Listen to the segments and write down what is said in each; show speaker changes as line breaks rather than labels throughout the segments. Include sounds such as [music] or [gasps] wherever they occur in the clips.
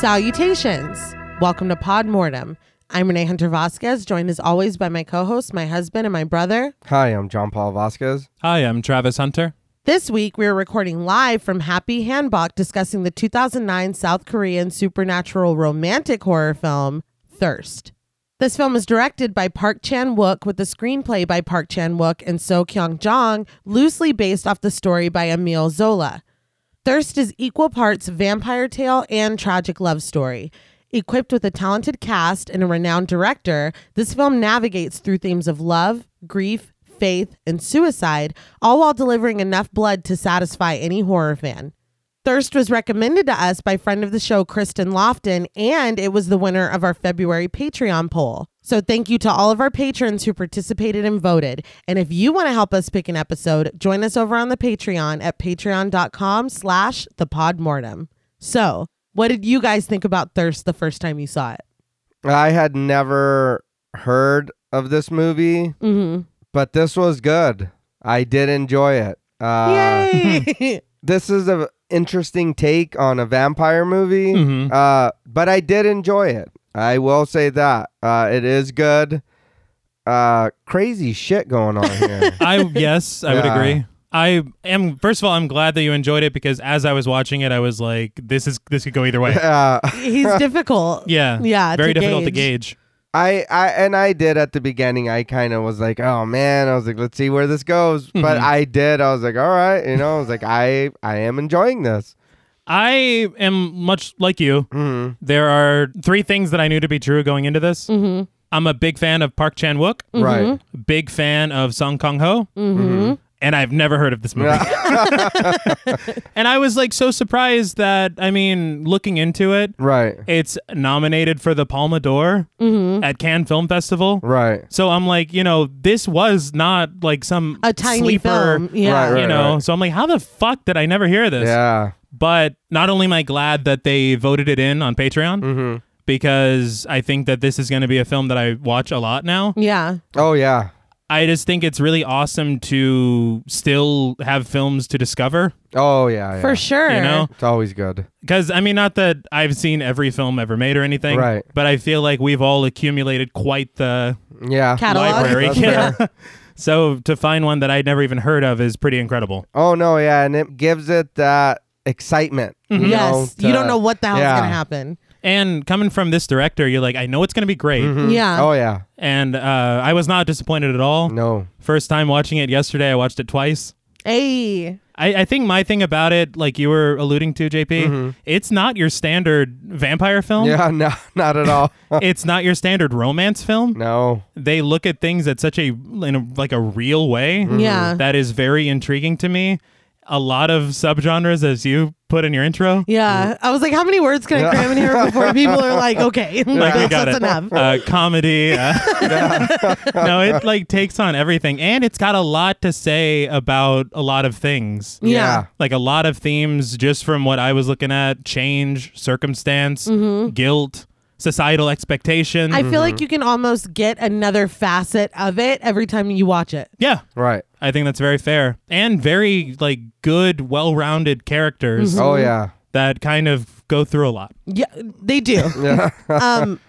Salutations! Welcome to Pod Mortem. I'm Renee Hunter Vasquez, joined as always by my co host, my husband, and my brother.
Hi, I'm John Paul Vasquez.
Hi, I'm Travis Hunter.
This week, we are recording live from Happy Hanbok discussing the 2009 South Korean supernatural romantic horror film, Thirst. This film is directed by Park Chan Wook with a screenplay by Park Chan Wook and So Kyung Jong, loosely based off the story by Emile Zola. Thirst is equal parts vampire tale and tragic love story. Equipped with a talented cast and a renowned director, this film navigates through themes of love, grief, faith, and suicide, all while delivering enough blood to satisfy any horror fan. Thirst was recommended to us by friend of the show, Kristen Lofton, and it was the winner of our February Patreon poll. So thank you to all of our patrons who participated and voted. And if you want to help us pick an episode, join us over on the Patreon at patreon.com slash thepodmortem. So what did you guys think about Thirst the first time you saw it?
I had never heard of this movie,
Mm-hmm.
but this was good. I did enjoy it. Uh,
hmm.
Yay! [laughs]
this is an interesting take on a vampire movie,
Mhm.
uh, but I did enjoy it. I will say that. Uh, it is good. Uh, crazy shit going on here.
I yes, I would
Yeah.
agree. I am first of all, I'm glad that you enjoyed it because as I was watching it, I was like, this is this could go
[laughs]
either way.
uh,
[laughs]
He's difficult.
Yeah.
Yeah,
Very
to
difficult to gauge.
I, I and I did at the beginning. I kind of was like, "Oh man," I was like, "Let's see where this goes." But
Mm-hmm.
I did. I was like, "All right," you know. I was like, "I I am enjoying this."
I am much like you.
Mhm.
There are three things that I knew to be true going into this.
Mm-hmm.
I'm a big fan of Park Chan Wook,
Right.
big fan of Song Kong Ho,
Mm-hmm.
and I've never heard of this movie. [laughs] and I was like so surprised that I mean, looking into it,
Right.
it's nominated for the Palme d'Or
Mm-hmm.
at Cannes Film Festival.
Right.
So I'm like, you know, this was not like some
A tiny
sleeper,
film. Yeah.
Right, right.
you know. So I'm like, how the fuck did I never hear this?
Yeah.
But not only am I glad that they voted it in on Patreon
Mm-hmm.
because I think that this is going to be a film that I watch a lot now.
Yeah.
Oh yeah.
I just think it's really awesome to still have films to discover,
Oh yeah. yeah.
For sure.
you know.
It's always good.
Because I mean, not that I've seen every film ever made or anything,
Right.
But I feel like we've all accumulated quite the
Yeah.
Catalog. [laughs]
library.
That's
Yeah. [laughs] so to find one that I'd never even heard of is pretty incredible.
Oh no. Yeah, and it gives it that excitement. You know,
Mm-hmm. Yes. you
to-
don't know what the hell's
yeah.
going to happen.
And coming from this director, you're like, I know it's going to be great.
Mhm.
Yeah.
Oh yeah.
And uh, I was not disappointed at all.
No.
First time watching it yesterday, I watched it twice.
Hey.
I, I think my thing about it, like you were alluding to, JP, it's not your standard vampire film.
Mm-hmm. Yeah. [laughs] No. Not
[laughs]
at all.
It's not your standard romance film.
no.
They look at things at such a in a, like a real way.
Yeah.
that is very intriguing to me. A lot of subgenres, as you put in your intro.
Yeah.
Hmm.
I was like, how many words can I cram in
[laughs]
here before people are [laughs] like, okay,
like we
that's,
got
that's
it.
Hmm.
enough.
Uh, comedy.
[laughs]
Uh, [laughs] no, it like takes on everything, and it's got a lot to say about a lot of things.
Yeah.
Like a lot of themes, just from what I was looking at: change, circumstance,
Mm-hmm.
guilt, societal expectation.
I feel like you can almost get another facet of it every time you watch it.
yeah,
Right.
I think that's very fair and very like good, well-rounded characters
Oh
Mm-hmm.
yeah.
that kind of go through a lot.
Yeah, they do. um,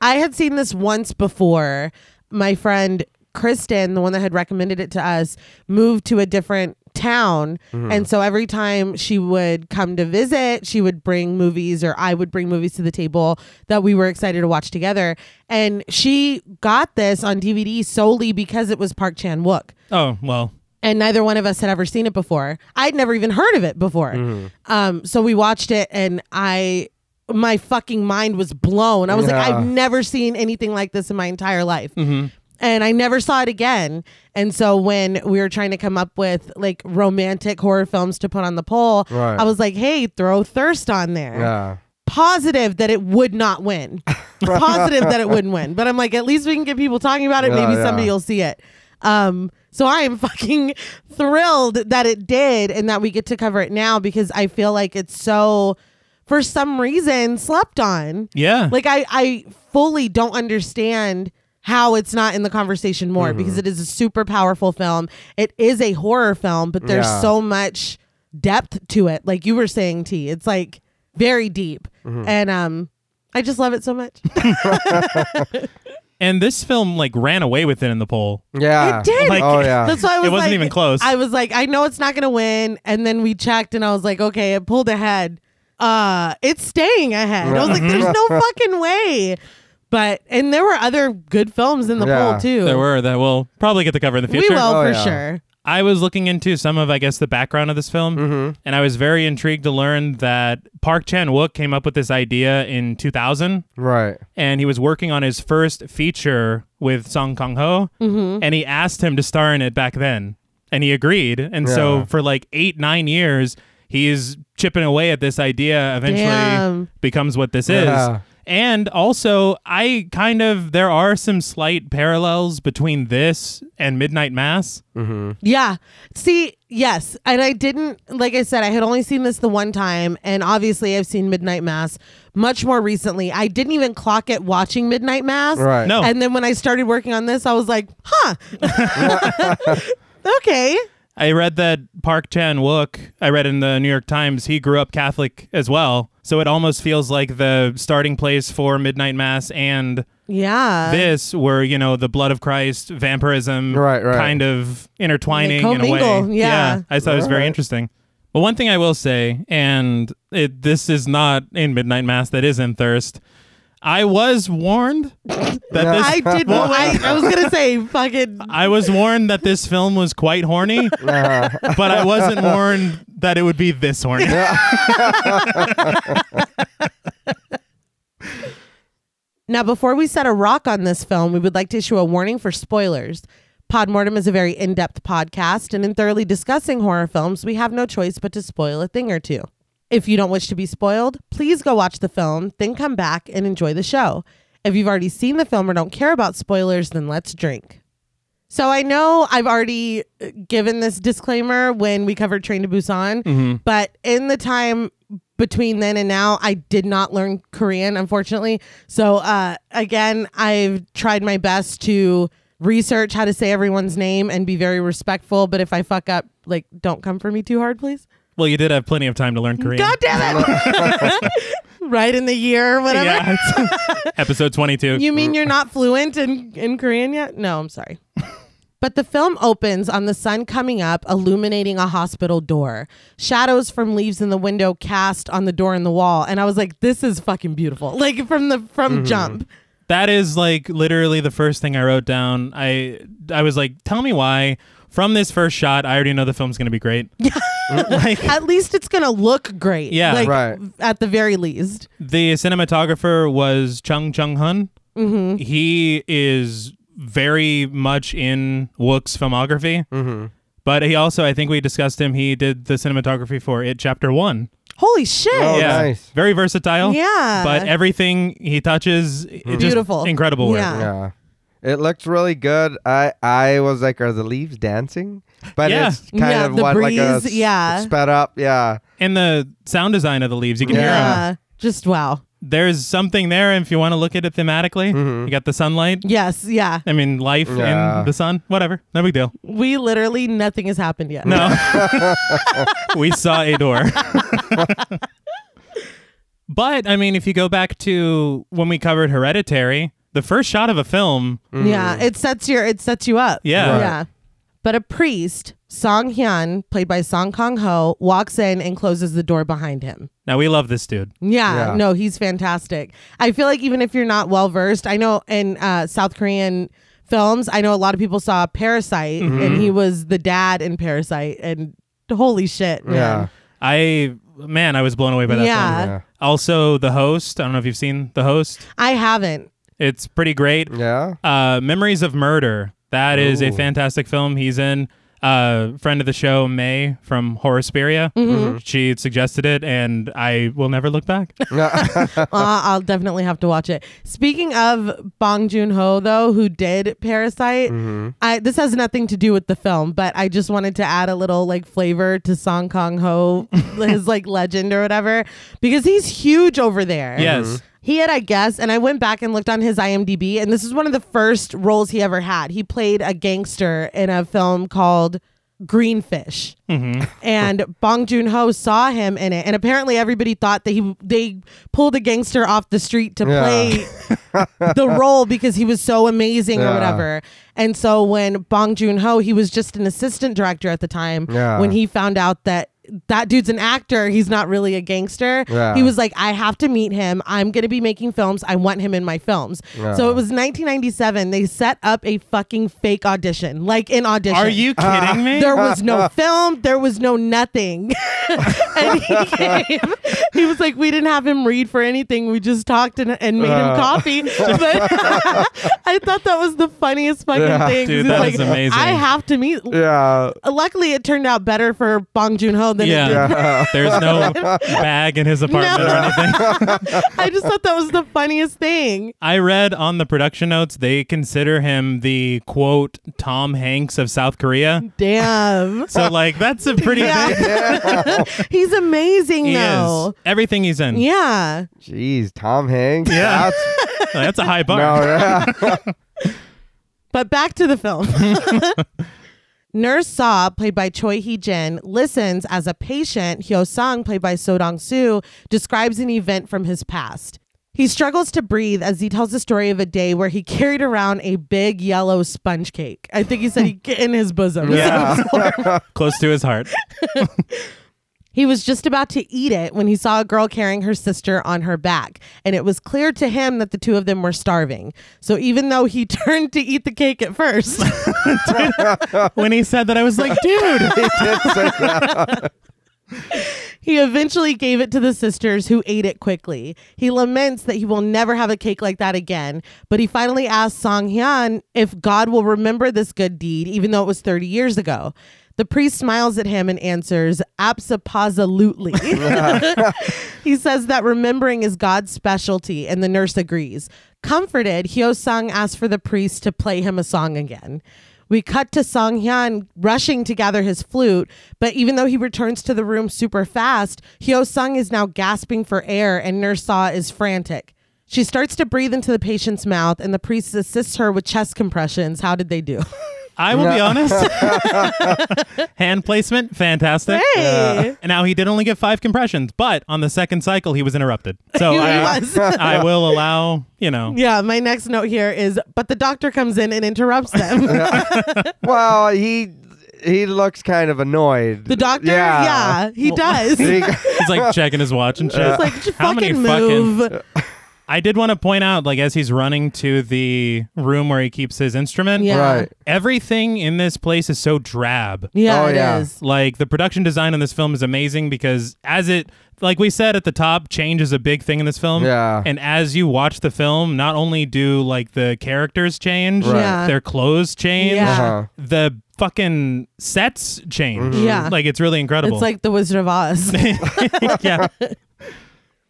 I had seen this once before. My friend Kristen, the one that had recommended it to us, moved to a different town. And so every time she would come to visit, she would bring movies or I would bring movies to the table that we were excited to watch together. And she got this on DVD solely because it was Park Chan Wook
Oh well,
and neither one of us had ever seen it before. I'd never even heard of it before.
Mm-hmm.
Um, so we watched it, and I, my fucking mind was blown. I was like,
Yeah. Mm-hmm.
I've never seen anything like this in my entire life. And I never saw it again. And so when we were trying to come up with like romantic horror films to put on the poll,
Right.
I was like, hey, throw Thirst on there.
Yeah.
Positive that it would not
[laughs]
win. Positive that it wouldn't win. But I'm like, at least we can get people talking about it.
Yeah,
Maybe
yeah.
somebody will see it. Um, so I am [laughs] fucking thrilled that it did and that we get to cover it now because I feel like it's so, for some reason, slept on.
yeah.
Like I, I fully don't understand how it's not in the conversation more
Mm-hmm.
because it is a super powerful film. It is a horror film, but there's
Yeah.
so much depth to it. Like you were saying, T. It's like very deep,
Mm-hmm.
and um, I just love it so much.
And this film like ran away with it in the poll.
Yeah.
It did.
Like-
oh
[laughs]
yeah.
That's why I
It
was
wasn't
like-
even close.
I was like, I know it's not gonna win, and then we checked, and I was like, okay, it pulled ahead. Uh, it's staying ahead. I was like, there's no
[laughs]
fucking way. But and there were other good films in the
Yeah.
poll too.
There were that will probably get the cover in the
We
future.
will
Oh,
for
yeah.
sure.
I was looking into some of, I guess, the background of this film,
Mm-hmm.
and I was very intrigued to learn that Park Chan Wook came up with this idea in 2000,
right.
and he was working on his first feature with Song Kang Ho, and he asked him to star in it back then, and he agreed. And
Yeah.
so for like eight, nine years, he's chipping away at this idea. Eventually,
Damn.
becomes what this
Yeah.
is. And also, I kind of there are some slight parallels between this and Midnight Mass.
Yeah. See, yes. And I didn't, like I said, I had only seen this the one time. And obviously, I've seen Midnight Mass much more recently. I didn't even clock it watching Midnight Mass.
Right.
No.
And then when I started working on this, I was like, huh.
[laughs]
[laughs] okay.
I read that Park Chan Wook, I read in the New York Times, he grew up Catholic as well. So it almost feels like the starting place for Midnight Mass and
Yeah.
this were, you know, the blood of Christ, vampirism
Right, right.
kind of intertwining
They
in a way.
commingle, yeah.
I thought it was very interesting. But one thing I will say, and it, this is not in Midnight Mass, that is in Thirst. I
[laughs]
was warned that this
I did. I, I was going to say, fucking.
I was warned that this film was
[laughs]
quite horny, but I wasn't warned that it would be this horny.
Now, before we set a rock on this film, we would like to issue a warning for spoilers. Podmortem is a very in depth podcast, and in thoroughly discussing horror films, we have no choice but to spoil a thing or two. If you don't wish to be spoiled, please go watch the film, then come back and enjoy the show. If you've already seen the film or don't care about spoilers, then let's drink. So I know I've already uh, given this disclaimer when we covered Train to Busan,
Mm-hmm.
but in the time between then and now, I did not learn Korean, unfortunately. So uh, again, I've tried my best to research how to say everyone's name and be very respectful. But if I fuck up, like, don't come for me too hard, please.
Well, you did have plenty of time to learn Korean.
God damn it!
[laughs]
[laughs] right in the year, or whatever.
yeah. [laughs] Episode 22.
You mean you're not fluent in, in Korean yet? No, I'm
[laughs]
sorry. But the film opens on the sun coming up, illuminating a hospital door. Shadows from leaves in the window cast on the door and the wall, and I was like, "This is fucking beautiful!" Like from the from
Mm-hmm.
jump.
that is like literally the first thing I wrote down. I I was like, tell me why. From this first shot, I already know the film's going to be great. like
At least it's gonna look great.
Yeah.
like,
Right.
At the very least,
the cinematographer was Chung Chung Hun. Mm-hmm. He is very much in Wook's filmography. Mm-hmm. But he also, I think we discussed him. He did the cinematography for It Chapter One.
holy shit!
Oh,
yeah,
nice.
very versatile.
Yeah.
but everything he touches, it just-
Beautiful.
incredible work.
Yeah.
Yeah. It looked really good. I I was like, are the leaves dancing? But
Yeah.
it's kind
Yeah,
of
the
what like a
breeze,
s-
yeah.
sped up. Yeah.
And the sound design of the leaves, you can
yeah.
hear hear.
just wow.
There's something there if you want to look at it thematically. You got the sunlight.
Yes, yeah.
I mean, life
Yeah.
in the sun. Whatever, no big deal.
We literally nothing has happened yet.
No. we saw a door. but I mean, if you go back to when we covered Hereditary, the first shot of a film,
Yeah,
Mm.
it sets your it sets you up.
Yeah. Right.
yeah. But a priest, Song Hyun, played by Song Kang Ho, walks in and closes the door behind him.
now we love this dude.
Yeah,
Yeah.
no, he's fantastic. I feel like even if you're not well versed, I know in uh, South Korean films, I know a lot of people saw Parasite,
Mm-hmm.
and he was the dad in Parasite, and holy shit,
Yeah.
man.
I man, I was blown away by that
Yeah.
film.
Yeah.
Also, the host. I don't know if you've seen the host.
I haven't.
It's pretty great.
Yeah.
Uh, Memories of Murder. That is a
Ooh.
fantastic film. He's in. Uh, friend of the show, May from Horosperia.
Mm-hmm.
She suggested it, and I will never
[laughs]
look back.
uh, I'll definitely have to watch it. Speaking of Bong Joon Ho, though, who did Parasite, I, this has nothing to do with the film, but I just wanted to add a little like flavor to Song Kong Ho, his like legend or whatever, because he's huge over there.
Yes.
He had, I guess, and I went back and looked on his IMDb, and this is one of the first roles he ever had. He played a gangster in a film called Greenfish. And Bong Joon Ho saw him in it. And apparently everybody thought that he they pulled a gangster off the street to
Yeah.
play
[laughs]
the role because he was so amazing or
Yeah.
whatever. And so when Bong Joon Ho, he was just an assistant director at the time,
Yeah.
when he found out that that dude's an actor, he's not really a gangster.
Yeah.
He was like, I have to meet him. I'm going to be making films. I want him in my films. So it was 1997. They set up a fucking fake audition, like an audition.
Are you kidding me?
There was
[laughs]
no film. There was no nothing. [laughs] and he came. He was like, we didn't have him read for anything. We just talked and, and made
Uh.
him
[laughs]
coffee. But [laughs] I thought that was the funniest fucking
Yeah.
thing. 'cause
Dude,
it's
that
like,
is amazing.
I have to meet.
[laughs] Yeah.
Luckily, it turned out better for Bong Joon Ho than it did
yeah. There's
[laughs]
no bag in his apartment or
No.
anything.
[laughs] I just thought that was the funniest thing.
I read on the production notes they consider him the quote Tom Hanks of South Korea.
[laughs]
Damn.
So like that's a pretty big
Yeah. [laughs] He's amazing
he
though.
is. Everything he's in.
Yeah.
Jeez, Tom Hanks.
Yeah.
That's-
That's a high bar. [laughs]
no, yeah.
But back to the film. [laughs] Nurse Saw, played by Choi Hee Jin, listens as a patient, Hyo Sung, played by So Dong Soo, describes an event from his past. He struggles to breathe as he tells the story of a day where he carried around a big yellow sponge cake. I think he said he in his bosom.
Yeah. Close to his heart.
[laughs] He was just about to eat it when he saw a girl carrying her sister on her back, and it was clear to him that the two of them were starving. So even though he [laughs] turned to eat the cake at first,
When he said that I was like, dude,
He did say that.
He eventually gave it to the sisters who ate it quickly. He laments that he will never have a cake like that again, but he finally asks Song Hyun if God will remember this good deed, even though it was 30 years ago. The priest smiles at him and answers, absolutely. [laughs] he says that remembering is God's specialty, and the nurse agrees. Comforted, Hyo Sung asks for the priest to play him a song again. We cut to Song Hyun rushing to gather his flute, but even though he returns to the room super fast, Hyo Sung is now gasping for air and Nurse Saw is frantic. She starts to breathe into the patient's mouth, and the priest assists her with chest compressions. How did they do? [laughs]
I will be honest. [laughs] Hand placement, fantastic.
Hey!
And now he did only get five compressions, but on the second cycle he
[laughs]
was interrupted. So
He
I,
was.
[laughs] I will allow, you know.
yeah, my next note here is but the doctor comes in and interrupts them.
Well, he he looks kind of annoyed.
the doctor?
Yeah.
Yeah, he does. He's
[laughs] He-
He's like checking his watch and shit.
like,
Uh, [laughs] How many Oh,
fucking move.
I did want to point out, like, as he's running to the room where he keeps his instrument,
Yeah.
Right.
everything in this place is so drab.
[laughs] Yeah,
Oh,
it is.
yeah.
Like, the production design on this film is amazing because, as it, like we said at the top, change is a big thing in this film.
Yeah.
And as you watch the film, not only do, like, the characters change,
Right. Yeah.
their clothes change,
Yeah.
Uh-huh. Mm-hmm.
the fucking sets change.
Yeah.
Like, it's really incredible.
It's like the Wizard of Oz.
[laughs] yeah.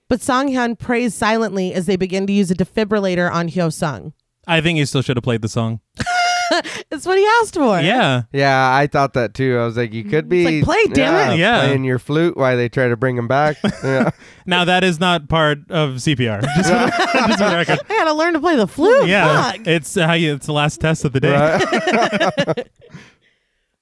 But Song Hyun prays silently as they begin to use a defibrillator on Hyo Sung.
I think he still should have played the song.
It's what he asked for.
Yeah.
Yeah, I thought that too. I was like, you could be
like, play, damn
yeah,
it. Yeah.
playing your flute while they try to bring him
[laughs]
back. Yeah,
Now that is not part of
[laughs]
CPR. Just for the- just for the record.
I gotta learn to play the flute.
Yeah,
Fuck.
it's how you. It's the last test of the day.
right?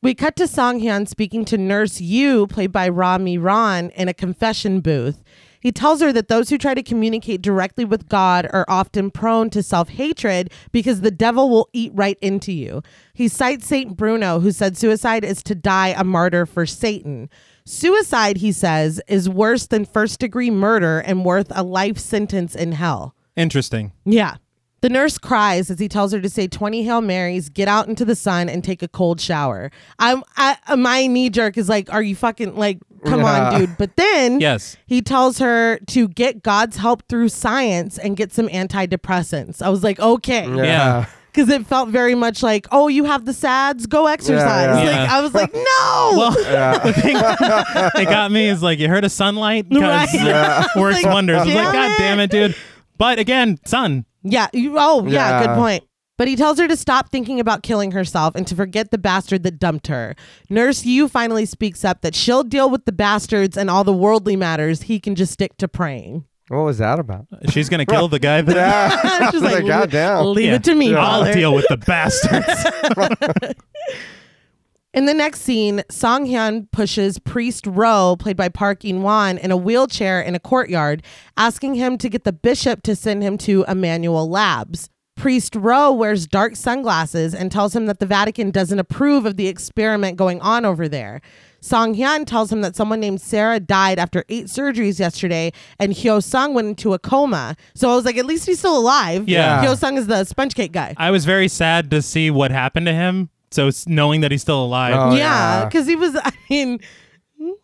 We cut to Song Hyun speaking to Nurse Yu, played by Rami Ron, in a confession booth. He tells her that those who try to communicate directly with God are often prone to self hatred because the devil will eat right into you. He cites St. Bruno, who said suicide is to die a martyr for Satan. Suicide, he says, is worse than first degree murder and worth a life sentence in hell.
Interesting.
Yeah. The nurse cries as he tells her to say 20 Hail Marys, get out into the sun, and take a cold shower. I'm, I, my knee jerk is like, are you fucking, like, come
Yeah.
on, dude. But
[laughs]
then
Yes.
he tells her to get God's help through science and get some antidepressants. I was like, okay.
Yeah.
Yeah.
Because it felt very much like, oh, you have the SADS, go exercise.
yeah.
Like,
Yeah.
I was
[laughs]
like, no.
Well, [laughs] the thing that got me is like you heard of sunlight 'Cause
Right.
it
Yeah.
works
Like,
wonders. It's
damn
like God damn it, dude. But again, sun.
Yeah. You, oh, yeah, Good
Yeah.
point. But he tells her to stop thinking about killing herself and to forget the bastard that dumped her. Nurse Yu finally speaks up that she'll deal with the bastards and all the worldly matters. He can just stick to praying. [laughs]
what was that about?
She's gonna kill the guy. That,
She's
Like, "God damn."
leave
Yeah.
it to me.
I'll
father."
deal with the bastards.
In the next scene, Song Hyun pushes Priest Ro, played by Park In Wan, in a wheelchair in a courtyard, asking him to get the bishop to send him to Emmanuel Labs. Priest Ro wears dark sunglasses and tells him that the Vatican doesn't approve of the experiment going on over there. Song Hyun tells him that someone named Sarah died after eight surgeries yesterday, and Hyo Sung went into a coma. So I was like, at least he's still alive.
Yeah.
Hyo Sung is the sponge cake guy.
I was very sad to see what happened to him. So s- knowing that he's still alive.
Oh,
yeah,
yeah.
because he was. [laughs] I mean,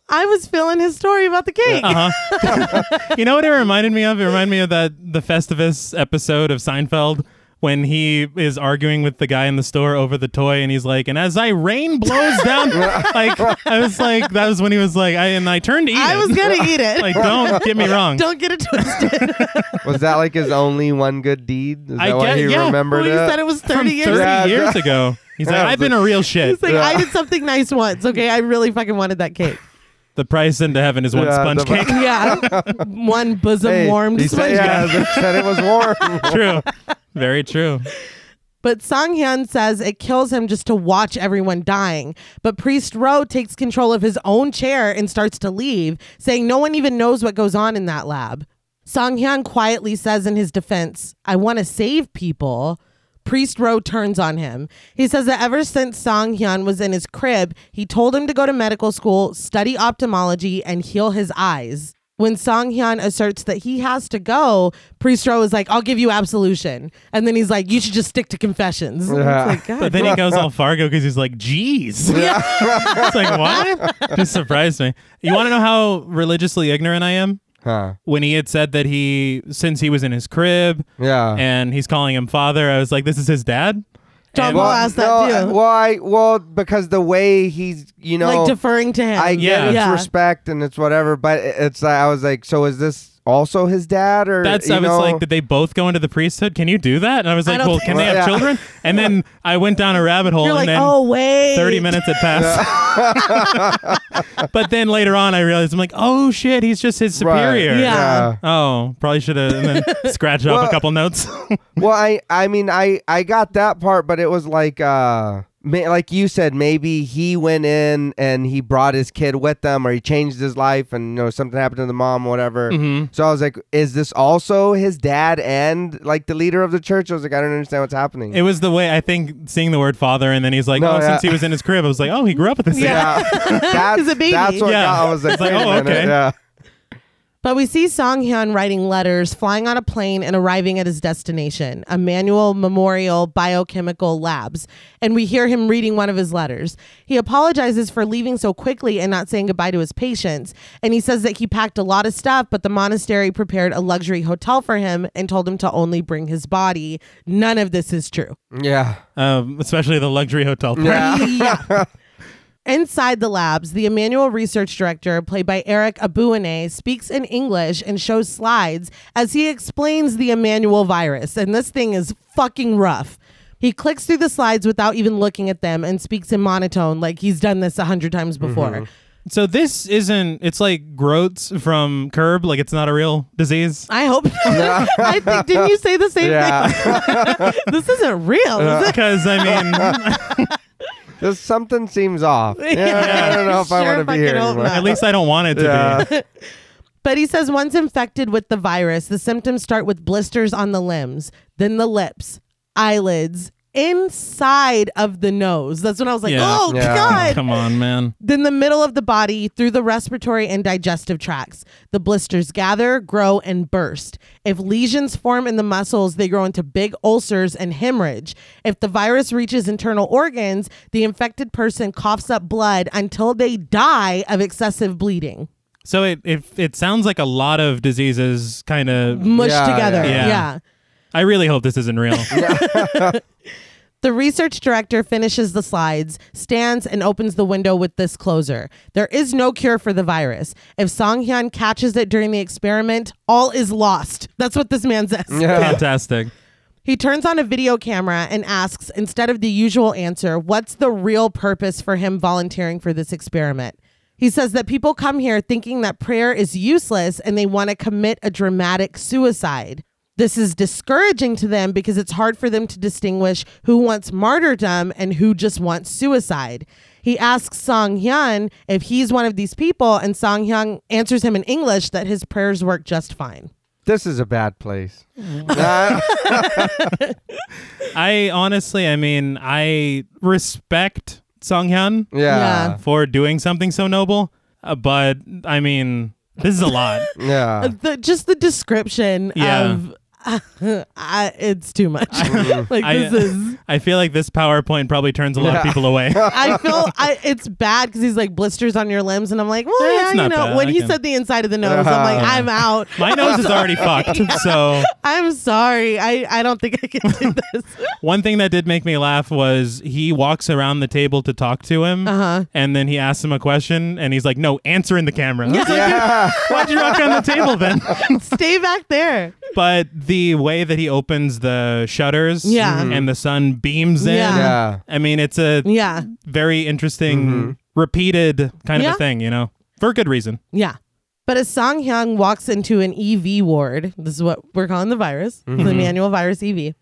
I was feeling his story about the cake.
Oh,
Uh-huh. [laughs] you know what it reminded me of? It reminded me of that the Festivus episode of Seinfeld when he is arguing with the guy in the store over the toy and he's like, and as I rain blows
[laughs]
down like I was like that was when he was like I and I turned to eat
I
it.
was gonna eat
[laughs]
it.
[laughs] like don't get me
[laughs]
wrong.
Don't get it twisted.
Was that like his only one good deed? Is
I
that why
guess-
he
yeah.
well,
remembered
you
it?
said it was
From
thirty years.
30
Yeah,
years ago. He's like,
Yeah,
I've
but-
been a real shit.
It's like I did something nice once. Okay, I really fucking wanted that cake.
the price into heaven is
[laughs]
one
Yeah,
sponge
the-
cake.
Yeah, one bosom
Hey,
warmed
he said,
sponge cake.
yeah, he said it was warm.
[laughs] true. Very true.
But Song Hyun says it kills him just to watch everyone dying. But Priest Ro takes control of his own chair and starts to leave, saying no one even knows what goes on in that lab. Song Hyun quietly says in his defense, I want to save people. Priest Ro turns on him. He says that ever since Song Hyun was in his crib, he told him to go to medical school, study ophthalmology, and heal his eyes. When Song Hyun asserts that he has to go, Priest Ro is like, I'll give you absolution. And then he's like, You should just stick to confessions.
Yeah.
It's like, God.
But then he
[laughs]
goes all Fargo because he's like, [laughs] "Geez." it's like, what? Just surprised me. You want to know how religiously ignorant I am?
Huh.
When he had said that he, since he was in his crib
Yeah.
and he's calling him father, I was like, this is his dad?
John
And-
Well, Wall- ask that
no,
too.
Well, I, well, because the way he's, you know,
like deferring to him.
I
Yeah.
get it's
Yeah.
respect and it's whatever, but it- it's like I was like, so is this also his dad or
That's,
you
I was
know?
like, did they both go into the priesthood? Can you do that? And I was
I
like,
don't
well,
think
can they have
so. Yeah.
children? And then I went down a rabbit hole
You're
and
like,
then
Oh, wait.
30 minutes had passed.
[laughs]
but then later on, I realized, I'm like, oh shit, he's just his
Right.
superior.
Yeah.
Oh, probably should have and then scratched off a
Well-
couple notes. [laughs]
well, I I mean I I got that part, but it was like uh ma- like you said, maybe he went in and he brought his kid with them, or he changed his life, and you know something happened to the mom, whatever.
Mm-hmm.
So I was like, is this also his dad and like the leader of the church? I was like, I don't understand what's happening.
It was the way I think seeing the word father, and then he's like,
No,
oh,
yeah.
since he was in his crib, I was like, oh, he grew up with this. guy. [laughs]
yeah, that's,
He's a baby.
that's what
Yeah.
got- I was like,
It's like,
wait a
oh,
minute,
okay.
yeah.
But we see Song Hyun writing letters, flying on a plane, and arriving at his destination, Emmanuel Memorial Biochemical Labs. And we hear him reading one of his letters. He apologizes for leaving so quickly and not saying goodbye to his patients. And he says that he packed a lot of stuff, but the monastery prepared a luxury hotel for him and told him to only bring his body. None of this is true.
Yeah.
[laughs] Um, especially the luxury hotel part.
Yeah. Inside the labs, the Emmanuel research director, played by Eric Abuane, speaks in English and shows slides as he explains the Emmanuel virus. And this thing is fucking rough. He clicks through the slides without even looking at them and speaks in monotone like he's done this a hundred times before.
So this isn't. It's like Groats from Curb. Like it's not a real
[laughs]
disease.
I hope. [laughs] I think, didn't you say the same
Yeah.
thing? this isn't real. is it?
Because I mean,
There's something seems
[laughs]
off. Yeah, I don't know if I
Sure
want to be
fucking
here
hope
anymore.
not.
at least I don't want it to [laughs]
Yeah.
be.
But he says once infected with the virus, the symptoms start with blisters on the limbs, then the lips, eyelids, inside of the nose. That's when I was like,
Yeah.
oh,
Yeah.
God.
Come on, man.
Then the middle of the body through the respiratory and digestive tracts. The blisters gather, grow, and burst. If lesions form in the muscles, they grow into big ulcers and hemorrhage. If the virus reaches internal organs, the infected person coughs up blood until they die of excessive bleeding.
So it it, it sounds like a lot of diseases. Kind of.
Mushed
Yeah,
together.
yeah. Yeah.
yeah.
I really hope this
[laughs]
isn't real.
The research director finishes the slides, stands, and opens the window with this closer. There is no cure for the virus. If Song Hyun catches it during the experiment, all is lost. That's what this man says.
Yeah.
Fantastic.
He turns on a video camera and asks, instead of the usual answer, what's the real purpose for him volunteering for this experiment? He says that people come here thinking that prayer is useless and they want to commit a dramatic suicide. This is discouraging to them because it's hard for them to distinguish who wants martyrdom and who just wants suicide. He asks Song Hyun if he's one of these people, and Song Hyun answers him in English that his prayers work just fine.
This is a
[laughs]
bad place. Uh,
I honestly, I mean, I respect Song Hyun
yeah.
for doing something so noble, uh, but I mean, this is a lot.
Yeah.
Uh, The, just the description
Yeah.
of [laughs] I, it's too much. [laughs] [laughs] like
I,
this is.
I feel like this PowerPoint probably turns a lot of
[laughs]
people away.
I feel I, it's bad because he's like blisters on your limbs, and I'm like, well,
That's
yeah, you
not
know,
bad.
when
I
he
can- Uh-huh.
said the inside of the nose, I'm like,
Yeah.
I'm out.
My nose is
[laughs]
already fucked. So,
I'm sorry. I, I don't think I can
[laughs]
do this. [laughs]
one thing that did make me laugh was he walks around the table to talk to him,
Uh-huh.
and then he asks him a question, and he's like, "No, answer in the camera." I was like,
Yeah.
Why'd you walk around the
[laughs]
table then? [laughs]
Stay back there.
but the way that he opens the shutters,
Yeah. Mhm.
and the sun beams in.
Yeah.
Yeah.
I mean, it's a
Yeah.
very interesting,
Mm-hmm.
repeated kind
Yeah.
of a thing, you know, for good reason.
Yeah. But as Song Hyung walks into an EV ward, this is what we're calling the virus, the manual virus EV.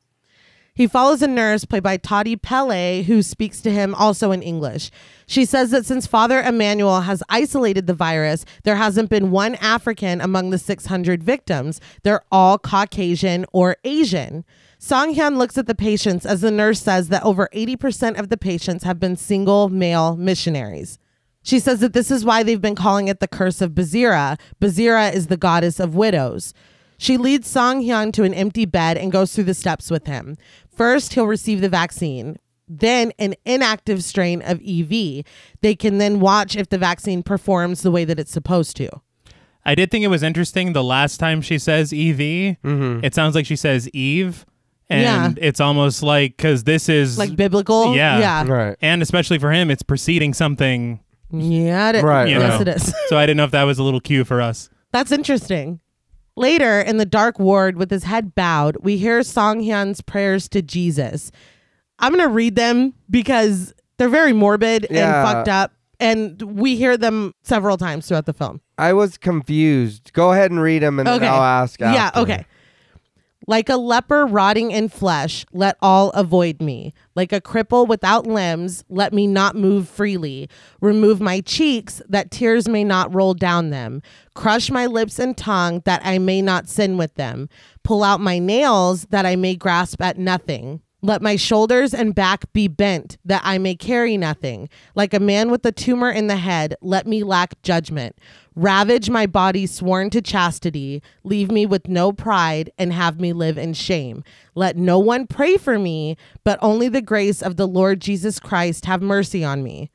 He follows a nurse played by Toddy Pele, who speaks to him also in English. She says that since Father Emmanuel has isolated the virus, there hasn't been one African among the 600 victims. They're all Caucasian or Asian. Song Hyun looks at the patients as the nurse says that over 80% of the patients have been single male missionaries. She says that this is why they've been calling it the curse of Bazira. Bazira is the goddess of widows. She leads Song Hyun to an empty bed and goes through the steps with him. First, he'll receive the vaccine, then an inactive strain of EV. They can then watch if the vaccine performs the way that it's supposed to.
I did think it was interesting the last time she says EV,
Mm-hmm.
it sounds like she says Eve. And it's almost like because this is
Like biblical?
Yeah.
Yeah.
Right.
and especially for him, it's preceding something.
Yeah, it,
Right,
You
yes,
know.
it is.
So I didn't know if that was a little cue for us.
That's interesting. Later, in the dark ward with his head bowed, we hear Song Hyun's prayers to Jesus. I'm going to read them because they're very morbid
Yeah.
and fucked up. And we hear them several times throughout the film.
I was confused. Go ahead and read them and
Okay.
then I'll ask.
Yeah,
after.
okay. Like a leper rotting in flesh, let all avoid me. Like a cripple without limbs, let me not move freely. Remove my cheeks, that tears may not roll down them. Crush my lips and tongue, that I may not sin with them. Pull out my nails, that I may grasp at nothing. Let my shoulders and back be bent, that I may carry nothing. Like a man with a tumor in the head, let me lack judgment. Ravage my body sworn to chastity, leave me with no pride, and have me live in shame. Let no one pray for me, but only the grace of the Lord Jesus Christ have mercy on me.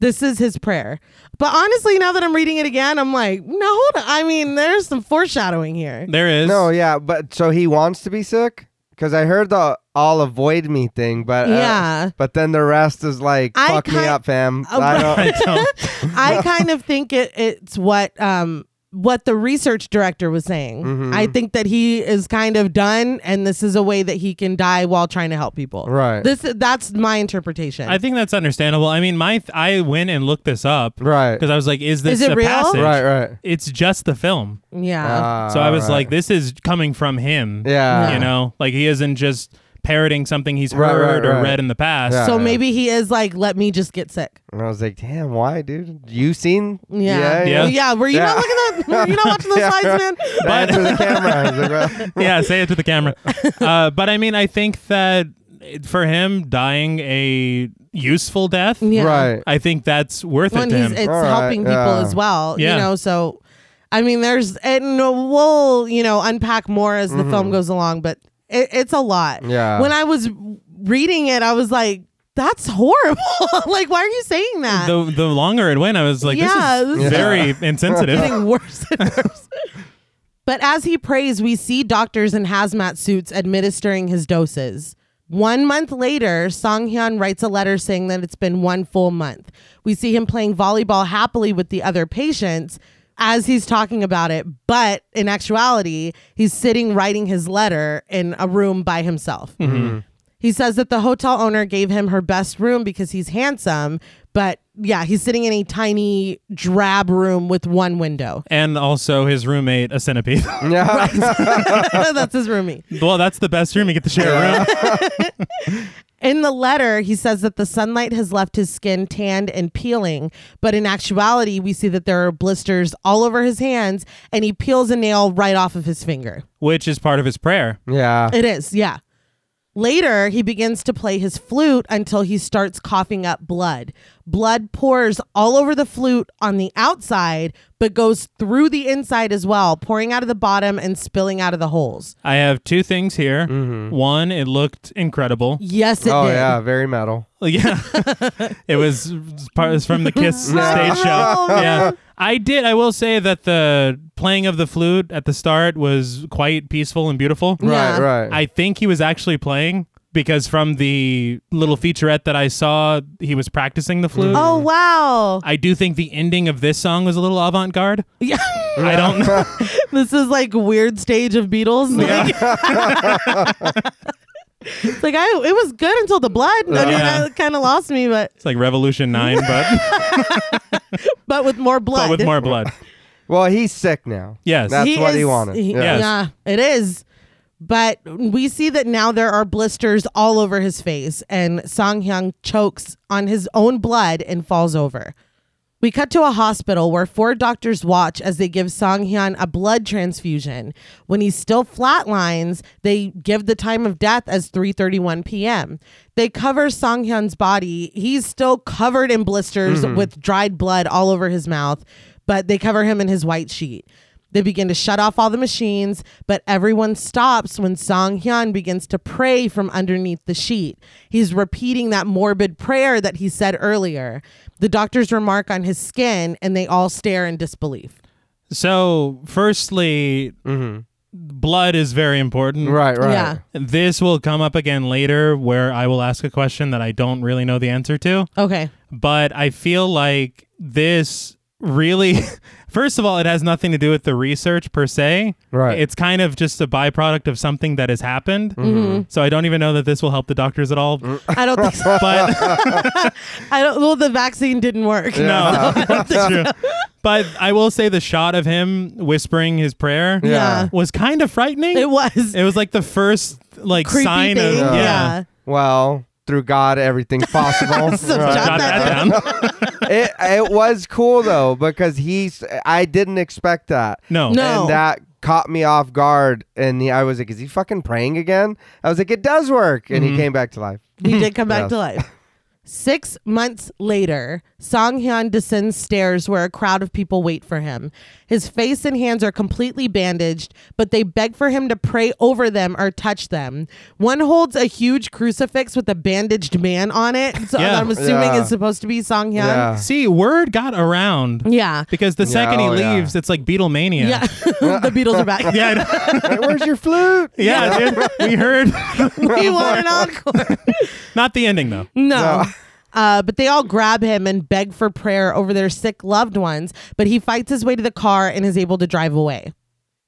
This is his prayer. But honestly, now that I'm reading it again, I'm like, no, hold on. I mean, there's some foreshadowing here.
There is.
No, yeah, but so he wants to be sick because I heard the all avoid me thing, but uh,
Yeah.
but then the rest is like
I
fuck me
kind-
up, fam.
Oh,
I
I
don't.
don't-
I kind of think it, it's what um what the research director was saying.
Mm-hmm.
I think that he is kind of done, and this is a way that he can die while trying to help people.
Right.
This that's my interpretation.
I think that's understandable. I mean, my th- I went and looked this up
[laughs]
[laughs]
Right.
because I was like, is
Is
this
it
a
real?
passage?
Right. Right.
It's just the film.
yeah.
Ah,
so I was
alright.
like, this is coming from him.
yeah.
You know, like he isn't just parroting something he's
Right,
heard
right,
or
right.
read in the past.
Uh, Yeah.
so maybe he is like, let me just get sick.
And I was like, damn, why, dude? You seen?
Yeah.
[laughs]
Yeah.
Were you not
Yeah.
looking at? Were you not watching those
[laughs] Yeah.
slides, man?
Back to the camera. I was like, well,
[laughs] yeah, say it to the
[laughs]
camera. Uh, but I mean, I think that for him, dying a useful death,
Yeah.
Right.
I think that's worth
When
it to
he's,
him.
it's
All right,
helping people
yeah.
as well.
Yeah.
You know. So, I mean, there's and we'll you know unpack more as the film goes along, but it, it's a lot.
Mm-hmm. Yeah.
When I was reading it, I was like, "That's horrible! [laughs] like, why are you saying that?"
the, the longer it went, I was like,
Yeah,
this
this
is
is-
[laughs]
very insensitive.
getting worse and worse. But as he prays, we see doctors in hazmat suits administering his doses. One month later, Song Hyun writes a letter saying that it's been one full month. We see him playing volleyball happily with the other patients as he's talking about it, but in actuality, he's sitting writing his letter in a room by himself. He says that the hotel owner gave him her best room because he's handsome, but yeah, he's sitting in a tiny drab room with one window. [laughs]
and also his roommate, a centipede. [laughs]
[laughs] yeah.
That's his roomie.
well, that's the best room. You get to share a room.
In the letter, he says that the sunlight has left his skin tanned and peeling, but in actuality, we see that there are blisters all over his hands, and he peels a nail right off of his finger.
which is part of his prayer.
Yeah.
It is, yeah. Later, he begins to play his flute until he starts coughing up blood. Blood pours all over the flute on the outside, but goes through the inside as well, pouring out of the bottom and spilling out of the holes.
I have two things here.
Mm-hmm.
One, it looked incredible.
Yes, it
Oh
did.
yeah, very metal.
Yeah, it was part it was from the
[laughs]
Kiss stage show.
No.
Yeah, I did. I will say that the playing of the flute at the start was quite peaceful and beautiful.
Yeah.
Right, right.
I think he was actually playing because from the little featurette that I saw, he was practicing the
Mm.
flute.
Oh wow! [laughs]
I do think the ending of this song was a little avant-garde.
Yeah,
I don't know.
this is like weird stage of Beatles. Like,
[laughs]
It's like I, it was good until the blood. I mean,
Yeah.
that kind of lost me, but
It's like Revolution 9
[laughs]
but,
but with more blood.
but with more blood.
well, he's sick now.
Yes.
That's what he
is-
wanted.
he-
Yeah.
Yes.
Yeah, it is. But we see that now there are blisters all over his face, and Song Hyung chokes on his own blood and falls over. We cut to a hospital where four doctors watch as they give Song Hyun a blood transfusion. When he still flatlines, they give the time of death as 3:31 p.m. They cover Song Hyun's body. He's still covered in blisters
Mm-hmm.
with dried blood all over his mouth, but they cover him in his white sheet. They begin to shut off all the machines, but everyone stops when Song Hyun begins to pray from underneath the sheet. He's repeating that morbid prayer that he said earlier. The doctors remark on his skin and they all stare in disbelief.
So, firstly, blood is very important.
Mm-hmm. Right, right.
Yeah.
This will come up again later where I will ask a question that I don't really know the answer to.
Okay.
but I feel like this really [laughs] first of all it has nothing to do with the research per se
Right.
it's kind of just a byproduct of something that has happened so i don't even know that this will help the doctors at all
I don't think so.
but
I don't well the vaccine didn't work.
no [laughs] that's true but i will say the shot of him whispering his prayer
Yeah.
was kind of frightening
It was
It was like the first like
creepy
sign
thing.
of
Yeah.
Well, through God, everything's
[laughs]
possible.
So
Right.
John-
Jot that down.
it, it was cool though because he's. I didn't expect that.
[laughs]
No.
No.
And that caught me off guard, and I was like, "Is he fucking praying again?" I was like, "It does work," and he
Mm-hmm.
came back to life.
He did come back
Yes.
to life. Six months later, Song Hyun descends stairs where a crowd of people wait for him. His face and hands are completely bandaged, but they beg for him to pray over them or touch them. One holds a huge crucifix with a bandaged man on it, so
Yeah.
I'm assuming
Yeah.
it's supposed to be Song Hyun.
Yeah.
[laughs] See, word got around
Yeah.
because the second
oh,
he
yeah.
leaves, it's like Beatlemania.
Yeah. [laughs] the Beatles are back. [laughs]
yeah. I know.
Hey, where's your flute?
[laughs] Yeah, dude. We heard. [laughs]
we want an encore.
Not the ending though.
No. Uh, but they all grab him and beg for prayer over their sick loved ones. But he fights his way to the car and is able to drive away.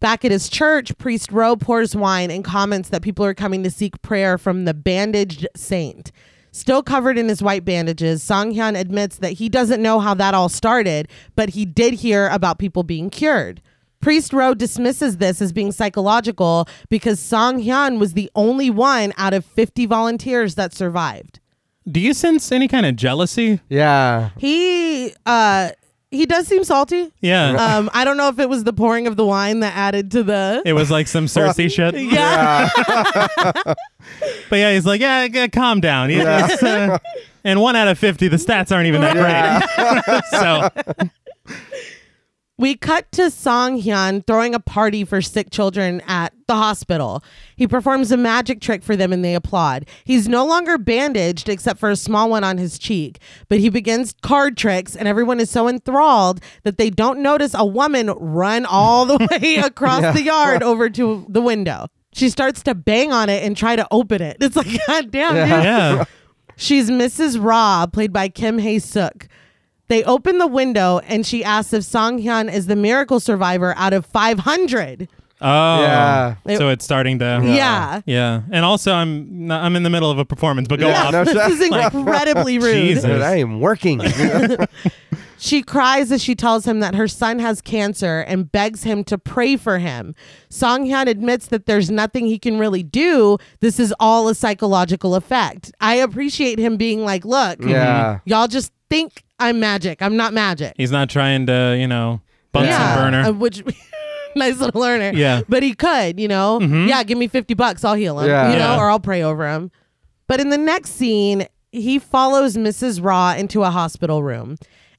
Back at his church, Priest Rowe pours wine and comments that people are coming to seek prayer from the bandaged saint. Still covered in his white bandages, Song Hyun admits that he doesn't know how that all started, but he did hear about people being cured. Priest Rowe dismisses this as being psychological because Song Hyun was the only one out of 50 volunteers that survived.
Do you sense any kind of jealousy?
Yeah.
He uh he does seem salty.
Yeah.
Um I don't know if it was the pouring of the wine that added to the
it was like some Cersei shit.
[laughs] yeah.
But yeah, he's like, yeah, g- calm down. Yeah, it's, uh, [laughs] and one out of 50, the stats aren't even that great. [laughs] so,
We cut to Song Hyun throwing a party for sick children at the hospital. He performs a magic trick for them and they applaud. He's no longer bandaged except for a small one on his cheek, but he begins card tricks and everyone is so enthralled that they don't notice a woman run all the [laughs] way across the yard over to the window. She starts to bang on it and try to open it. It's like, [laughs] God damn, dude.
[laughs]
yeah.
She's Mrs. Ra, played by Kim Hae Suk. They open the window and she asks if Song Hyun is the miracle survivor out of 500.
Oh.
Yeah.
So it's starting to.
Yeah.
Yeah. And also, I'm not, I'm in the middle of a performance, but go
Yeah,
off.
[laughs]
no
this
shit. [laughs]
is incredibly rude.
[laughs] Jesus.
Dude, I am working.
She cries as she tells him that her son has cancer and begs him to pray for him. Song Hyun admits that there's nothing he can really do. This is all a psychological effect. I appreciate him being like, look,
Yeah.
y'all just think I'm magic. I'm not magic.
He's not trying to, you know, Bunsen
yeah.
burner.
Uh, which [laughs] nice little learner.
Yeah. Mm-hmm.
But he could, you know. Yeah, give me 50 bucks, I'll heal him,
Yeah.
you know,
Yeah.
or I'll pray over him. But in the next scene, he follows Mrs. Raw into a hospital room.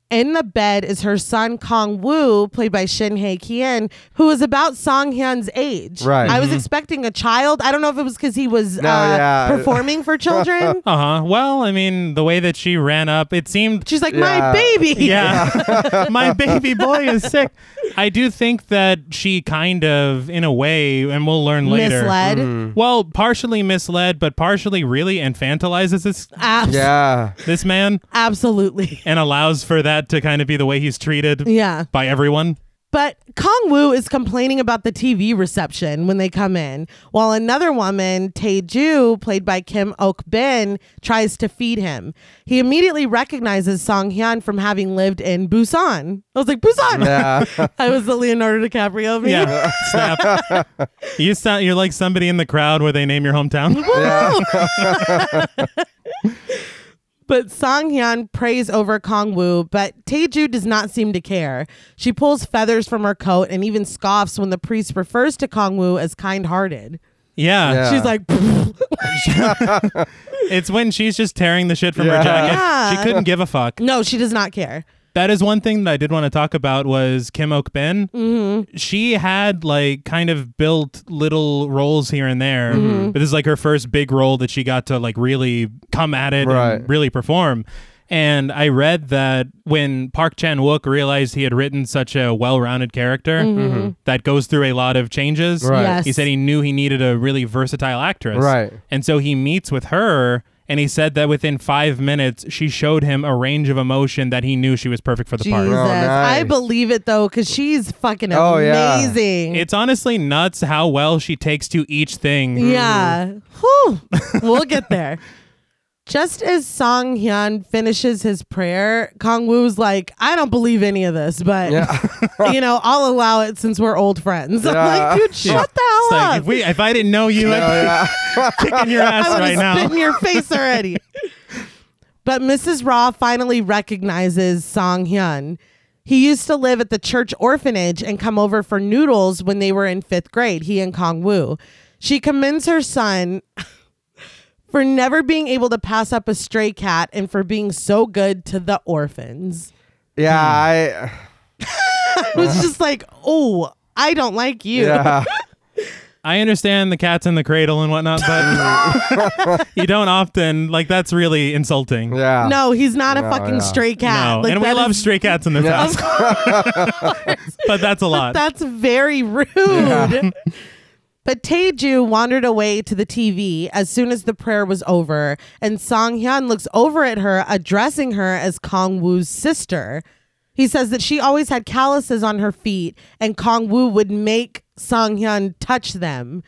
In the bed is her son Kong Woo, played by Shin Hye Kien, who is about Song Hyun's age.
Right.
I
Mm-hmm.
was expecting a child. I don't know if it was because he was uh,
yeah.
performing for
[laughs]
children.
Uh huh. Well, I mean, the way that she ran up, it
[laughs]
seemed
She's like, my
Yeah.
baby.
Yeah. [laughs] My baby boy is sick. I do think that she kind of, in a way, and we'll learn
[laughs]
later.
Misled.
Mm.
Well, partially misled, but partially really infantilizes this
Abs-
Yeah.
this man
Absolutely. [laughs]
and allows for that to kind of be the way he's treated
Yeah.
by everyone.
But Kong Wu is complaining about the TV reception when they come in, while another woman, Tae Ju, played by Kim Ok Bin, tries to feed him. He immediately recognizes Song Hyun from having lived in Busan. I was like, Busan!
[laughs]
Yeah.
[laughs] I was the Leonardo DiCaprio. of me.
Yeah. Snap. You sound you're like somebody in the crowd where they name your hometown.
[laughs] But Song Hyun prays over Kong Woo, but Taeju does not seem to care. She pulls feathers from her coat and even scoffs when the priest refers to Kong Woo as kind hearted.
Yeah.
She's like, [laughs]
It's when she's just tearing the shit from her
Yeah.
jacket.
Yeah.
She couldn't give a fuck.
no, she does not care.
That is one thing that I did want to talk about was Kim Ok Bin. Mm-hmm. She had like kind of built little roles here and there, but this is like her first big role that she got to like really come at it
Right.
and really perform. And I read that when Park Chan Wook realized he had written such a well-rounded character that goes through a lot of changes,
Mm-hmm. Right.
Yes.
he said he knew he needed a really versatile actress.
Right.
And so he meets with her and he said that within five minutes she showed him a range of emotion that he knew she was perfect for the
Jesus.
part.
I
nice.
believe it though, because she's fucking
Oh, yeah.
amazing.
It's honestly nuts how well she takes to each thing.
Mm-hmm. yeah. Whew.
[laughs]
we'll get there. Just as Song Hyun finishes his prayer, Kong Woo's like, I don't believe any of this, but [laughs] you know, I'll allow it since we're old friends. [laughs] I'm
Yeah.
like, dude, shut the
Yeah.
hell up.
It's like if we if I didn't know you, I'd
Yeah.
be [laughs] kicking
[laughs]
your ass
I would
right
have
now.
spit in your face
[laughs]
already. but Mrs. Raw finally recognizes Song Hyun. He used to live at the church orphanage and come over for noodles when they were in fifth grade, he and Kong Wu. She commends her son [laughs] for never being able to pass up a stray cat and for being so good to the orphans.
Yeah. I.
It was just like, oh, I don't like you.
Yeah.
I understand the cats in the cradle and whatnot, but
[laughs]
you don't often like that's really insulting.
Yeah.
No, he's not a
No,
fucking
yeah.
stray cat.
No.
Like,
and we
that
love
is-
stray cats in
[laughs]
this house. but that's a lot.
That's very rude. But Taeju wandered away to the TV as soon as the prayer was over, and Song Hyun looks over at her, addressing her as Kong Woo's sister. He says that she always had calluses on her feet, and Kong Woo would make Song Hyun touch them.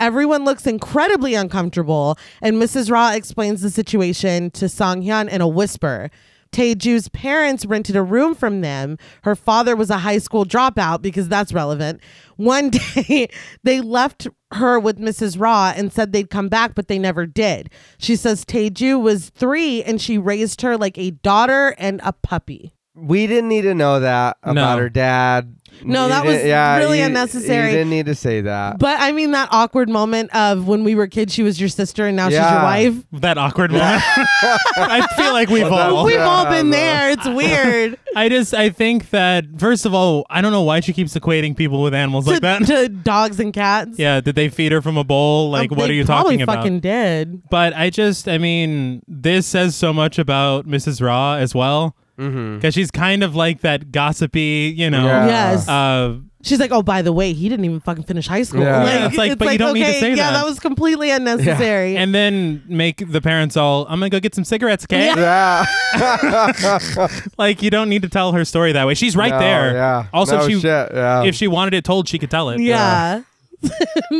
Everyone looks incredibly uncomfortable, and Mrs. Ra explains the situation to Song Hyun in a whisper. Taeju's parents rented a room from them. Her father was a high school dropout because that's relevant. One [laughs] day, they left her with Mrs. Ra and said they'd come back, but they never did. She says Taeju was three and she raised her like a daughter and a puppy.
we didn't need to know that
No.
about her dad.
No,
You
that
didn't-
was really
you-
unnecessary.
You didn't need to say that.
But I mean, that awkward moment of when we were kids, she was your sister and now she's your
Yeah.
wife.
that awkward moment. [laughs] I feel like we've
that
all
was-
We've
Oh, yeah,
all been
no.
there. It's
[laughs]
weird.
I just I think that first of all, I don't know why she keeps equating people with animals
to,
like that.
to dogs and cats.
[laughs] yeah, did they feed her from a bowl? Like,
Um,
what
they
are you
probably
talking about?
fucking did.
but I just, I mean, this says so much about Mrs. Raw as well, because she's kind of like that gossipy, you know.
Mm-hmm. Yeah.
Yes.
Uh,
She's like, oh, by the way, he didn't even fucking finish high school.
Yeah.
Yeah, it's like, but you don't need to say
yeah,
that.
that was completely unnecessary.
and then make the parents all, I'm gonna go get some cigarettes, okay?
Yeah.
yeah.
[laughs] Like you don't need to tell her story that way. She's right
No,
there.
Yeah.
Also,
No
she
shit, yeah.
if she wanted it told, she could tell
[laughs]
it.
yeah. [laughs]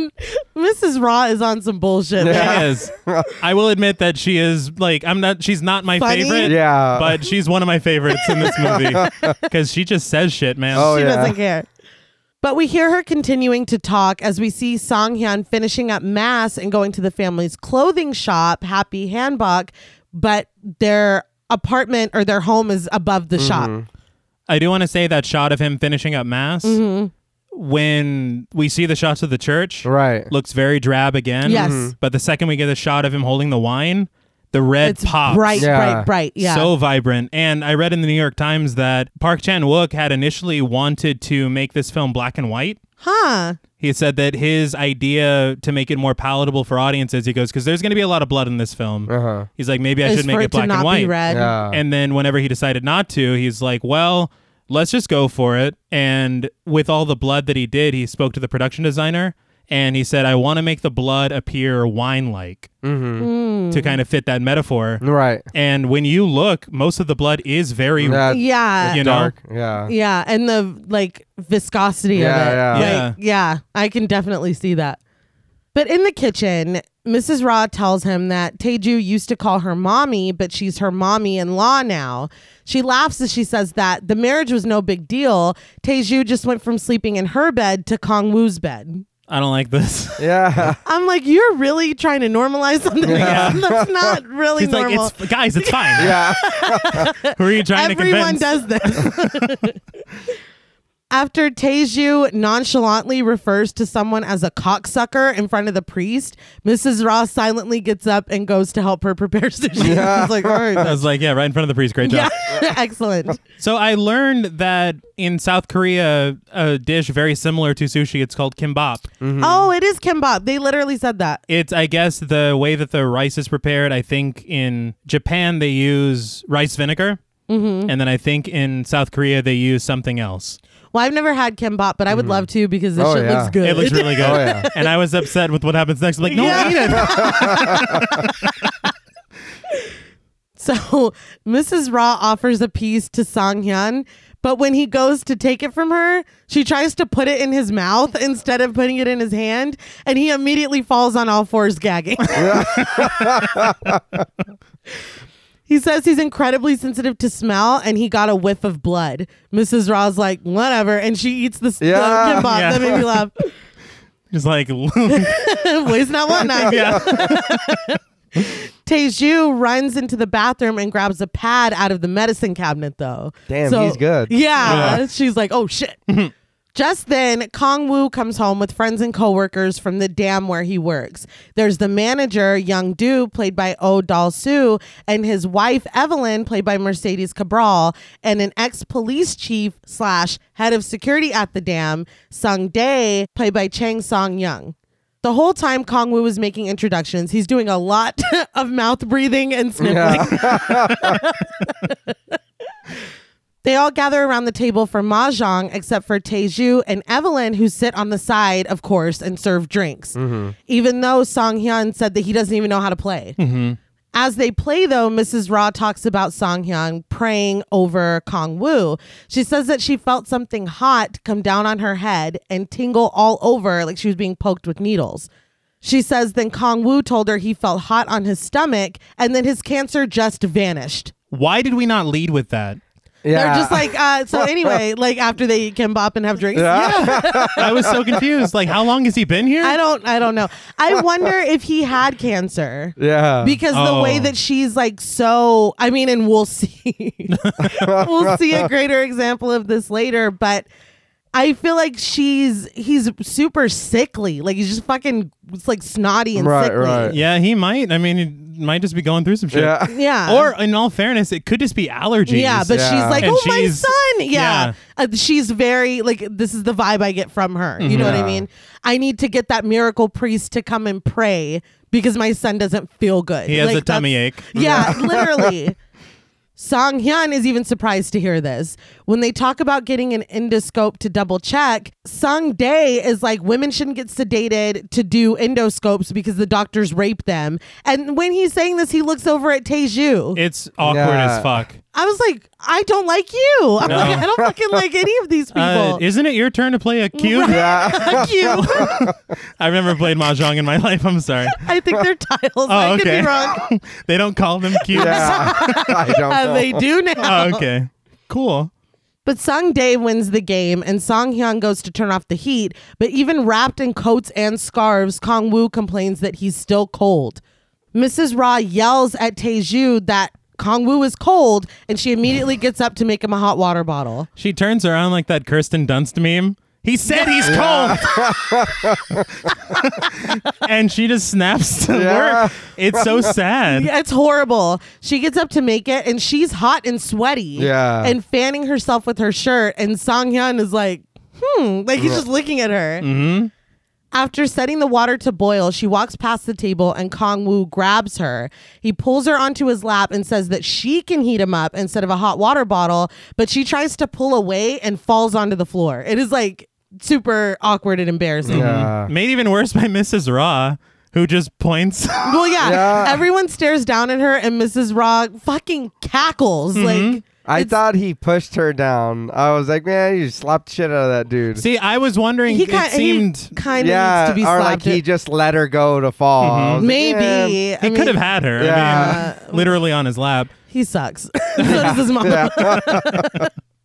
Mrs. Raw is on some bullshit. man. [laughs]
She is. I will admit that she is like I'm not. She's not my
Funny?
favorite.
Yeah.
But she's one of my favorites in this movie
[laughs]
because she just says shit, man.
Oh,
she
yeah.
doesn't care. But we hear her continuing to talk as we see Song Hyun finishing up mass and going to the family's clothing shop, Happy Hanbok, but their apartment or their home is above the shop.
Mm-hmm.
I do want to say that shot of him finishing up mass
Mm-hmm.
when we see the shots of the church
Right. Mm-hmm.
looks very drab again.
Yes. Mhm.
But the second we get a shot of him holding the wine, the red
It's
pops.
bright,
Yeah.
bright, bright. Yeah.
So vibrant. And I read in the New York Times that Park Chan Wook had initially wanted to make this film black and white.
huh.
He said that his idea to make it more palatable for audiences, he goes, because there's going to be a lot of blood in this film.
Uh-huh.
He's like, maybe I
Is
should make
for
it
it to
black
not
and
be
white.
red.
Yeah.
And then whenever he decided not to, he's like, well, let's just go for it. And with all the blood that he did, he spoke to the production designer and he said, I want to make the blood appear wine like
Mm-hmm.
Hmm.
to kind of fit that metaphor.
right.
And when you look, most of the blood is very.
Yeah.
Yeah.
You know?
dark. Yeah.
Yeah. And the like viscosity
Yeah,
of it.
yeah.
Like,
Yeah.
yeah. I can definitely see that. But in the kitchen, Mrs. Ra tells him that Teju used to call her mommy, but she's her mommy in law now. She laughs as she says that the marriage was no big deal. Teju just went from sleeping in her bed to Kong Woo's bed.
I don't like this. [laughs]
Yeah.
I'm like, you're really trying to normalize something [laughs] that's not really
He's like,
normal.
it's guys, it's
[laughs]
fine.
Yeah.
Who are you trying
Everyone
to convince?
does this. After Teju nonchalantly refers to someone as a cocksucker in front of the priest, Mrs. Ross silently gets up and goes to help her prepare [laughs] sushi. I was like, all right.
I was like, yeah, right in front of the priest. Great job.
Yeah, [laughs] excellent.
So I learned that in South Korea, a dish very similar to sushi, it's called kimbap.
Mm-hmm.
Oh, it is kimbap. They literally said that.
It's I guess the way that the rice is prepared. I think in Japan they use rice vinegar,
Mm-hmm.
and then I think in South Korea they use something else.
Well, I've never had kimbap, but I would love to because this
Oh,
shit
yeah.
looks good.
It looks
[laughs]
really good.
Oh, yeah.
And I was upset with what happens next. I'm like, no,
Yeah.
eat it.
[laughs] So Mrs. Ra offers a piece to Song Hyun, but when he goes to take it from her, she tries to put it in his mouth instead of putting it in his hand, and he immediately falls on all fours gagging. [laughs] he says he's incredibly sensitive to smell and he got a whiff of blood. Mrs. Ra's like, whatever, and she eats the, the
Yeah.
kimbap.
Yeah.
That made me laugh.
Just like,
[laughs]
[laughs]
Waste not want not.
yeah.
Teju runs into the bathroom and grabs a pad out of the medicine cabinet, though.
Damn, he's good.
Yeah. She's like, oh shit. Just then, Kong Wu comes home with friends and coworkers from the dam where he works. There's the manager, Young Du, played by Oh Dal Soo, and his wife, Evelyn, played by Mercedes Cabral, and an ex police chief slash head of security at the dam, Sung Dae, played by Chang Song Young. The whole time Kong Wu is making introductions, he's doing a lot [laughs] of mouth breathing and sniffling. They all gather around the table for mahjong, except for Teju and Evelyn, who sit on the side, of course, and serve drinks. Even though Song Hyun said that he doesn't even know how to play. As they play, though, Mrs. Ra talks about Song Hyun praying over Kong Woo. She says that she felt something hot come down on her head and tingle all over, like she was being poked with needles. She says then Kong Woo told her he felt hot on his stomach and then his cancer just vanished.
Why did we not lead with that?
Yeah.
They're just like, uh,
[laughs]
so anyway, like after they eat kimbap and have drinks.
I was so confused. Like, how long has he been here?
I don't, I don't know. I wonder if he had cancer
Yeah.
because the
Oh.
way that she's like, so, I mean, and we'll
[laughs]
see, we'll see a greater example of this later, but I feel like she's, he's super sickly. Like he's just fucking, it's like snotty and
Right,
sickly.
right.
yeah, he might. I mean, he might just be going through some shit.
yeah.
Yeah.
Or, in all fairness, it could just be allergies.
Uh-huh. Yeah, but
Yeah.
she's like,
And
oh my
she's-
son. Yeah,
yeah.
Uh, she's very like this is the vibe I get from her. You know what I
Yeah.
mean? I need to get that miracle priest to come and pray because my son doesn't feel good.
he has
Like,
a tummy
that's-
ache.
Yeah,
[laughs]
literally. Song Hyun is even surprised to hear this. When they talk about getting an endoscope to double check, Sung Dae is like, women shouldn't get sedated to do endoscopes because the doctors rape them. And when he's saying this, he looks over at Taeju.
It's awkward
Yeah.
as fuck.
I was like, I don't like you. I'm
No.
like, I don't fucking like any of these people.
[laughs] Uh, isn't it your turn to play a cube?
[laughs]
Yeah.
Fuck
[laughs]
you.
I've never played mahjong in my [laughs] life. I'm sorry.
I think they're tiles. I could
Oh, okay.
be
[laughs]
wrong.
they don't call them cubes.
yeah. I don't
Uh,
know.
they do now.
Oh, okay. Cool.
But Sung Dae wins the game, and Song Hyun goes to turn off the heat. But even wrapped in coats and scarves, Kong Woo complains that he's still cold. Mrs. Ra yells at Taeju that Kong Woo is cold, and she immediately gets up to make him a hot water bottle.
She turns around like that Kirsten Dunst meme. He said he's cold.
[laughs]
and she just snaps to
Yeah.
work. It's so sad.
Yeah, it's horrible. She gets up to make it, and she's hot and sweaty.
Yeah.
And fanning herself with her shirt, and Song Hyun is like, hmm, like he's just looking at her. Mm-hmm. After setting the water to boil, she walks past the table, and Kong Woo grabs her. He pulls her onto his lap and says that she can heat him up instead of a hot water bottle, but she tries to pull away and falls onto the floor. It is like super awkward and embarrassing.
Yeah.
Made even worse by Mrs. Raw, who just points. [laughs]
Well, yeah.
Yeah.
Everyone stares down at her, and Mrs. Ra fucking cackles.
Mm-hmm.
Like,
I thought he pushed her down. I was like, man, you slapped shit out of that dude.
See, I was wondering.
he
it
kind
seemed
he kind of
yeah,
needs to be
or
slapped.
like he just let her go to fall. I was like, "Man."
Maybe. I
he could
mean,
have had her.
[laughs]
Yeah.
I mean, literally on his lap.
He sucks.
[laughs]
[laughs] so does his mom. [laughs]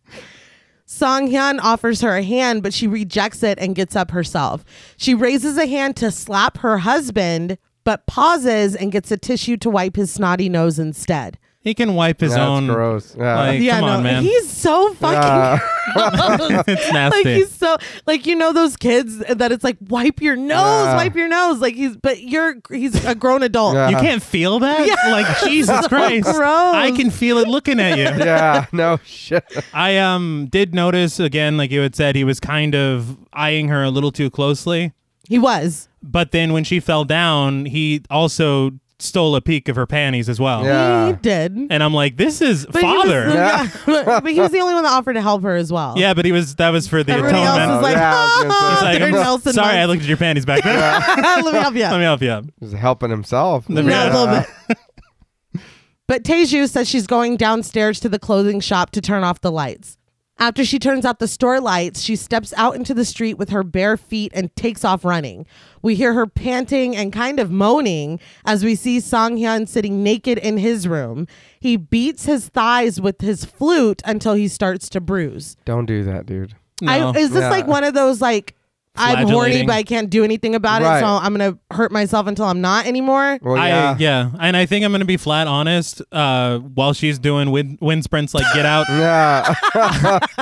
Song Hyun offers her a hand, but she rejects it and gets up herself. She raises a hand to slap her husband, but pauses and gets a tissue to wipe his snotty nose instead.
He can wipe his
That's
[laughs]
own.
gross. Yeah. Uh,
Like,
yeah,
come
no,
on, man.
he's so fucking
Yeah.
[laughs]
it's nasty.
like he's so like you know those kids that it's like wipe your nose,
Yeah.
wipe your nose. Like he's but you're he's a grown adult.
Yeah.
you can't feel that?
[laughs]
Like Jesus Christ.
gross.
I can feel it looking at you.
[laughs] [laughs] yeah, no shit.
I um did notice again, like you had said, he was kind of eyeing her a little too closely.
He was.
But then when she fell down, he also stole a peek of her panties as well.
Yeah.
He did.
And I'm like, this is
But
father.
He was, yeah. [laughs] but he was the only one that offered to help her as well.
yeah, but he was that was for the
Everybody else
atonement.
was like,
Yeah, I was gonna say.
"Ha,
He's
ha,
like,
they're
I'm
Nelson
sorry,
[laughs]
I
Mandela."
looked at your panties back there.
Let me
[laughs]
help you.
[laughs] Let me help you up.
He's helping himself.
yeah, a little bit. But Teju says she's going downstairs to the clothing shop to turn off the lights. After she turns out the store lights, she steps out into the street with her bare feet and takes off running. We hear her panting and kind of moaning as we see Song Hyun sitting naked in his room. He beats his thighs with his flute until he starts to bruise.
Don't do that, dude.
No.
I, is this
Yeah.
like one of those like I'm horny
Flagellating.
but I can't do anything about it,
Right.
so I'm gonna hurt myself until I'm not anymore?
Well,
I,
yeah.
yeah, and I think I'm gonna be flat honest. Uh, while she's doing wind, wind sprints like
[laughs]
get out,
yeah.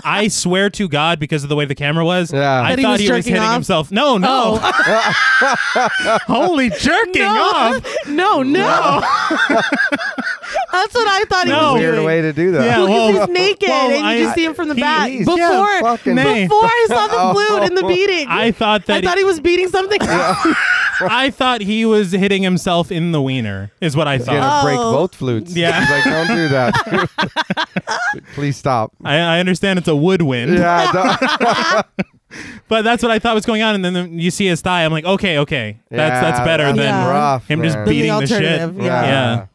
I swear to God, because of the way the camera was,
Yeah.
I
That he
thought
was
he was
jerking
hitting
off? Oh.
himself. No, no, [laughs] holy jerking off!
no, no. [laughs] That's what I thought
No.
he was
Weird
doing.
way to do that.
Yeah,
Look, 'cause
Whoa.
he's naked
Whoa,
and you
I-
just see him from the
He-
back.
he's-
Before,
yeah, [laughs] fucking-
Nay.
before I saw the flute
[laughs]
in the beating,
I thought
I
that
thought he was beating something.
I thought he was hitting himself in the wiener, is what I
He's gonna
thought.
break
Oh.
both flutes.
Yeah.
He's like, don't do that. [laughs] Please stop.
Oh.
I, I understand it's a woodwind,
Yeah. Don't.
but that's what I thought was going on. And then you see his thigh. I'm like, okay, okay, that's
[laughs]
that's
Yeah,
better
that's
than
Yeah.
rough,
him
man.
just
Than
the
beating the, shit.
alternative, yeah.
yeah.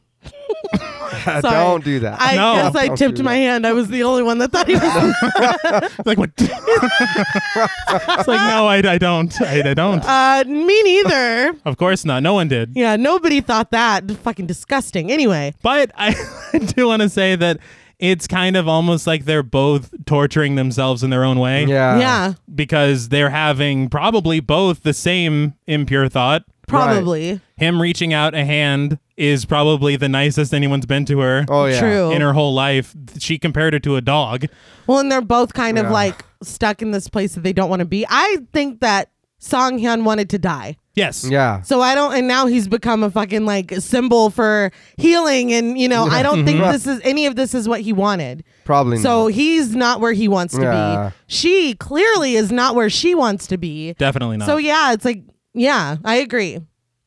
[laughs] Yeah,
Sorry.
Don't do that.
I
No.
guess I
Don't
tipped
do
my
that.
hand. I was the only one that thought he
[laughs]
was.
like what? [laughs] it's like no, I, I don't, I, I don't.
Uh, me neither.
Of course not. No one did.
Yeah, nobody thought that. Fucking disgusting. Anyway,
But I [laughs] do want to say that it's kind of almost like they're both torturing themselves in their own way.
yeah.
yeah,
Because they're having probably both the same impure thought.
probably
Him reaching out a hand is probably the nicest anyone's been to her
Oh yeah.
true.
in her whole life. She compared it to a dog.
Well, and they're both kind of
Yeah.
like stuck in this place that they don't want to be. I think that Song Hyun wanted to die.
Yes.
Yeah.
So I don't, and now he's become a fucking like symbol for healing. And, you know, I don't
Mm-hmm.
think this is any of this is what he wanted.
Probably
So he's not where he wants to
Mm-hmm. Yeah.
be. She clearly is not where she wants to be.
Definitely not.
So yeah, it's like yeah, I agree.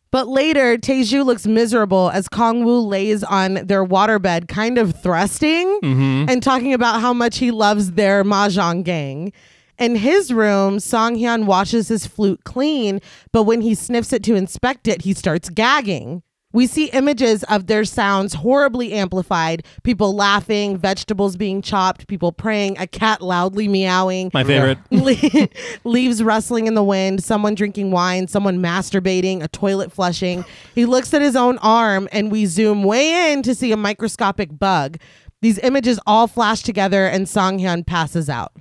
But later, Taeju looks miserable as Kong Wu lays on their waterbed, kind of thrusting
Mm-hmm.
and talking about how much he loves their mahjong gang. In his room, Song Hyun washes his flute clean, but when he sniffs it to inspect it, he starts gagging. We see images of their sounds horribly amplified people laughing, vegetables being chopped, people praying, a cat loudly meowing,
My favorite.
Le- [laughs] leaves rustling in the wind, someone drinking wine, someone masturbating, a toilet flushing. He looks at his own arm, and we zoom way in to see a microscopic bug. These images all flash together, and Song Hyun passes out.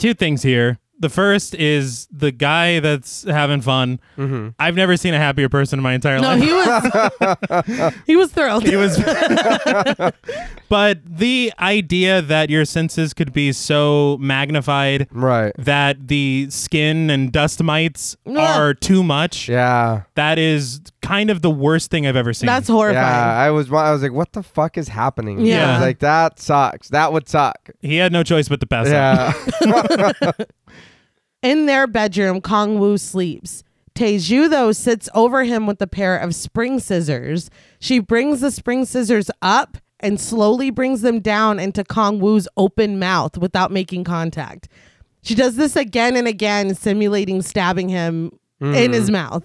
Two things here. The first is the guy that's having fun.
Mm-hmm.
I've never seen a happier person in my entire
No,
life.
he was he was thrilled. [laughs]
It was, but the idea that your senses could be so magnified
Right.
that the skin and dust mites
Yeah.
are too much.
Yeah.
That is kind of the worst thing I've ever seen.
That's horrifying.
Yeah. I was. I was like, what the fuck is happening?
Yeah.
I was like that sucks. That would suck.
he had no choice but to pass out.
Yeah. [laughs]
In their bedroom, Kong Wu sleeps. Teju, though, sits over him with a pair of spring scissors. She brings the spring scissors up and slowly brings them down into Kong Wu's open mouth without making contact. She does this again and again, simulating stabbing him in his mouth.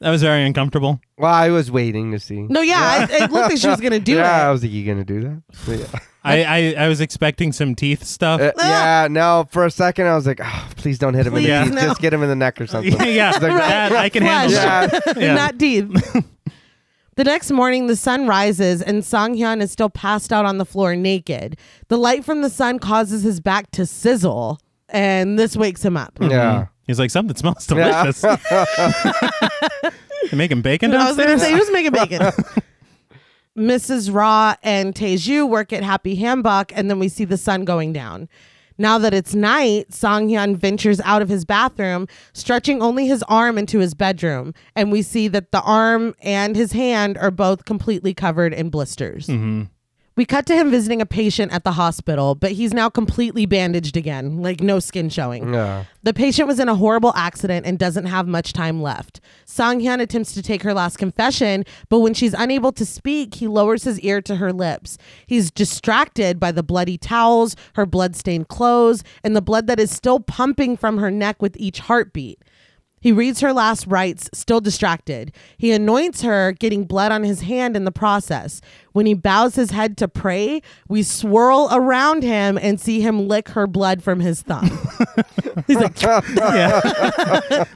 That was very uncomfortable.
well, I was waiting to see.
No, yeah, I, it looked like she was going to do
[laughs] yeah. I
it.
was like, you gonna do that?
[laughs]
But yeah.
I, I, I was expecting some teeth stuff.
Uh, yeah, no. For a second, I was like, oh, "Please don't hit him in
Please,
the teeth.
no.
Just get him in the neck or something."
[laughs] yeah, that I can handle.
Flesh.
Yeah,
[laughs]
Yeah.
not teeth. the next morning, the sun rises and Song Hyun is still passed out on the floor naked. The light from the sun causes his back to sizzle, and this wakes him
Hmm.
up.
[laughs] yeah.
He's like, something smells
Yeah. [laughs]
delicious. [laughs] They making bacon
I was going to
downstairs?
say, who's making bacon?
[laughs]
Mrs. Ra and Teju work at Happy Hambok, and then we see the sun going down. Now that it's night, Song Hyun ventures out of his bathroom, stretching only his arm into his bedroom. And we see that the arm and his hand are both completely covered in blisters. We cut to him visiting a patient at the hospital, but he's now completely bandaged again, like no skin showing.
Yeah.
The patient was in a horrible accident and doesn't have much time left. Sang Hyun attempts to take her last confession, but when she's unable to speak, he lowers his ear to her lips. He's distracted by the bloody towels, her blood-stained clothes, and the blood that is still pumping from her neck with each heartbeat. He reads her last rites, still distracted. He anoints her, getting blood on his hand in the process. When he bows his head to pray, we swirl around him and see him lick her blood from his thumb. [laughs]
[laughs]
Yeah.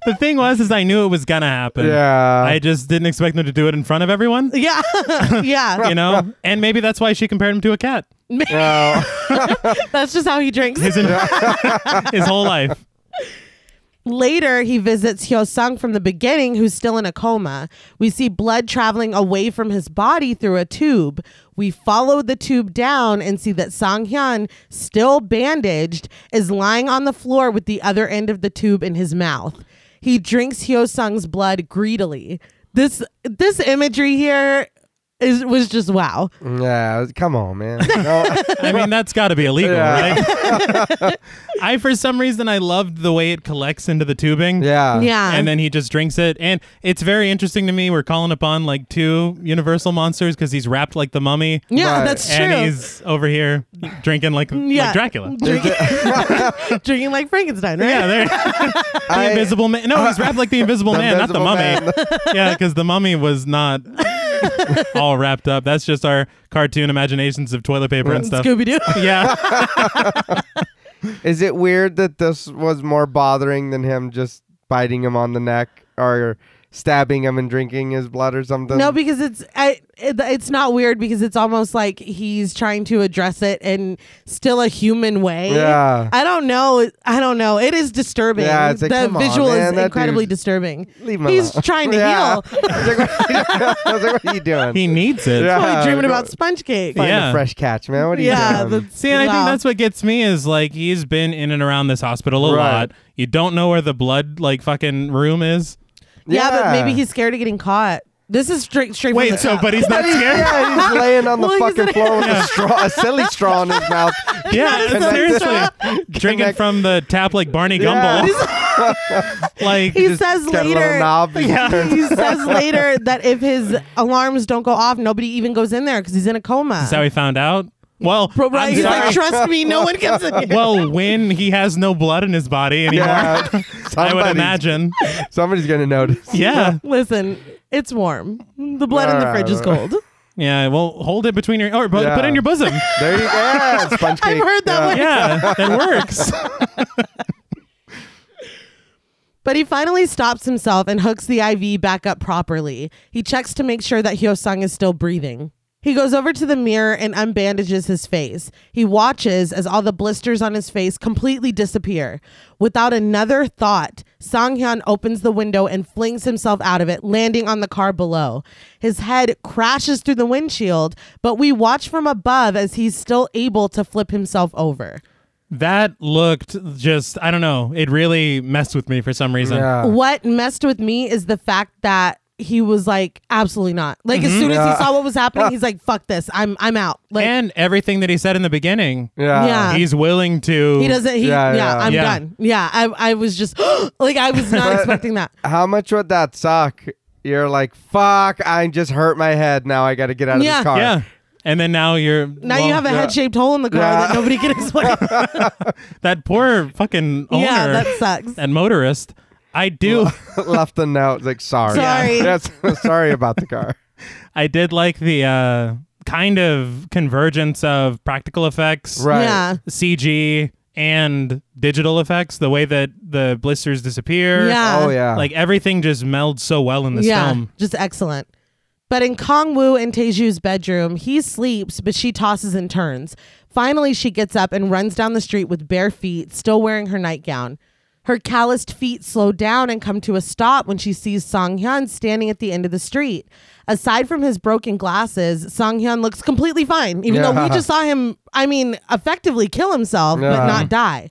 the thing was, is I knew it was gonna happen.
Yeah.
I just didn't expect them to do it in front of everyone.
Yeah. [laughs] yeah.
[laughs]
You know, and maybe that's why she compared him to a cat.
No.
That's just how he drinks.
His, his whole life.
Later, he visits Hyo Sung from the beginning, who's still in a coma. We see blood traveling away from his body through a tube. We follow the tube down and see that Sang Hyun, still bandaged, is lying on the floor with the other end of the tube in his mouth. He drinks Hyo Sung's blood greedily. This this imagery here is was just wow.
[laughs] Yeah. Come on, [laughs] man. No.
I mean, that's got to be illegal,
Yeah.
right?
[laughs]
I, for some reason, I loved the way it collects into the tubing.
[laughs]
Yeah.
Yeah.
And then he just drinks it. And it's very interesting to me. We're calling upon like two universal monsters because he's wrapped like the mummy.
yeah,
Right.
that's true.
And he's over here drinking like, like
Yeah.
Dracula.
[laughs]
Drinking, drinking like Frankenstein, right?
Yeah, there. the
I-
Invisible Man. No, he's wrapped
[laughs]
like the Invisible
The
Man,
Invisible
not the Mummy. [laughs] yeah, because the Mummy
[laughs]
was not all wrapped up. That's just our cartoon imaginations of toilet paper and stuff.
Scooby Doo.
Yeah,
Is it weird that this was more bothering than him just biting him on the neck or stabbing him and drinking his blood or something?
No, because it's I, it, it's not weird because it's almost like he's trying to address it in still a human way.
Yeah.
I don't know. I don't know. It is disturbing.
Yeah, it's like,
the
come on,
visual
man,
is
that
incredibly
dude's-
disturbing.
Leave him
he's
alone.
trying to
[laughs] Yeah.
heal.
I was like, [laughs] what are you- I was like, what are you doing?
he needs it.
Yeah.
Probably dreaming
go-
about sponge cake.
Find
Yeah.
a fresh catch, man. What are you
Yeah,
doing?
that's-
See, and I
Wow.
think that's what gets me is like he's been in and around this hospital a
Right.
lot. You don't know where the blood like fucking room is.
Yeah, but
Yeah.
maybe he's scared of getting caught. This is straight straight. from
Wait,
the
so
top.
but he's not
But [laughs] he's-
scared.
yeah,
[laughs]
he's laying on the
Well, he's
fucking
in-
floor with a straw, a silly straw in
[laughs]
his mouth.
Yeah,
Connect- [laughs]
seriously, drinking
connect-
from the tap like Barney
Yeah. [laughs]
Gumble. like
he
Just
says
got a little
later.
knob.
[laughs]
He says later that if his alarms don't go off, nobody even goes in there because he's in a coma.
That's how he found out. Well,
Bro, right,
I'm
he's
sorry.
like, trust me, no one
[laughs]
comes in here.
well, when he has no blood in his
[laughs]
body
[laughs]
anymore,
Yeah,
I would
somebody's- [laughs]
imagine.
Somebody's gonna notice.
Yeah,
Listen, it's warm. The blood in the
All
fridge is
right.
cold.
yeah. Well, hold it between your or put,
Yeah.
put it in
[laughs]
your bosom.
[laughs]
There you go. Yeah, sponge
I've
cake.
heard that
Yeah.
one.
yeah, that works.
But he finally stops himself and hooks the IV back up properly. He checks to make sure that Hyosung is still breathing. He goes over to the mirror and unbandages his face. He watches as all the blisters on his face completely disappear. Without another thought, Sanghyun opens the window and flings himself out of it, landing on the car below. His head crashes through the windshield, but we watch from above as he's still able to flip himself over.
That looked just I don't know. It really messed with me for some reason.
Yeah.
what messed with me is the fact that he was like absolutely not like as soon as
Mm-hmm. Yeah.
he saw what was happening he's like fuck this i'm i'm out like
and everything that he said in the beginning,
Yeah.
Yeah.
he's willing to.
he doesn't he yeah,
Yeah, Uh, yeah.
i'm
Yeah.
done yeah i i was just [gasps] like i was not expecting that
How much would that suck? You're like, fuck, I just hurt my head. Now I got to get out of
Yeah.
this car.
Yeah, and then now you're
now
well,
you have a head-shaped hole in the car
Yeah.
that nobody can
[laughs]
explain
that poor fucking owner
yeah that sucks
and motorist. I do.
[laughs] Left a note like, sorry.
Sorry.
[laughs] Yes, sorry about the car.
I did like the uh, kind of convergence of practical effects,
Right.
yeah
CG, and digital effects. The way that the blisters disappear.
[laughs] yeah
Oh yeah.
Like everything just melds so well in this film.
Just excellent. But in Kong Wu and Teju's bedroom, he sleeps, but she tosses and turns. Finally, she gets up and runs down the street with bare feet, still wearing her nightgown. Her calloused feet slow down and come to a stop when she sees Song Hyun standing at the end of the street. Aside from his broken glasses, Song Hyun looks completely fine, even though we
Yeah.
just saw him, I mean, effectively kill himself,
Yeah.
but not die.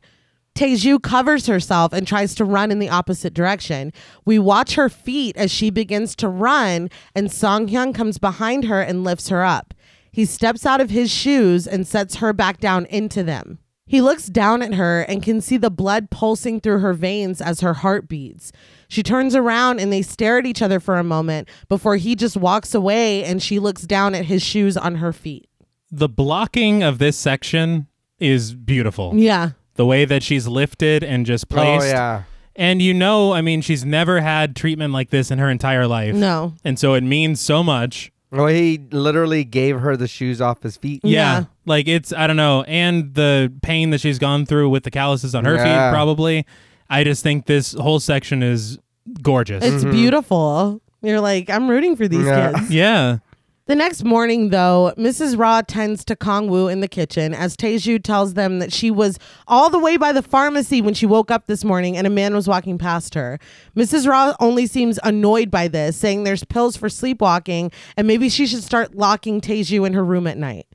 Teju covers herself and tries to run in the opposite direction. We watch her feet as she begins to run, and Song Hyun comes behind her and lifts her up. He steps out of his shoes and sets her back down into them. He looks down at her and can see the blood pulsing through her veins as her heart beats. She turns around and they stare at each other for a moment before he just walks away and she looks down at his shoes on her feet.
The blocking of this section is beautiful.
Yeah.
The way that she's lifted and just
oh
placed.
yeah.
And you know, I mean, she's never had treatment like this in her entire life.
No.
And so it means so much.
Well, he literally gave her the shoes off his feet.
Yeah.
Yeah.
Like it's I don't know, and the pain that she's gone through with the calluses on her
Yeah.
feet probably. I just think this whole section is gorgeous.
It's beautiful. You're like, I'm rooting for these
Mm-hmm. Yeah.
kids.
[laughs] yeah.
The next morning, though, Mrs. Ra tends to Kong Wu in the kitchen as Teju tells them that she was all the way by the pharmacy when she woke up this morning and a man was walking past her. Mrs. Ra only seems annoyed by this, saying there's pills for sleepwalking and maybe she should start locking Teju in her room at night.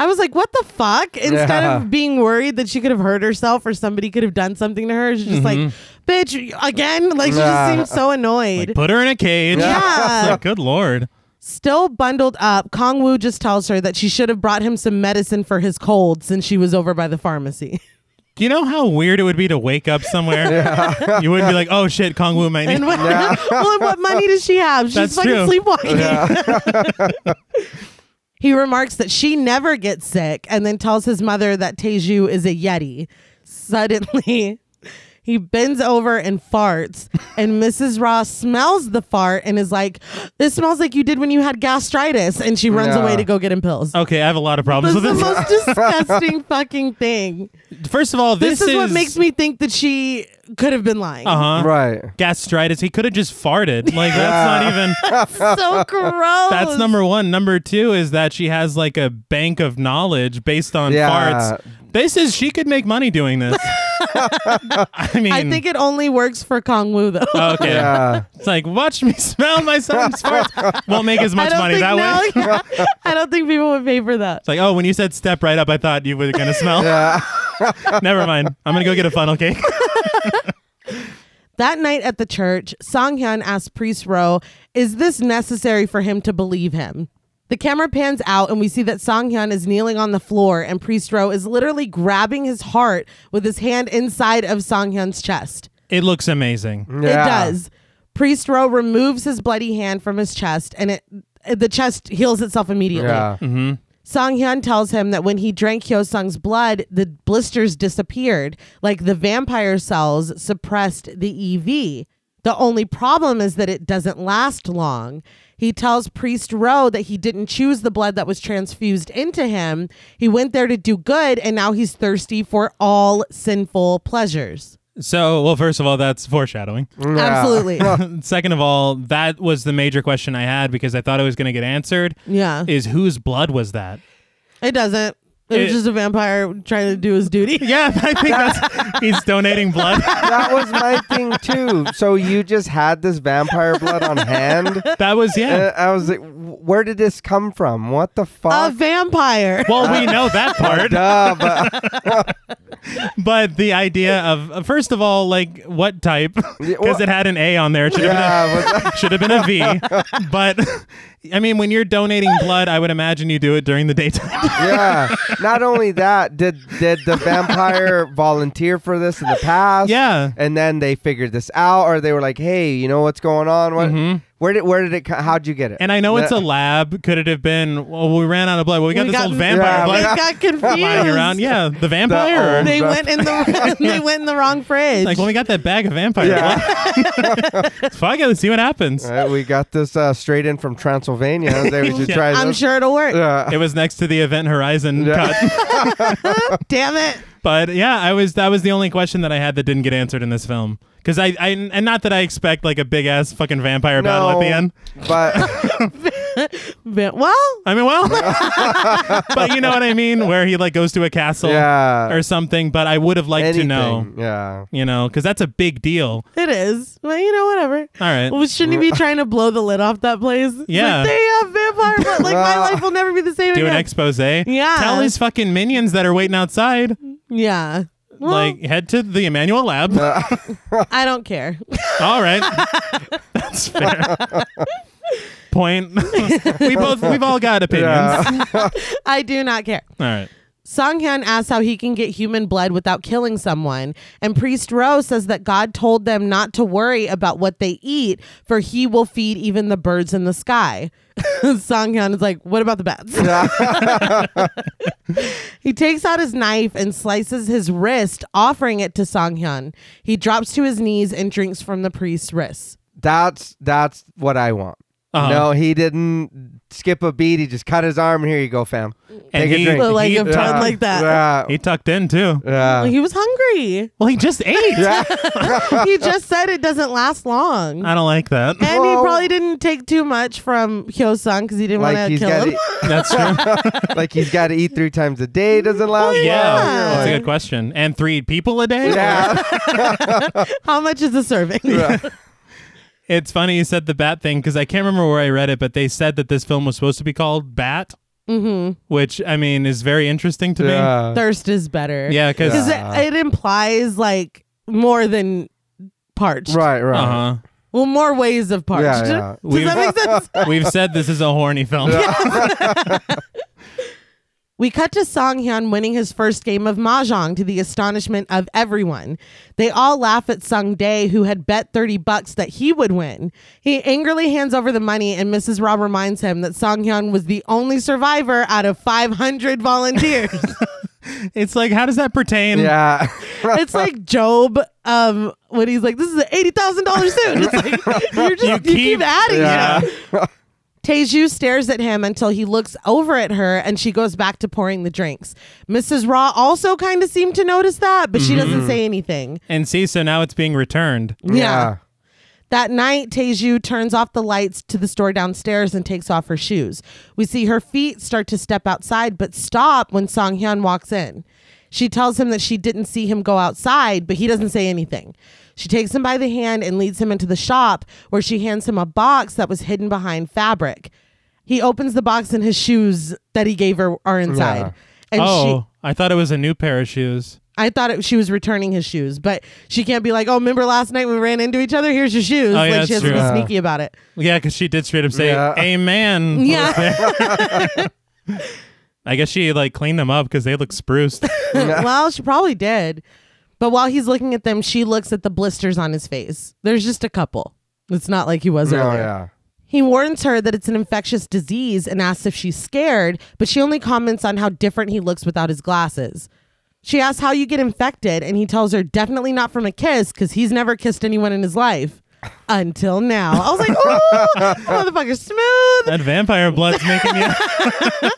I was like, what the fuck? Instead
Yeah.
of being worried that she could have hurt herself or somebody could have done something to her, she's just like, bitch, again? Like, she
Mm-hmm. Yeah.
just seems so annoyed.
Like, put her in a cage.
Yeah.
[laughs] It's like, good lord.
Still bundled up, Kong Wu just tells her that she should have brought him some medicine for his cold since she was over by the pharmacy. [laughs]
Do you know how weird it would be to wake
[laughs]
up somewhere? [laughs] You wouldn't be like, oh shit, Kong Wu might need
And what, [laughs] well, and what money does she have? She's
That's
fucking
true.
sleepwalking. [laughs] he remarks that she never gets sick and then tells his mother that Teju is a Yeti. Suddenly, [laughs] he bends over and farts, and Mrs. Ross smells the fart and is like, This smells like you did when you had gastritis. And she runs
Yeah.
away to go get him pills.
Okay, I have a lot of problems
This
with
is the most
this. [laughs]
disgusting fucking thing.
First of all, this,
This, is, what makes me think that she could have been lying.
uh huh
Right.
gastritis. He could have just farted. Like that's not
[laughs]
even
So gross.
That's number one. Number two is that she has like a bank of knowledge based on
Yeah.
farts. This is she could make money
[laughs]
doing this. I mean,
I think it only works for Kong Wu though.
okay.
Yeah.
It's like watch me smell my son's farts. Won't make as
[laughs] I
much
don't
money
think
that way. It's
now-
[laughs]
[laughs] I don't think people would pay for that.
like oh, when you said step right up, I thought you were gonna smell.
Yeah.
[laughs] Never mind. I'm gonna go get a funnel cake. [laughs]
That night at the church, Song Hyun asks Priest Ro, "Is this necessary for him to believe him?" The camera pans out and we see that Song Hyun is kneeling on the floor and Priest Ro is literally grabbing his heart with his hand inside of Song Hyun's chest.
it looks amazing.
Yeah.
[laughs] It does. Priest Row removes his bloody hand from his chest, and it the chest heals itself immediately.
Mm-hmm.
Yeah.
Sanghyun Song Hyun tells him that when he drank Hyo Sung's blood, the blisters disappeared, like the vampire cells suppressed the EV. The only problem is that it doesn't last long. He tells Priest Rowe that he didn't choose the blood that was transfused into him. He went there to do good, and now he's thirsty for all sinful pleasures.
So, well, first of all, that's foreshadowing.
[laughs]
Absolutely.
Mm-hmm.
[laughs] Second of all, that was the major question I had because I thought it was going to get answered.
Yeah.
Is whose blood was that?
It doesn't. It was
It-
just a vampire trying to do his
[laughs]
duty.
Yeah, [laughs] I think that's he's donating blood.
that was my thing too. So you just had this vampire blood
[laughs]
on hand.
That was yeah.
And I was like, where did this come from? What the
A
fuck?
vampire.
Well, we know that part,
Duh,
[laughs]
but-
but the idea of uh, first of all, like what type? Because
well-
it had an A on there. It should have been a
yeah, but-
should have been a V. But [laughs] I mean, when you're donating blood, I would imagine you do it during the daytime. [laughs]
yeah. Not only that, did did the vampire volunteer for this in the past?
Yeah.
And then they figured this out, or they were like, "Hey, you know what's going on? What? Where did where did it? co- How'd you get it?"
Mm-hmm. And I know it's a lab. Could it have been? Well, we ran out of blood. Well, we got
We
this
got-
old vampire
Yeah,
they
we
blood
got
[laughs]
confused.
[laughs] lying around. Yeah, the vampire.
old-
They went in
[laughs]
the [laughs] they went in the wrong fridge.
like when we got that bag of vampire
Yeah.
blood. [laughs] Fuck it. Let's see what happens.
All right, we got this uh, straight in from Transylvania. They should
[laughs] Yeah.
try
I'm
this.
sure it'll work.
Yeah.
It was next to the Event Horizon
Yeah. [laughs]
cut.
Damn it.
But yeah, I was that was the only question that I had that didn't get answered in this film. Because I, I and not that I expect like a big ass fucking vampire battle at the end. [laughs]
But
But- well,
I mean, well, [laughs] but you know what I mean, where he like goes to a castle
Yeah.
or something. But I would have liked
anything.
to know,
Yeah.
you know, because that's a big deal.
it is. Well, you know, whatever.
All right.
Well, shouldn't he be trying to blow the lid off that place? It's
Yeah.
Like, they have vampire blood. Like, my
[laughs] Well-
life will never be the same
Do an
again.
expose.
Yeah.
Tell his fucking minions that are waiting outside,
yeah. Well,
like head to the Emmanuel lab.
I don't care. [laughs]
[laughs] All right, that's fair. Point. [laughs] we both we've all got opinions.
Yeah.
I do not care.
All right.
Songhyun asks how he can get human blood without killing someone, and Priest Ro says that God told them not to worry about what they eat, for he will feed even the birds in the sky. [laughs] Songhyun is like, "What about the bats?" [laughs] he takes out his knife and slices his wrist, offering it to Songhyun. He drops to his knees and drinks from the priest's wrist.
That's that's what I want.
Uh-huh.
No, he didn't skip a beat. He just cut his arm. and Here you go, fam.
And
Take
he-
a drink.
Well, like
he-
if
[laughs] Yeah.
done like that,
Yeah.
He tucked in too.
[laughs]
yeah. [laughs]
he was hungry. [laughs]
Well, he [laughs] just ate.
he just said it doesn't last long.
I don't like that.
And he
Uh, Well-
probably didn't take too much from Hyo Sung because he didn't want
like
to
he's
kill
got
him.
That's true.
like he's got to eat three times a day. Doesn't last.
[laughs] Yeah,
Yeah.
that's a
Like,
good question. And three people a day? [laughs]
yeah.
How much is a serving?
It's funny you said the bat thing because I can't remember where I read it, but they said that this film was supposed to be called Bat, mm-hmm. which I mean is very interesting to me.
[laughs]
Yeah.
Thirst is better.
Yeah, because
Because it, it implies like more than parched.
Right. Right.
uh-huh.
Well, more ways of parched.
Yeah, yeah.
[laughs] Does that make
[laughs]
sense?
We've said this is a horny film.
We cut to Song Hyun winning his first game of mahjong to the astonishment of everyone. They all laugh at Sung Dae, who had bet 30 bucks that he would win. He angrily hands over the money, and Mrs. Ra reminds him that Song Hyun was the only survivor out of 500 volunteers.
[laughs]
[laughs]
It's like, how does that pertain?
Yeah.
it's like Job um, when he's like, "This is an eighty thousand dollars suit." It's like you're just, [laughs] you, keep,
keep-
adding
Yeah.
shit. Teju stares at him until he looks over at her and she goes back to pouring the drinks. Mrs. Raw also kind of seemed to notice that, but she doesn't say anything.
[laughs] And see, so now it's being returned.
[laughs] Yeah. That night, Teju turns off the lights to the store downstairs and takes off her shoes. We see her feet start to step outside, but stop when Song Hyun walks in. She tells him that she didn't see him go outside, but he doesn't say anything. She takes him by the hand and leads him into the shop, where she hands him a box that was hidden behind fabric. He opens the box, and his shoes that he gave her are inside.
Yeah.
And
oh,
she,
I thought it was a new pair of shoes.
I thought it, she was returning his shoes, but she can't be like, "Oh, remember last night we ran into each other? Here's your shoes."
Oh,
like
yeah,
she has
that's
to
true.
be sneaky about it.
Yeah, because she did straight up say,
Yeah. [laughs]
Amen.
Yeah.
I guess she like cleaned them up because they look spruced.
[laughs] well, she probably did. But while he's looking at them, she looks at the blisters on his face. There's just a couple. It's not like he was
No.
earlier.
Yeah.
He warns her that it's an infectious disease and asks if she's scared, but she only comments on how different he looks without his glasses. She asks how you get infected, and he tells her definitely not from a kiss because he's never kissed anyone in his life. [laughs] Until now. I was like, ooh,
[laughs]
motherfucker, smooth.
That vampire blood's making you.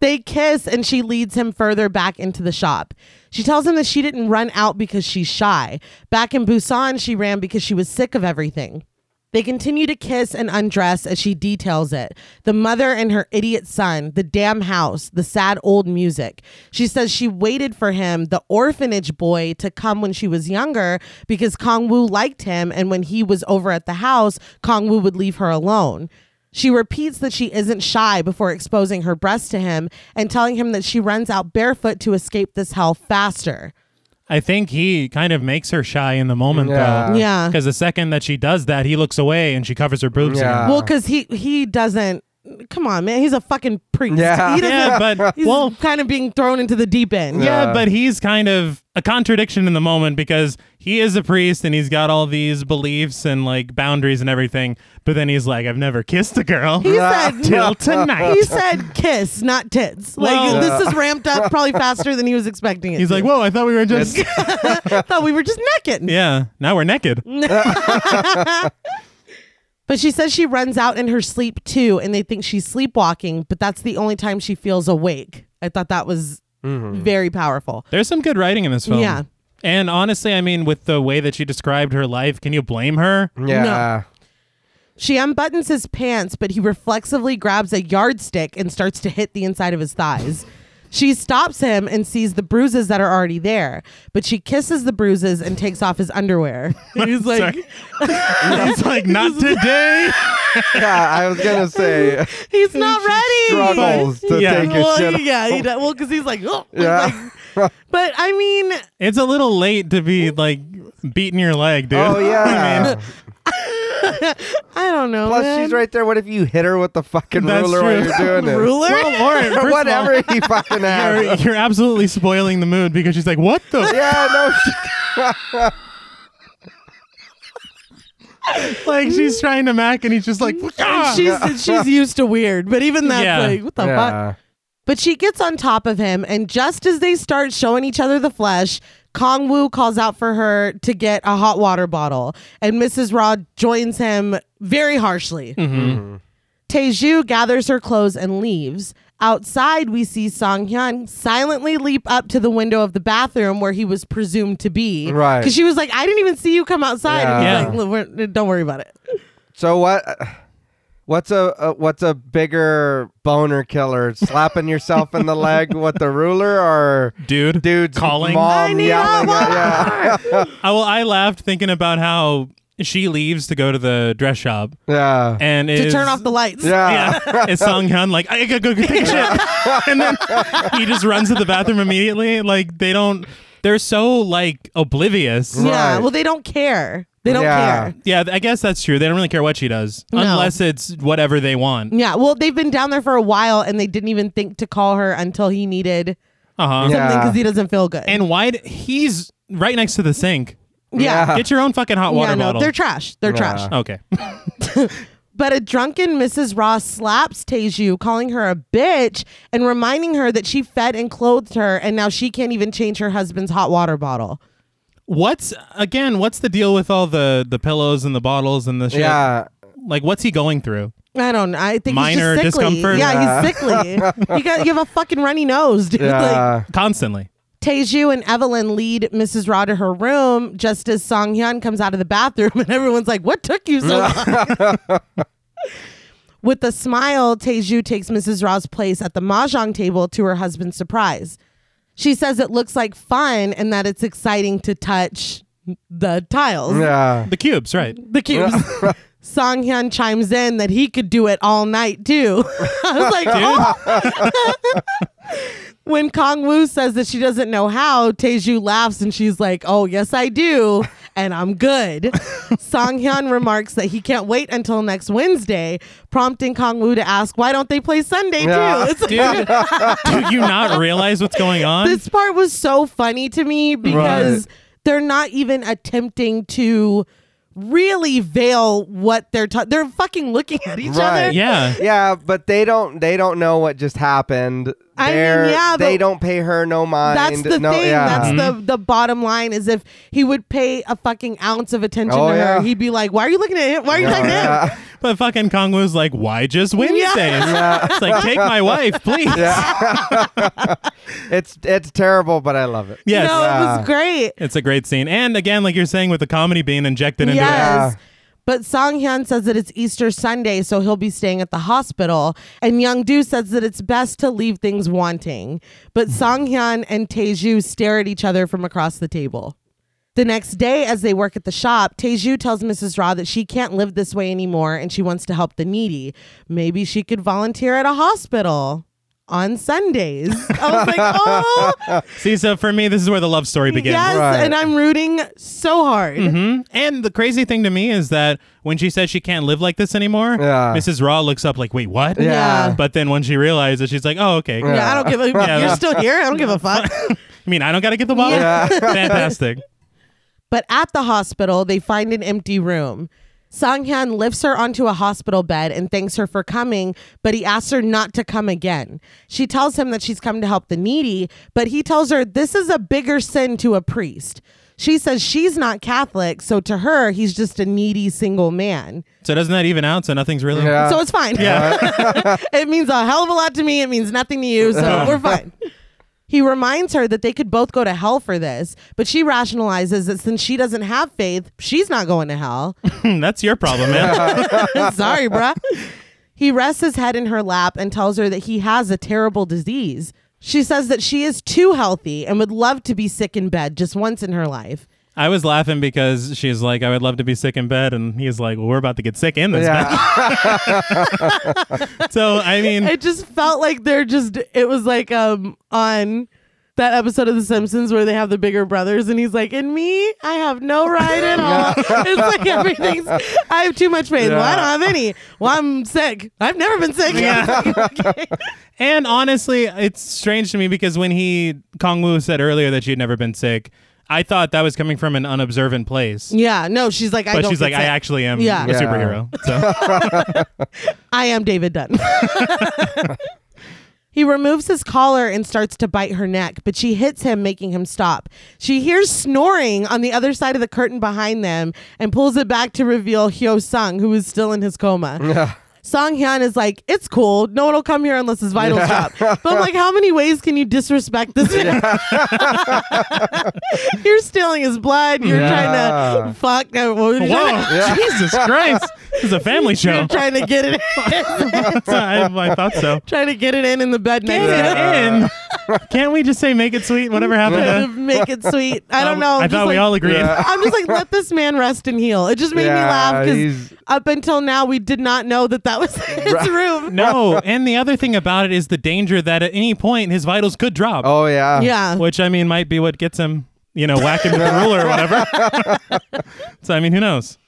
They kiss, and she leads him further back into the shop. She tells him that she didn't run out because she's shy. Back in Busan, she ran because she was sick of everything. They continue to kiss and undress as she details it the mother and her idiot son, the damn house, the sad old music. She says she waited for him, the orphanage boy, to come when she was younger because Kong Wu liked him, and when he was over at the house, Kong Wu would leave her alone. She repeats that she isn't shy before exposing her breast to him and telling him that she runs out barefoot to escape this hell faster.
[laughs] I think he kind of makes her shy in the moment,
Yeah.
though.
Yeah.
Because the second that she does that, he looks away and she covers her boobs.
Yeah.
Yeah.
Well, because he he doesn't. Come on, man. He's a fucking priest. [laughs]
Yeah.
He doesn't,
yeah, but
He's
well,
kind of being thrown into the deep end.
yeah,
Yeah.
but he's kind of a contradiction in the moment because he is a priest and he's got all these beliefs and like boundaries and everything. But then he's like, I've never kissed a girl
He said
[laughs]
[laughs] till tonight.
He said kiss, not tits. Like
Well-
this is ramped up probably faster than he was expecting it.
He's
to.
like, whoa! I thought we were just
[laughs] I thought we were just necking.
[laughs] yeah. Now we're naked.
Mm. But she says she runs out in her sleep too, and they think she's sleepwalking, but that's the only time she feels awake. I thought that was
Mm-hmm.
very powerful.
There's some good writing in this film.
Yeah.
And honestly, I mean, with the way that she described her life, can you blame her?
Yeah.
She unbuttons his pants, but he reflexively grabs a yardstick and starts to hit the inside of his thighs. She stops him and sees the bruises that are already there, but she kisses the bruises and takes off his
[laughs]
underwear. He's like,
Sorry. It's like not today.
Yeah, I was
[laughs]
gonna say
he's not ready.
struggles to
Yeah.
take his
Well,
shit.
yeah, he, does- well, because he's like, oh, he's
Yeah.
like- but I mean,
[laughs] It's a little late to be like beating your leg, [laughs] dude.
Oh yeah.
I don't know.
Plus,
man.
she's right there. What if you hit her with the fucking
That's
ruler
true.
while you're
[laughs]
doing it?
Ruler.
Well, all right, first of
Whatever
[laughs]
he fucking
all, you're,
has.
you're absolutely spoiling the mood because she's like, "What
[laughs]
the
yeah,
[laughs]
no. shit.
like?" She's trying to mac, and he's just like, "Ah!"
she's she's used to weird, but even that's
Yeah.
like, what the fuck?
yeah.
But she gets on top of him, and just as they start showing each other the flesh, Kong Wu calls out for her to get a hot water bottle, and Mrs. Ra joins him very harshly.
Mm-hmm.
Teju gathers her clothes and leaves. Outside, we see Song Hyun silently leap up to the window of the bathroom where he was presumed to be.
Right.
Because she was like, I didn't even see you come outside. And
Yeah.
he's like, "Look, we're- don't worry about it.
So what? uh, What's a, a what's a bigger boner killer? Slapping yourself in
[laughs]
the leg with the ruler or
dude,
dude's
calling.
mom
I need
yelling?
a
At, yeah,
I, well, I laughed thinking about how she leaves to go to the dress shop,
yeah,
and
To turn off the lights.
yeah.
[laughs]
[laughs]
Yeah, it's Song Hyun like I gotta go take a shit, [laughs] and then he just runs to the bathroom immediately. Like they don't, they're so like oblivious.
Yeah.
Right.
Well, they don't care. They don't
Yeah.
care.
Yeah, I guess that's true. They don't really care what she does,
No.
unless it's whatever they want.
Yeah, well, they've been down there for a while, and they didn't even think to call her until he needed
Uh huh.
Yeah.
something because he doesn't feel good.
And why d- he's right next to the sink?
yeah,
Yeah.
Get your own fucking hot water
yeah, no,
bottle.
they're trash. They're trash.
okay. [laughs]
But a drunken Mrs. Ross slaps Teju, calling her a bitch and reminding her that she fed and clothed her, and now she can't even change her husband's hot water bottle.
What's again? What's the deal with all the the pillows and the bottles and the shit?
yeah.
Like, what's he going through?
I don't. know. I think
Minor
he's just sickly.
discomfort?
Yeah, he's sickly.
[laughs]
you got you have a fucking runny nose, [laughs] dude. Like,
yeah.
Constantly.
Teju and Evelyn lead Mrs. Ra to her room just as Song Hyun comes out of the bathroom, [laughs] and everyone's like, What took you so long? With a smile, Teju takes Mrs. Ra's place at the mahjong table to her husband's surprise. She says it looks like fun and that it's exciting to touch the tiles,
[laughs] yeah.
The
[laughs]
cubes, right?
the cubes. Song Hyun chimes in that he could do it all night too. [laughs] I was like, oh. [laughs] when Kong Woo says that she doesn't know how, Taeju laughs and she's like, "Oh yes, I do, and I'm good." Song Hyun remarks that he can't wait until next Wednesday, prompting Kong Woo to ask, "Why don't they play Sunday
Yeah.
too?" It's like-
Dude, do you not realize what's going on?
this [laughs] part was so funny to me because they're not even attempting to really veil what they're ta- they're fucking looking at each
Right.
other.
Yeah.
yeah, but they don't they don't know what just happened.
I mean,
They're-
yeah,
they
but-
don't pay her no mind.
That's the
no,
thing.
Yeah. Mm-hmm.
That's the the bottom line is if he would pay a fucking ounce of attention
Oh,
to her,
yeah.
he'd be like, "Why are you looking at him? Why are you
Oh,
talking to him?"
[laughs] yeah.
But fucking Kong was like, why just Wednesdays? It's like, take
[laughs]
my wife, please.
It's it's terrible, but I love it.
You
Yes.
know, it
Yeah.
was great.
It's a great scene. And again, like you're saying, with the comedy being injected into it.
Yes.
Yeah.
But Song Hyun says that it's Easter Sunday, so he'll be staying at the hospital. And Young Do says that it's best to leave things wanting. But Song Hyun and Taeju stare at each other from across the table. The next day, as they work at the shop, Taeju tells Mrs. Ra that she can't live this way anymore and she wants to help the needy. Maybe she could volunteer at a hospital on
[laughs]
Sundays. I was like, oh,
See, so for me, this is where the love story begins.
yes.
Right.
And I'm rooting so hard.
Mhm. And the crazy thing to me is that when she says she can't live like this anymore,
Yeah.
Mrs. Raw looks up like, wait, what?
Yeah.
But then when she realizes, she's like, oh, okay.
Yeah, I don't give a.
Yeah.
You're still here. I don't give a fuck.
I mean, I don't got to get the bottle. [laughs] Fantastic.
But at the hospital, they find an empty room. Sanghyun lifts her onto a hospital bed and thanks her for coming, but he asks her not to come again. She tells him that she's come to help the needy, but he tells her this is a bigger sin to a priest. She says she's not Catholic, so to her, he's just a needy single man.
So doesn't that even out? So nothing's really.
Yeah.
so it's fine. [laughs] it means a hell of a lot to me. It means nothing to you. So we're fine. He reminds her that they could both go to hell for this, but she rationalizes that since she doesn't have faith, she's not going to hell. [laughs]
Hmm, [laughs] That's your problem, man.
Sorry, bruh. He rests his head in her lap and tells her that he has a terrible disease. She says that she is too healthy and would love to be sick in bed just once in her life.
[laughs] I was laughing because she's like, I would love to be sick in bed. And he's like, well, we're about to get sick in this
yeah.
bed. So, I
[laughs]
mean,
It just felt like they're just. It was like um on that episode of The Simpsons where they have the bigger brothers, and he's like, "In me, I have no right at all. it's like everything's. I have too much pain. Well, I don't have any. Well, I'm sick. I've never been sick.
and honestly, it's strange to me because when he, Kong Wu said earlier that she had never been sick, I thought that was coming from an unobservant place.
yeah. No, she's like, I
But
don't.
she's
get
like, I
sick.
actually am
Yeah.
a
Yeah.
superhero. So,
I am David Dunn. [laughs] he removes his collar and starts to bite her neck, but she hits him, making him stop. She hears snoring on the other side of the curtain behind them and pulls it back to reveal Hyo Sung, who is still in his coma. Song Hyun is like, it's cool. No one will come here unless his vitals drop. But I'm like, how many ways can you disrespect this man? [laughs] you're stealing his blood. You're
Yeah.
trying to fuck. uh, well, [laughs] you're
whoa,
trying to-
Jesus Christ. This is a family show.
You're trying to get it.
[laughs] I, I thought [laughs] so.
trying to get it in in the bed next to him.
Get it in. Can't we just say make it sweet? Whatever happened
to
[laughs] to.
make it sweet. I don't
Um,
know.
I
Just
thought we
like-
all agreed.
Yeah.
I'm just like, let this man rest and heal. It just made me
Yeah,
laugh because
he's-
up until now we did not know that that was [laughs] his room.
[laughs] No, and the other thing about it is the danger that at any point his vitals could drop,
Oh yeah.
Yeah.
which I mean might be what gets him, you know, whacking with the ruler or whatever. so I mean, who knows?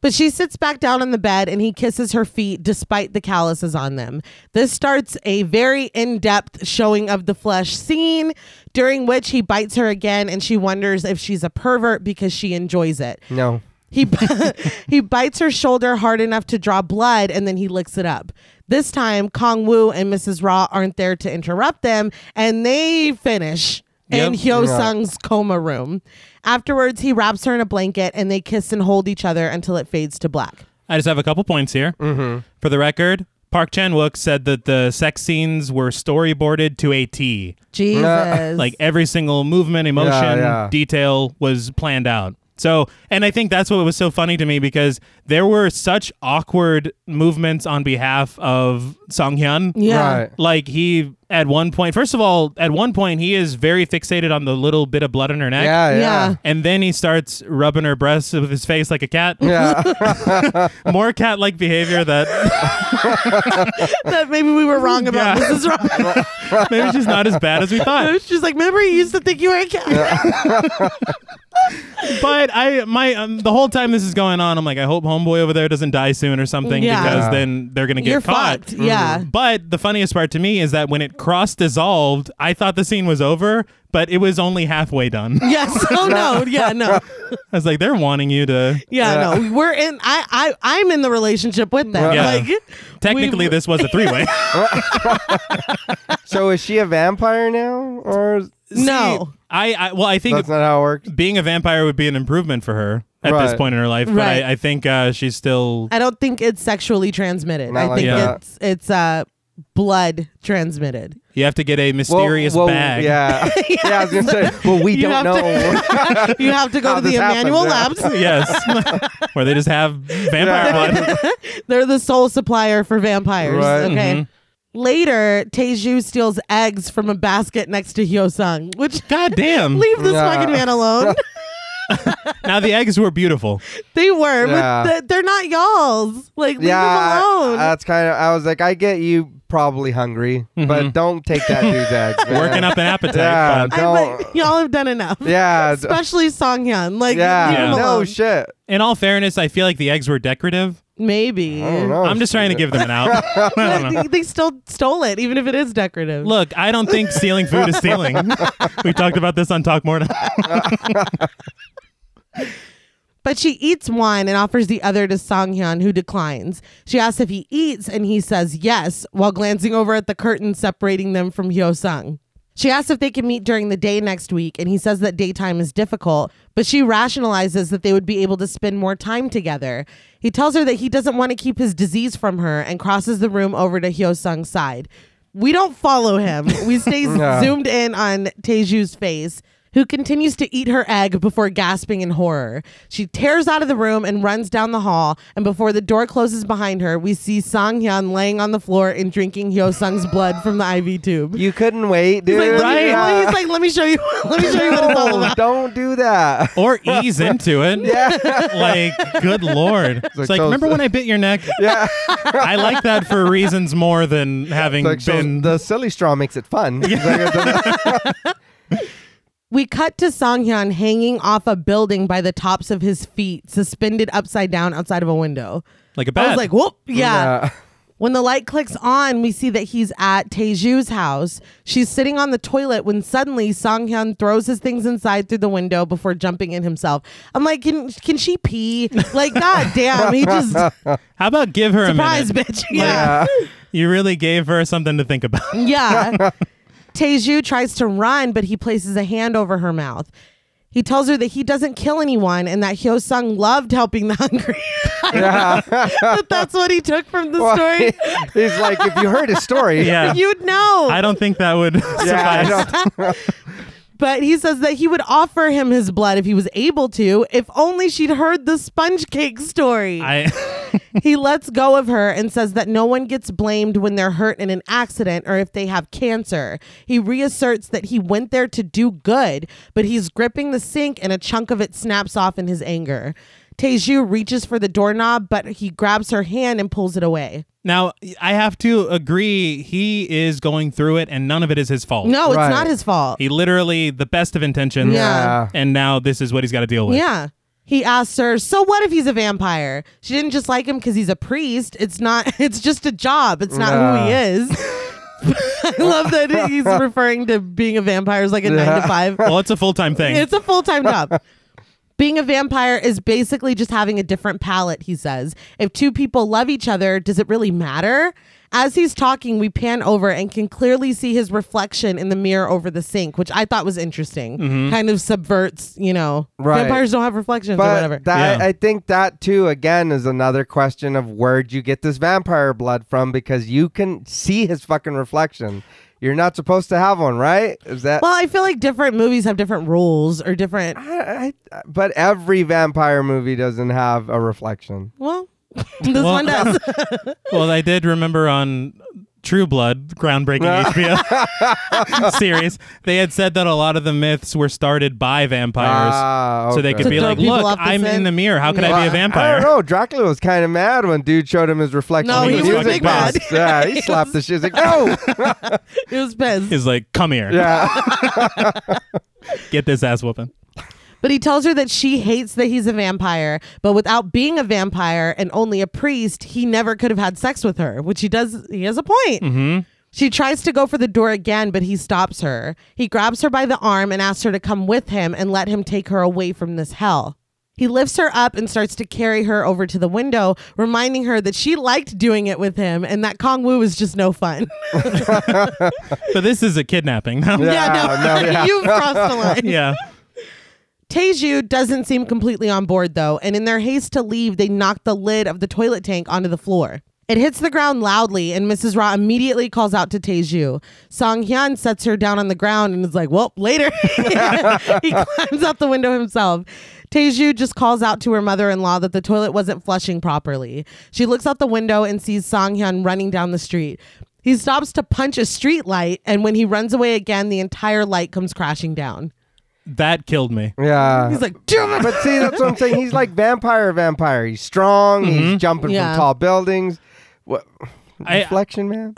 But she sits back down on the bed and he kisses her feet despite the calluses on them. This starts a very in depth showing of the flesh scene, during which he bites her again and she wonders if she's a pervert because she enjoys it.
No.
He [laughs] he bites her shoulder hard enough to draw blood, and then he licks it up. This time, Kong Wu and Mrs. Ra aren't there to interrupt them, and they finish in
Yep.
Hyo Sung's coma room. Afterwards, he wraps her in a blanket, and they kiss and hold each other until it fades to black.
I just have a couple points here.
Mm-hmm.
For the record, Park Chan Wook said that the sex scenes were storyboarded to a T.
Jesus,
Like every single movement, emotion,
yeah.
detail was planned out. So, and I think that's what was so funny to me because there were such awkward movements on behalf of Song Hyun.
yeah,
Right.
Like he at one point, first of all, at one point he is very fixated on the little bit of blood on her neck.
Yeah.
Yeah.
Yeah.
And then he starts rubbing her breasts with his face like a cat.
[laughs]
Yeah.
More cat-like behavior
[laughs]
that
[laughs] that maybe we were wrong about
Yeah.
Mrs. [laughs] Ra. [laughs]
maybe just not as bad as we thought.
She's like, remember you used to think you were a cat.
but I my um, the whole time this is going on, I'm like, I hope homeboy over there doesn't die soon or something
Yeah.
because
Yeah. Mm-hmm.
then they're gonna get
You're
caught.
fucked. Yeah.
But the funniest part to me is that when it cross dissolved, I thought the scene was over, but it was only halfway done. [laughs]
[laughs]
I
Yes. Oh no. [laughs] Yeah. No.
was like, they're wanting you to.
Yeah. No. We're in. I. I. I'm in the relationship with them.
Yeah.
Like.
Technically,
we-
this was a three
[laughs]
way.
So is she a vampire now, or
No.
I, I well, I think
that's not how it works?
being a vampire would be an improvement for her at this
Right.
point in her life. But
Right.
I, I think uh, she's still.
I don't think it's sexually transmitted.
Not
I
like
think
that.
it's it's uh blood
[laughs]
transmitted.
You have to get a
Well,
mysterious
well,
bag.
Yeah, [laughs] yeah. I
[laughs]
was gonna say. Well, we
You have
don't know. [laughs]
to- You have to go
How
to the
this happens,
Emmanuel
yeah.
Labs.
[laughs]
[laughs]
yes, [laughs] where they just have vampire blood.
[laughs] They're the sole supplier for vampires.
Right.
Okay.
Mm-hmm.
Later, Taeju steals eggs from a basket next to Hyosung, which [laughs]
God damn!
leave this
Yeah.
fucking man
[laughs]
alone.
Now the eggs were beautiful.
they were,
Yeah.
but th- they're not y'all's. Like, leave
yeah, uh,
them alone.
that's kind of. I was like, I get you probably hungry, but don't take that dude's eggs. man.
Mm-hmm. Working up an appetite.
Yeah,
but-
I-
don't.
but y'all have done enough. [laughs]
[laughs] yeah, d-
Especially Songhyun. Like,
yeah.
leave him
No
alone.
shit.
in all fairness, I feel like the eggs were decorative.
Maybe.
I don't know.
I'm just trying to give them an out.
[laughs]
I don't know.
But they, they still stole it, even if it is decorative.
Look, I don't think stealing food
[laughs]
is stealing. we talked about this on Talk More. Now.
But she eats one and offers the other to Songhyun, who declines. She asks if he eats, and he says yes, while glancing over at the curtain separating them from Hyosung. She asks if they can meet during the day next week, and he says that daytime is difficult, but she rationalizes that they would be able to spend more time together. He tells her that he doesn't want to keep his disease from her and crosses the room over to Hyosung's side. We don't follow him. We stay
Yeah.
zoomed in on Teju's face, who continues to eat her egg before gasping in horror. She tears out of the room and runs down the hall, and before the door closes behind her, we see Sang Hyun laying on the floor and drinking Hyo Sung's blood from the IV tube.
You couldn't wait, dude.
He's like, let me-
Right.
Yeah.
he's like, let me show you. [laughs] Let me show you what it's all
No,
about.
Don't do that.
Or ease into it. Like, good lord. It's like,
so-
remember when I bit your neck?
Yeah.
[laughs] I like that for reasons more than having
Like, so
been.
the silly straw makes it
[laughs]
fun.
We cut to Songhyun hanging off a building by the tops of his feet, suspended upside down outside of a window.
like a
I
bat.
was like, whoop, yeah.
Yeah.
When the light clicks on, we see that he's at Taeju's house. She's sitting on the toilet when suddenly Songhyun throws his things inside through the window before jumping in himself. I'm like, can can she pee? Like, god damn, he just
How about give her
surprise,
a minute?
bitch. Yeah.
You really gave her something to
[laughs]
think about.
Yeah. Teju tries to run, but he places a hand over her mouth. He tells her that he doesn't kill anyone and that Hyo Sung loved helping the hungry. [laughs]
[laughs]
but that's what he took from
[laughs]
the story.
He's like, if you heard his story,
Yeah.
You'd know.
I don't think that would
Yeah, I
suffice.
don't-
[laughs]
but he says that he would offer him his blood if he was able to, if only she'd heard the sponge cake story.
I
he lets go of her and says that no one gets blamed when they're hurt in an accident or if they have cancer. He reasserts that he went there to do good, but he's gripping the sink and a chunk of it snaps off in his anger. Teju reaches for the doorknob, but he grabs her hand and pulls it away.
now I have to agree. He is going through it, and none of it is his fault.
No,
Right.
it's not his fault.
He literally the best of intentions.
Yeah.
And now this is what he's got to deal with.
yeah. He asks her, "So what if he's a vampire?" She didn't just like him cuz he's a priest. It's not [laughs] it's just a job. It's not who he
Yeah.
is. [laughs] I love that he's referring to being a vampire as like a 9 to 5.
Well, it's a full time thing.
It's a full time
[laughs]
job. Being a vampire is basically just having a different palette, he says. If two people love each other, does it really matter? As he's talking, we pan over and can clearly see his reflection in the mirror over the sink, which I thought was interesting. Kind of subverts, you know,
Mm-hmm. Right.
vampires don't have reflections or whatever.
But that,
Yeah.
I think that too, again, is another question of where'd you get this vampire blood from? Because you can see his fucking reflection. You're not supposed to have one, right? Is that?
well, I feel like different movies have different rules or different.
I, I, but every vampire movie doesn't have a reflection.
Well, [laughs] this one does.
[laughs]
well, I did remember on True Blood, groundbreaking HBO
[laughs]
series, they had said that a lot of the myths were started by vampires.
Ah,
So they
okay.
could
To
be
throw
like,
people
look,
off the
I'm in
scent."
the mirror. How could
Well,
I be a
I don't
vampire?
know. Dracula was kind of mad when dude showed him his reflection.
No,
in
he
the
was
music
big mad.
box.
[laughs]
Yeah, he slapped the shit. He's like, no.
It was pissed.
Is like, come here,
yeah.
get this ass whooping.
But he tells her that she hates that he's a vampire, but without being a vampire and only a priest, he never could have had sex with her, which he does. He has a point.
Mm-hmm.
She tries to go for the door again, but he stops her. He grabs her by the arm and asks her to come with him and let him take her away from this hell. He lifts her up and starts to carry her over to the window, reminding her that she liked doing it with him and that Kong Wu is just no fun. [laughs]
But this is a kidnapping.
Yeah.
No?
no,
no, yeah.
[laughs] you've crossed the line.
[laughs] yeah.
Teju doesn't seem completely on board though, and in their haste to leave, they knock the lid of the toilet tank onto the floor. It hits the ground loudly, and Mrs. Ra immediately calls out to Teju. Song Hyun sets her down on the ground and is like, Well, later. [laughs] he climbs out the window himself. Teju just calls out to her mother in law that the toilet wasn't flushing properly. She looks out the window and sees Song Hyun running down the street. He stops to punch a street light, and when he runs away again, the entire light comes crashing down.
That killed me.
Yeah.
He's like, Damn it!
but see, that's what I'm saying. He's like vampire, vampire. He's strong. He's jumping
Yeah.
from tall buildings. What
Mm-hmm. I-
reflection, man?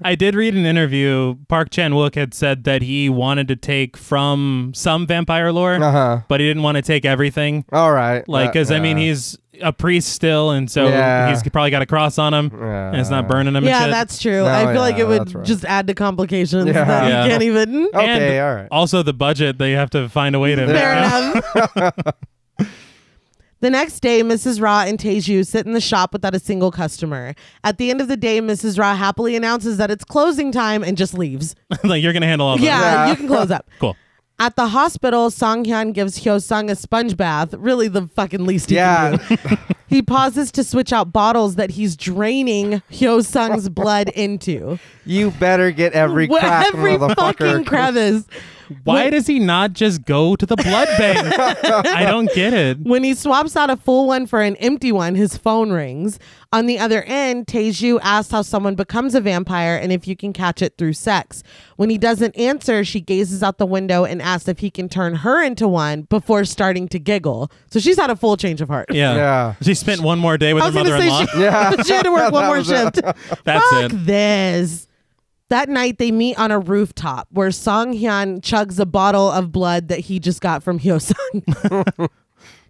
I did read an interview. Park Chan Wook had said that he wanted to take from some vampire lore,
uh huh.
but he didn't want to take everything.
All right.
[laughs] Like, because I mean, he's a priest still, and so
Uh, Yeah.
he's probably got a cross on him, and it's not burning him. and
Yeah,
shit.
that's true.
No,
I feel
Oh, yeah,
like it
that's
would
right.
just add to complications
Yeah. Oh,
that
Yeah.
you can't
[laughs]
even.
okay.
and
all right.
Also, the budget they have to find a way to. [laughs]
Fair enough.
[laughs]
the next day, Mrs. Ra and Teju sit in the shop without a single customer. At the end of the day, Mrs. Ra happily announces that it's closing time and just leaves.
like you're gonna handle all that.
Yeah,
Yeah.
you can close up.
[laughs] Cool.
At the hospital, Song Hyun gives Hyo Sung a sponge bath, really the fucking least he can
Yeah.
do. He pauses to switch out bottles that he's draining Hyo
[laughs]
Sung's blood into.
[laughs] you better get every
Wh-
crack,
every fucking
[laughs] motherfucker.
crevice.
Why does he not just go to
[laughs]
the blood bank? I don't get it.
When he swaps out a full one for an empty one, his phone rings. On the other end, Teju asks how someone becomes a vampire and if you can catch it through sex. When he doesn't answer, she gazes out the window and asks if he can turn her into one before starting to giggle. So she's had a full change of heart.
Yeah.
Yeah.
She spent one more day with
I
her
was going to
mother in
say
law.
she, [laughs] she had to work one more shift.
That's
Fuck
it.
this. That night, they meet on a rooftop where Song Hyun chugs a bottle of blood that he just got from [laughs] Hyo Sung.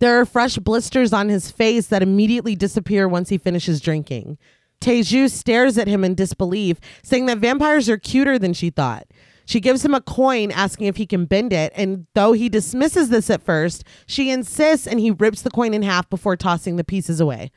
there are fresh blisters on his face that immediately disappear once he finishes drinking. Teju stares at him in disbelief, saying that vampires are cuter than she thought. She gives him a coin, asking if he can bend it, and though he dismisses this at first, she insists and he rips the coin in half before tossing the pieces away.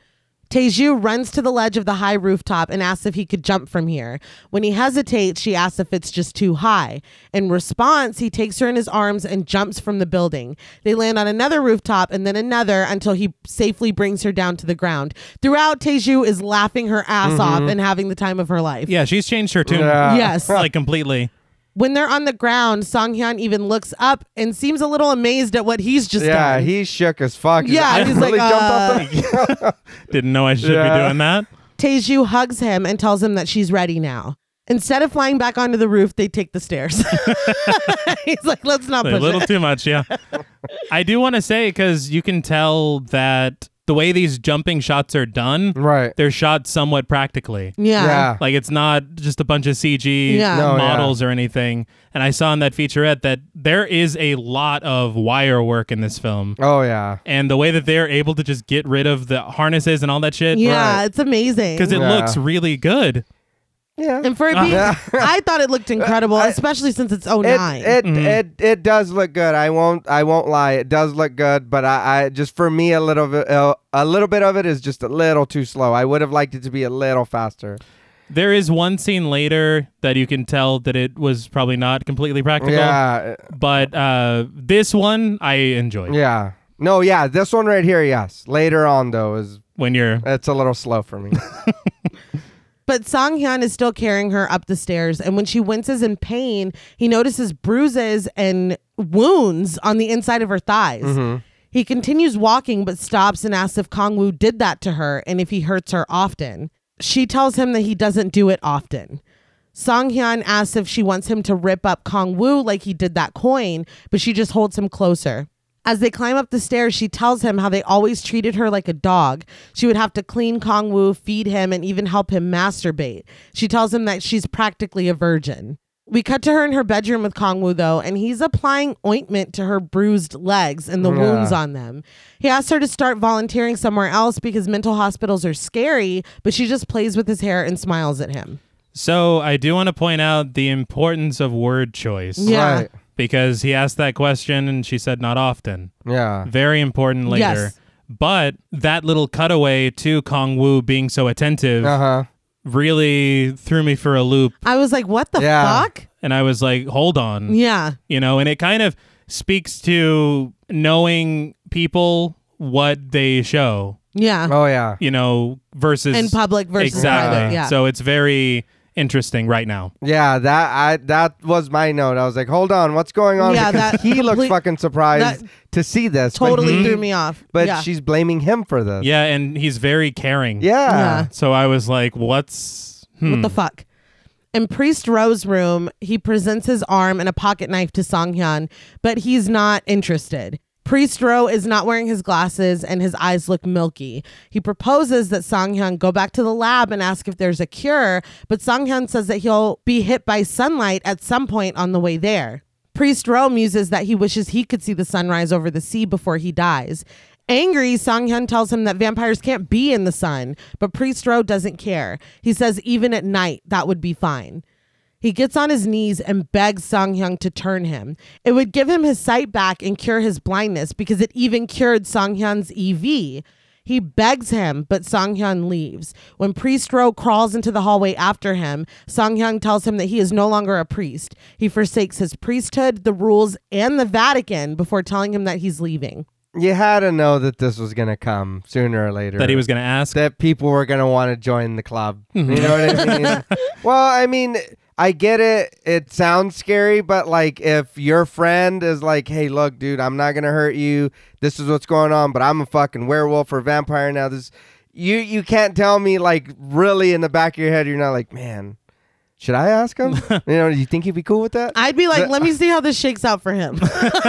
Teju runs to the ledge of the high rooftop and asks if he could jump from here. When he hesitates, she asks if it's just too high. In response, he takes her in his arms and jumps from the building. They land on another rooftop and then another until he safely brings her down to the ground. Throughout, Teju is laughing her ass off and having the time of her life.
Yeah, she's changed her tune.
Yeah.
Yes.
[laughs] Like completely.
When they're on the ground, Song Hyun even looks up and seems a little amazed at what he's just
Yeah,
done.
he shook as fuck. He's
Yeah,
like, I
he's
really
like,
jumped off
uh,
the.
Didn't know I should be
Yeah.
doing that.
Teju hugs him and tells him that she's ready now. Instead of flying back onto the roof, they take the
[laughs]
stairs. [laughs] He's like, let's not
A
push
little
it.
too much, yeah. [laughs] I do want to say because you can tell that the way these jumping shots are done,
uh,
[laughs] Right.
they're shot somewhat practically.
yeah.
Yeah.
Like it's not just a bunch of CG
Yeah. No,
models or anything. And I saw in that featurette that there is a lot of wire work in this film.
Oh yeah.
And the way that they're able to just get rid of the harnesses and all that shit.
Yeah, it's amazing.
Because it
Yeah.
looks really good.
Yeah.
and
[laughs]
for it being, I thought it looked incredible, especially since it's 09.
It it, it it does look good. I won't I won't lie. It does look good, but I, I just for me a little bit uh, a little bit of it is just a little too slow. I would have liked it to be a little faster.
There is one scene later that you can tell that it was probably not completely practical.
Yeah,
But uh, this one I enjoyed.
yeah. No, yeah. This one right here, yes. Later on though is
When you're
it's a little slow for me.
But Song Hyun is still carrying her up the stairs. And when she winces in pain, he notices bruises and wounds on the inside of her thighs. He continues walking, but stops and asks if Kong Wu did that to her and if he hurts her often. She tells him that he doesn't do it often. Song Hyun asks if she wants him to rip up Kong Wu like he did that coin, but she just holds him closer. As they climb up the stairs, she tells him how they always treated her like a dog. She would have to clean Kong Wu, feed him, and even help him masturbate. She tells him that she's practically a virgin. We cut to her in her bedroom with Kongwu though, and he's applying ointment to her bruised legs and the
Yeah.
wounds on them. He asks her to start volunteering somewhere else because mental hospitals are scary, but she just plays with his hair and smiles at him.
So I do want to point out the importance of word choice.
[laughs] Yeah.
Right.
Because he asked that question and she said not often.
Yeah.
Very important later.
Yes.
But that little cutaway to Kong Wu being so attentive
Uh huh.
really threw me for a loop.
I was like, what the
Yeah.
fuck?
And I was like, hold on.
Yeah.
You know, and it kind of speaks to knowing people what they show,
Yeah.
Oh yeah.
you know, versus
In public versus
exactly.
private. Yeah.
So it's very interesting right now.
Yeah. That I that was my note. I was like, hold on, what's going on?
Yeah,
Because
that
he looks
complete-
fucking surprised
that
to see this. but
totally
he-
threw me off.
But
yeah.
she's blaming him for this.
Yeah, and he's very caring.
Yeah.
So I was like, what's hmm.
What the fuck? In Priest Rowe's room, he presents his arm and a pocket knife to Songhyun, but he's not interested. Priest Rowe is not wearing his glasses and his eyes look milky. He proposes that Songhyun go back to the lab and ask if there's a cure, but Songhyun says that he'll be hit by sunlight at some point on the way there. Priest Rowe muses that he wishes he could see the sunrise over the sea before he dies. Angry, Songhyun tells him that vampires can't be in the sun, but Priest Rowe doesn't care. He says even at night, that would be fine. He gets on his knees and begs Songhyun to turn him. It would give him his sight back and cure his blindness because it even cured Songhyun's EV. He begs him, but Songhyun leaves. When Priest Ro crawls into the hallway after him, Songhyun tells him that he is no longer a priest. He forsakes his priesthood, the rules, and the Vatican before telling him that he's leaving.
You had to know that this was gonna come sooner or later.
that he was Mm-hmm. going to ask?
that people were gonna want to join the club. You know what I
[laughs]
mean? well, I mean, I get it. It sounds scary, but like if your friend is like, "Hey, look, dude, I'm not gonna hurt you. This is what's going on, but I'm a fucking werewolf or vampire now." This, you you can't tell me like really in the back of your head, you're not like, man. Should I ask
[laughs]
him? you know, do you think he'd be cool with that?
I'd be like, let me see how this shakes out for
[laughs]
him.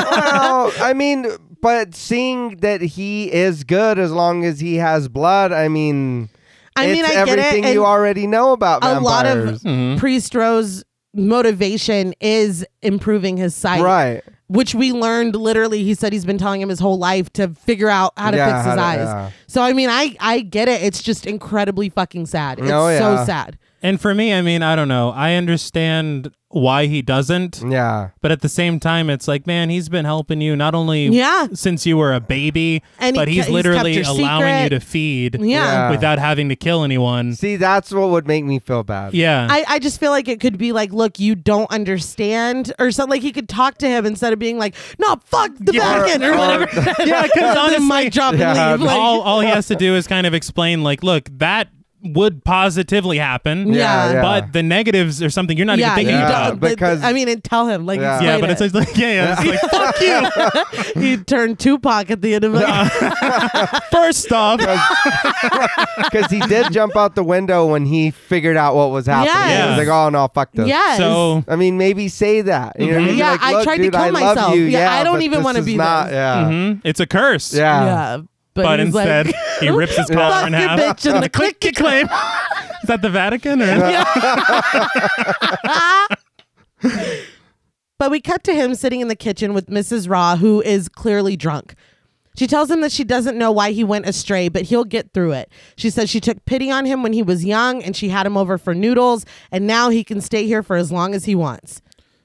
well, I mean, but seeing that he is good as long as he has blood, I mean,
I mean,
it's
I get it.
everything
and-
you already know about
a
vampires. Mm-hmm.
lot of Priest Rowe's motivation is improving his sight,
right.
Which we learned literally. He said he's been telling him his whole life to figure out how to
Yeah,
fix his
how to-
eyes.
yeah.
So I mean, I I get it. It's just incredibly fucking sad. It's
Oh,
so
yeah.
sad.
And for me, I mean, I don't know. I understand why he doesn't,
Yeah.
but at the same time, it's like, man, he's been helping you not only
Yeah.
since you were a baby,
And he
but
ke-
he's
he's
literally
kept your
allowing
secret.
you to feed
Yeah.
Yeah.
without having to kill anyone.
See, that's what would make me feel bad.
Yeah.
I, I just feel like it could be like, look, you don't understand, or something. Like he could talk to him instead of being like, no, fuck the
[laughs] Yeah.
Vatican or, [laughs]
Or-
whatever.
yeah, because
Honestly,
honestly,
mic drop and
Yeah,
leave. Like, [laughs]
all, all he has to do is kind of explain, like, look, that would positively
Yeah.
happen,
Yeah. yeah. [laughs]
but [laughs] the negatives are something you're not
yeah,
even thinking
you
Yeah.
about.
don't- but-
because-
I mean, and tell him like,
Yeah.
Yeah,
explain
but
it.
it's it's like, [laughs] yeah, yeah. It's
[laughs]
like, fuck you.
he turned Tupac at the end of it.
First off,
Because he did jump out the window when he figured out what was happening.
Yes.
He was like, oh, no, fuck
[laughs]
this.
yes.
so
I mean, maybe say that. You know what I mean?
Yeah,
Like,
I
"Look,
tried to
dude,
kill
I love
myself.
You.
Yeah,
Yeah,
I don't
but
even
this
wanna
is
be
not,
this."
Yeah.
mhm, it's a curse.
Yeah.
yeah, but,
But
he's [laughs]
instead,
like,
he rips his collar
fuck
in
your
half.
bitch
[laughs]
and the click you claim. [laughs]
Is that the Vatican? Or?
But we cut to him sitting in the kitchen with Mrs. Raw, who is clearly drunk. She tells him that she doesn't know why he went astray, but he'll get through it. She says she took pity on him when he was young and she had him over for noodles, and now he can stay here for as long as he wants.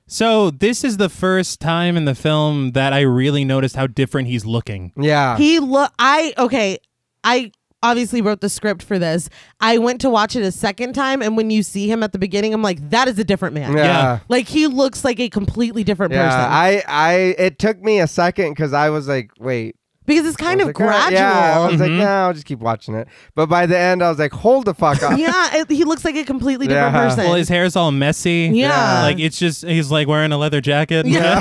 So this is the first time in the film that I really noticed how different he's looking.
Yeah.
He look I okay, I obviously wrote the script for this. I went to watch it a second time and when you see him at the beginning, I'm like, that is a different man.
yeah.
Like he looks like a completely different
Yeah,
person.
I, I, it took me a second because I was like, wait,
because it's kind
I
of
was like, "Ah,"
gradual.
Yeah, I was like,
Mhm.
no, I'll just keep watching it. But by the end, I was like, [laughs] hold the fuck
[laughs]
up.
yeah, it, he looks like a completely different
Yeah.
person.
Well, his hair's all messy.
Yeah.
Like it's just he's like wearing a leather jacket.
Yeah.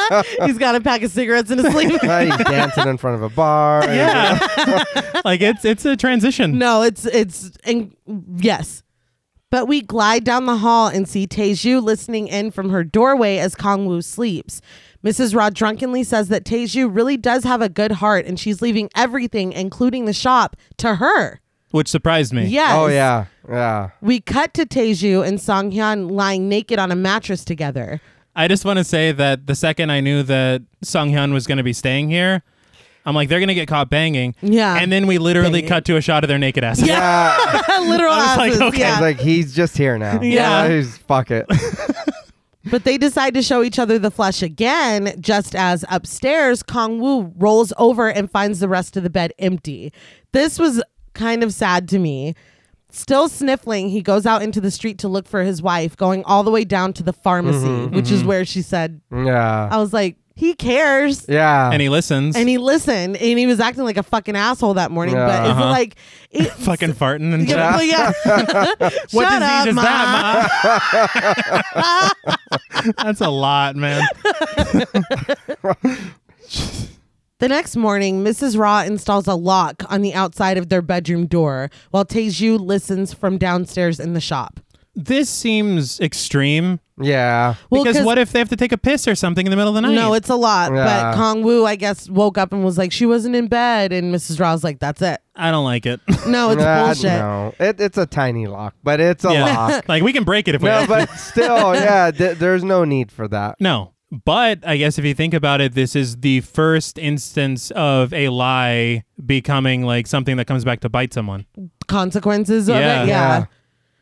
[laughs]
[laughs] He's got a pack of cigarettes in his
[laughs]
sleeve.
Uh, he's dancing in front of
[laughs]
a bar.
Yeah. like it's it's a transition.
no, it's it's and yes. But we glide down the hall and see Teju listening in from her doorway as Kongwu sleeps. Mrs. Ra drunkenly says that Teju really does have a good heart and she's leaving everything, including the shop, to her.
which surprised me.
Yes.
Oh yeah, yeah.
We cut to Teju and Song Hyun lying naked on a mattress together.
I just want to say that the second I knew that Song Hyun was going to be staying here, I'm like, they're going to get caught banging.
Yeah.
And then we literally cut to a shot of their naked ass.
[laughs] Yeah.
Yeah.
[laughs] Literal
I was like,
asses.
okay.
yeah.
It's like he's just here now.
Yeah.
He's
[laughs]
fuck it.
But they decide to show each other the flesh again, just as upstairs, Kong Wu rolls over and finds the rest of the bed empty. This was kind of sad to me. Still sniffling, he goes out into the street to look for his wife, going all the way down to the pharmacy,
Mm-hmm,
which is where she said,
Yeah.
I was like, he cares.
Yeah.
And he listens.
And he listened and he was acting like a fucking asshole that morning. But it's
Uh-huh.
like, it,
[laughs] fucking farting and
yeah.
[laughs]
well, yeah.
What
[laughs] Shut
disease
up,
is
Ma.
that,
[laughs]
Ma? That's a lot, man.
The next morning, Mrs. Raw installs a lock on the outside of their bedroom door while Teju listens from downstairs in the shop.
This seems extreme.
yeah.
Well,
because
'cause-
what if they have to take a piss or something in the middle of the night?
No, it's a lot.
Yeah.
But Kong Wu, I guess, woke up and was like, she wasn't in bed. And Mrs. Ra's like, that's it.
I don't like it.
No, it's
Nah,
bullshit.
No. It, it's a tiny lock, but it's a
yeah. [laughs]
lock.
like we can break it if we
no,
have
but still, yeah. Th- there's no need for that.
No. But I guess if you think about it, this is the first instance of a lie becoming like something that comes back to bite someone.
Consequences of
Yeah.
it. Yeah.
Yeah.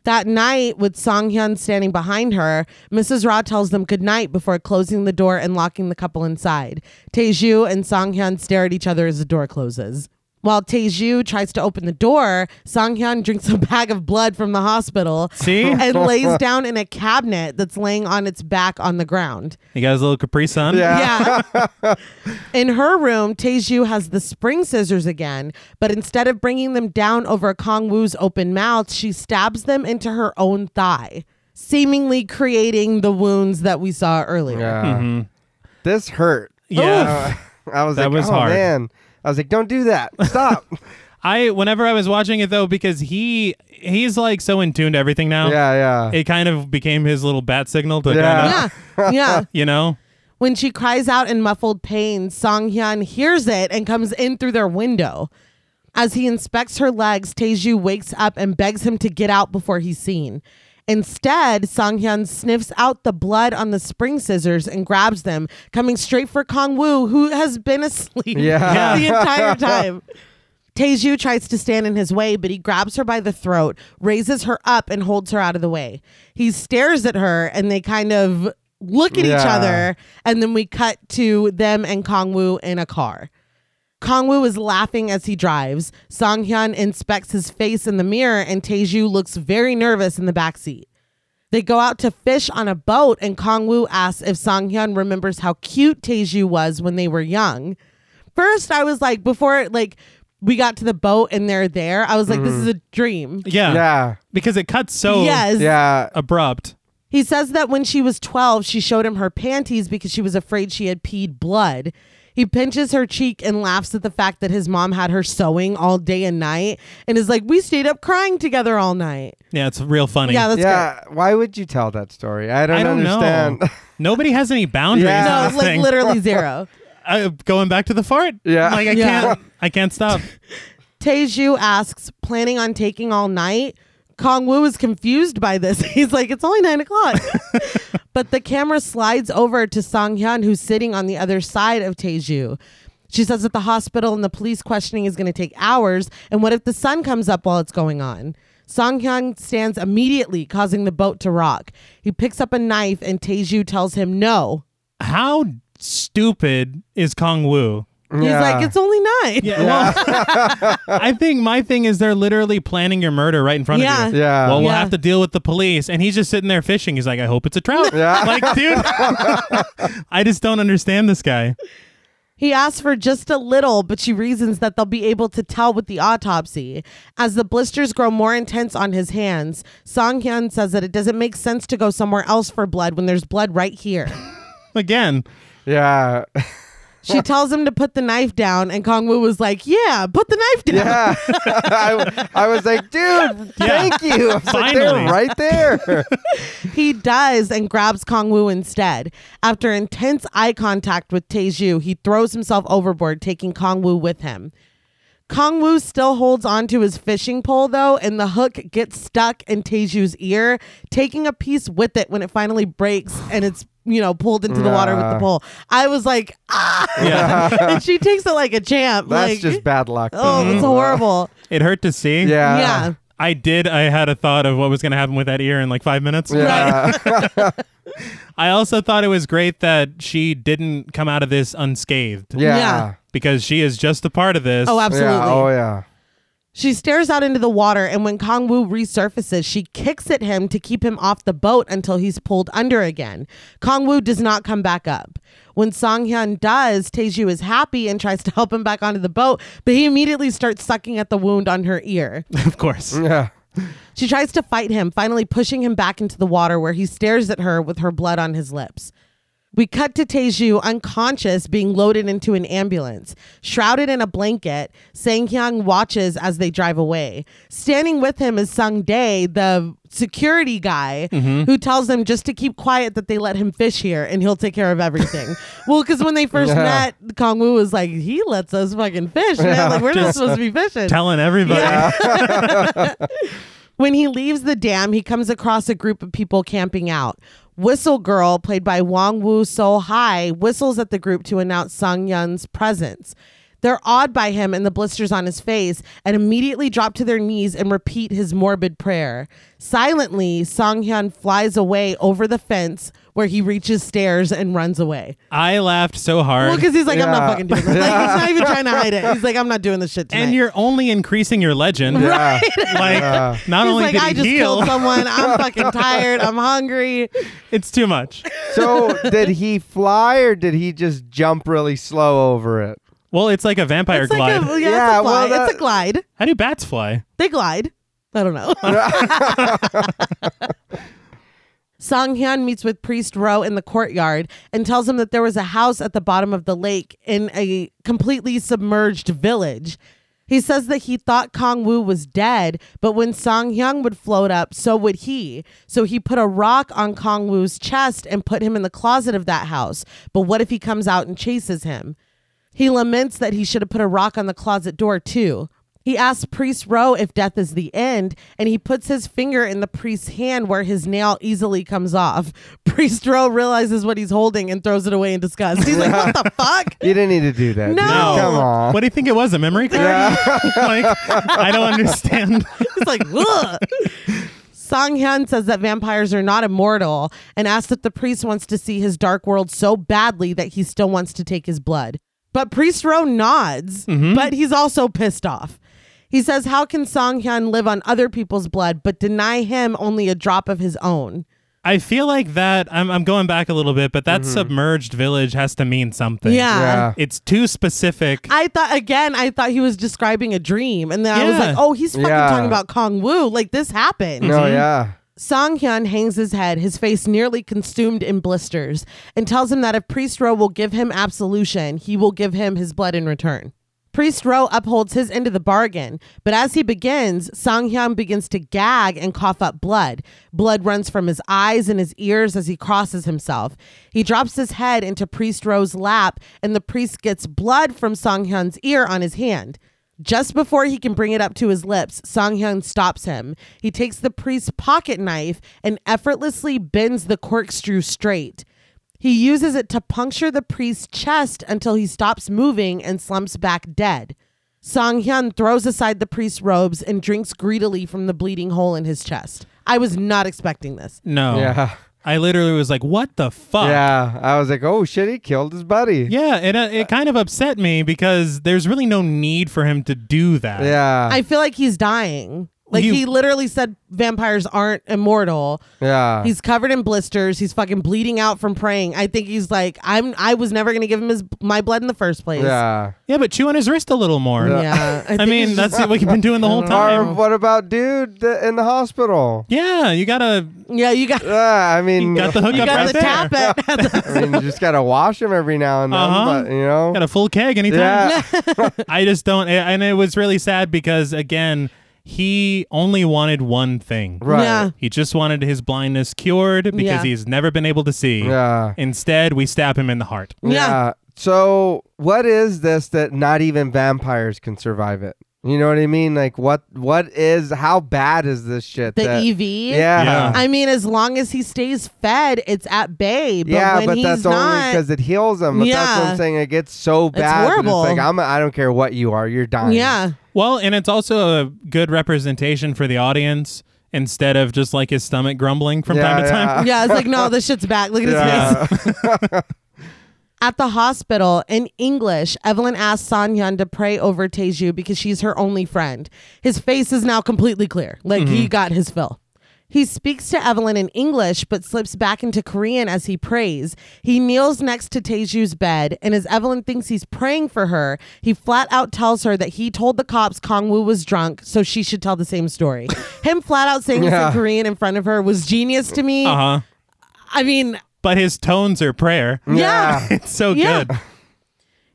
That night, with Song Hyun standing behind her, Mrs. Ra tells them goodnight before closing the door and locking the couple inside. Taeju and Song Hyun stare at each other as the door closes. While Taeju tries to open the door, Song Hyun drinks a bag of blood from the hospital
[laughs]
See?
and lays down in a cabinet that's laying on its back on the ground.
You got his little Capri Sun?
Yeah.
Yeah. In her room, Teju has the spring scissors again, but instead of bringing them down over Kong Wu's open mouth, she stabs them into her own thigh, seemingly creating the wounds that we saw earlier.
Yeah. This hurt.
Mm-hmm. Yeah.
[laughs] I was
That
like,
was
oh
hard.
man. I was like, don't do that. Stop.
[laughs]
[laughs]
I whenever I was watching it though, because he he's like so in tune to everything now.
yeah, yeah.
It kind of became his little bat signal to
Yeah.
kind of
Yeah. yeah.
you know?
When she cries out in muffled pain, Song Hyun hears it and comes in through their window. As he inspects her legs, Taeju wakes up and begs him to get out before he's seen. Instead, Song Hyun sniffs out the blood on the spring scissors and grabs them, coming straight for Kong Woo, who has been asleep
Yeah.
[laughs] the entire time. Teju tries to stand in his way, but he grabs her by the throat, raises her up, and holds her out of the way. He stares at her, and they kind of look at each
Yeah.
other. And then we cut to them and Kongwu in a car. Kongwu is laughing as he drives. Song Hyun inspects his face in the mirror, and Teju looks very nervous in the backseat. They go out to fish on a boat, and Kong Wu asks if Song Hyun remembers how cute Taeju was when they were young. First, I was like, before like we got to the boat and they're there, I was like, this is a dream.
Yeah.
Yeah.
Because it cuts so
yes.
Yeah.
abrupt.
He says that when she was 12, she showed him her panties because she was afraid she had peed blood. He pinches her cheek and laughs at the fact that his mom had her sewing all day and night and is like, we stayed up crying together all night.
Yeah, it's real funny.
Yeah, that's good.
Yeah. Why would you tell that story? I don't,
I don't
understand. [laughs]
know. [laughs] Nobody has any boundaries.
Yeah.
in
No,
this
like
thing.
literally zero.
I, going back to the fart.
Yeah.
Like I
Yeah.
can't I can't stop.
Teju asks, planning on taking all night? Kong Wu is confused by this. [laughs] He's like, it's only nine o'clock. but the camera slides over to Song Hyun, who's sitting on the other side of Teju. She says that the hospital and the police questioning is going to take hours. And what if the sun comes up while it's going on? Song Hyun stands immediately, causing the boat to rock. He picks up a knife, and Teju tells him no.
How stupid is Kong Wu?
He's
Yeah.
like, it's only nine.
Yeah. well, I think my thing is they're literally planning your murder right in front
Yeah.
of you.
Yeah.
Well, we'll
Yeah.
have to deal with the police, and he's just sitting there fishing. He's like, I hope it's a trout.
Yeah.
[laughs] Like, dude, I just don't understand this guy.
He asks for just a little, but she reasons that they'll be able to tell with the autopsy. As the blisters grow more intense on his hands, Song Hyun says that it doesn't make sense to go somewhere else for blood when there's blood right here.
Again,
Yeah. [laughs]
She tells him to put the knife down, and Kong Wu was like, Yeah, put the knife down.
Yeah. I, I was like, dude, thank you. I was like, they
Finally.
were right
[laughs]
there.
He does and grabs Kong Wu instead. After intense eye contact with Teju, he throws himself overboard, taking Kong Wu with him. Kong Wu still holds onto his fishing pole though, and the hook gets stuck in Teju's ear, taking a piece with it when it finally breaks and it's you know pulled into the water with the
Nah.
pole. I was like, ah, [laughs] and she takes it like a champ.
That's
like,
just bad luck.
oh,
Mhm.
it's horrible.
It hurt to see.
Yeah.
yeah.
I did. I had a thought of what was going to happen with that ear in like five minutes.
Yeah.
I also thought it was great that she didn't come out of this unscathed
Yeah.
Yeah.
because she is just a part of this. [laughs]
Oh, absolutely.
Yeah. Oh, yeah.
She stares out into the water, and when Kong Wu resurfaces, she kicks at him to keep him off the boat until he's pulled under again. Kong Wu does not come back up. When Song Hyun does, Taeju is happy and tries to [laughs] help him back onto the boat, but he immediately starts sucking at the wound on her ear.
of course.
Yeah.
She tries to fight him, finally pushing him back into the water where he stares at her with her blood on his lips. We cut to Teju unconscious being loaded into an ambulance. Shrouded in a blanket, Sang Hyang watches as they drive away. Standing with him is Sung Dae, the security guy, who tells them just to keep quiet that they let him fish here and he'll take care of everything. well, because when they first
Yeah.
met, Kong Wu was like, he lets us fucking fish, man. Like, we're not supposed to be fishing.
Telling everybody.
When he leaves the dam, he comes across a group of people camping out. Whistle Girl, played by Wong Woo So High, whistles at the group to announce Sung Yun's presence. They're awed by him and the blisters on his face and immediately drop to their knees and repeat his morbid prayer. Silently, Song Hyun flies away over the fence where he reaches stairs and runs away.
I laughed so hard.
Well, because he's like, I'm not
Yeah.
fucking doing this. Like, he's not even trying to hide it. He's like, I'm not doing this shit tonight.
and you're only increasing your legend.
Yeah.
Like, not
he's
only
like,
did
I
he
just
heal,
killed someone. I'm fucking tired. I'm hungry.
[laughs] it's too much.
So
[laughs]
did he fly or did he just jump really slow over it?
Well, it's like a vampire
It's
glide.
Like a, yeah, it's a
Yeah, well,
glide. it's
that-
a glide.
How do bats fly?
They glide. I don't
[laughs]
know. Song Hyun meets with Priest Ro in the courtyard and tells him that there was a house at the bottom of the lake in a completely submerged village. He says that he thought Kong Wu was dead, but when Song Hyun would float up, so would he. So he put a rock on Kong Wu's chest and put him in the closet of that house. But what if he comes out and chases him? He laments that he should have put a rock on the closet door, too. He asks Priest Rowe if death is the end, and he puts his finger in the priest's hand where his nail easily comes off. [laughs] Priest Rowe realizes what he's holding and throws it away in disgust. He's like, What the fuck?
You didn't need to do that. dude.
No.
Come on.
What do you think it was? A memory card? [laughs] like, I don't understand.
He's like, Ugh. Song Hyun says that vampires are not immortal and asks if the priest wants to see his dark world so badly that he still wants to take his blood. But Priest Ro nods,
Mm-hmm.
but he's also pissed off. He says, How can Song Hyun live on other people's blood but deny him only a drop of his own?
I feel like that. I'm, I'm going back a little bit, but that submerged village has to mean something.
Yeah.
Mm-hmm. Yeah.
It's too specific.
I thought again, I thought he was describing a dream. And then I was
Yeah.
like, Oh, he's fucking
Yeah.
talking about Kong Wu. Like this happened.
No, Oh, yeah.
Song Hyun hangs his head, his face nearly consumed in blisters, and tells him that if Priest Ro will give him absolution, he will give him his blood in return. Priest Ro upholds his end of the bargain, but as he begins, Song Hyun begins to gag and cough up blood. Blood runs from his eyes and his ears as he crosses himself. He drops his head into Priest Ro's lap, and the priest gets blood from Song Hyun's ear on his hand. Just before he can bring it up to his lips, Song Hyun stops him. He takes the priest's pocket knife and effortlessly bends the corkscrew straight. He uses it to puncture the priest's chest until he stops moving and slumps back dead. Song Hyun throws aside the priest's robes and drinks greedily from the bleeding hole in his chest. I was not expecting this.
no.
Yeah.
I literally was like, what the fuck?
Yeah. I was like, oh shit, he killed his buddy.
Yeah, it, uh, it kind of upset me because there's really no need for him to do that.
Yeah.
I feel like he's dying. Like
You-
he literally said vampires aren't immortal.
yeah.
He's covered in blisters. He's fucking bleeding out from praying. I think he's like, I'm. I was never gonna give him his my blood in the first place.
yeah.
Yeah, but chew on his wrist a little more.
yeah.
[laughs] I,
think
mean,
it's
that's what you've been
[laughs]
doing the whole
Or
time.
what about dude th- in the hospital?
Yeah, you gotta
just- yeah. You got, you
Yeah, I mean,
got the hookup
got
right
to
there.
tap it. [laughs] At the-
[laughs] I mean, you just gotta wash him every now and then,
Uh-huh.
but you know,
Got a full keg anytime.
yeah,
I just don't. And it was really sad because again, he only wanted one thing.
right,
Yeah.
He just wanted his blindness cured because
Yeah.
he's never been able to see.
yeah,
Instead, we stab him in the heart.
Yeah.
yeah. So, what is this that not even vampires can survive it? You know what I mean? Like, what? What is? How bad is this shit?
The
that-
EV.
Yeah.
Yeah.
I mean, as long as he stays fed, it's at bay. But
yeah,
when
but
he's
that's only
not,
because it heals them. But that's what
Yeah.
I'm saying. It gets so bad. that
horrible.
It's like I'm. I don't care what you are. You're dying.
yeah,
Well, and it's also a good representation for the audience instead of just like his stomach grumbling from time to time.
yeah, it's like no, this shit's back. Look at his face. [laughs]
Yeah.
At the hospital in English, Evelyn asks Sanyan to pray over Teju because she's her only friend. His face is now completely clear, like
Mm-hmm.
he got his fill. He speaks to Evelyn in English but slips back into Korean as he prays. He kneels next to Teju's bed, and as Evelyn thinks he's praying for her, he flat out tells her that he told the cops Kongwoo was drunk, so she should tell the same
[laughs]
story. Him flat out saying
Yeah. Uh-huh.
this in Korean in front of her was genius to me.
Uh huh.
I mean,
But his tones are prayer.
yeah.
It's so
Yeah.
good.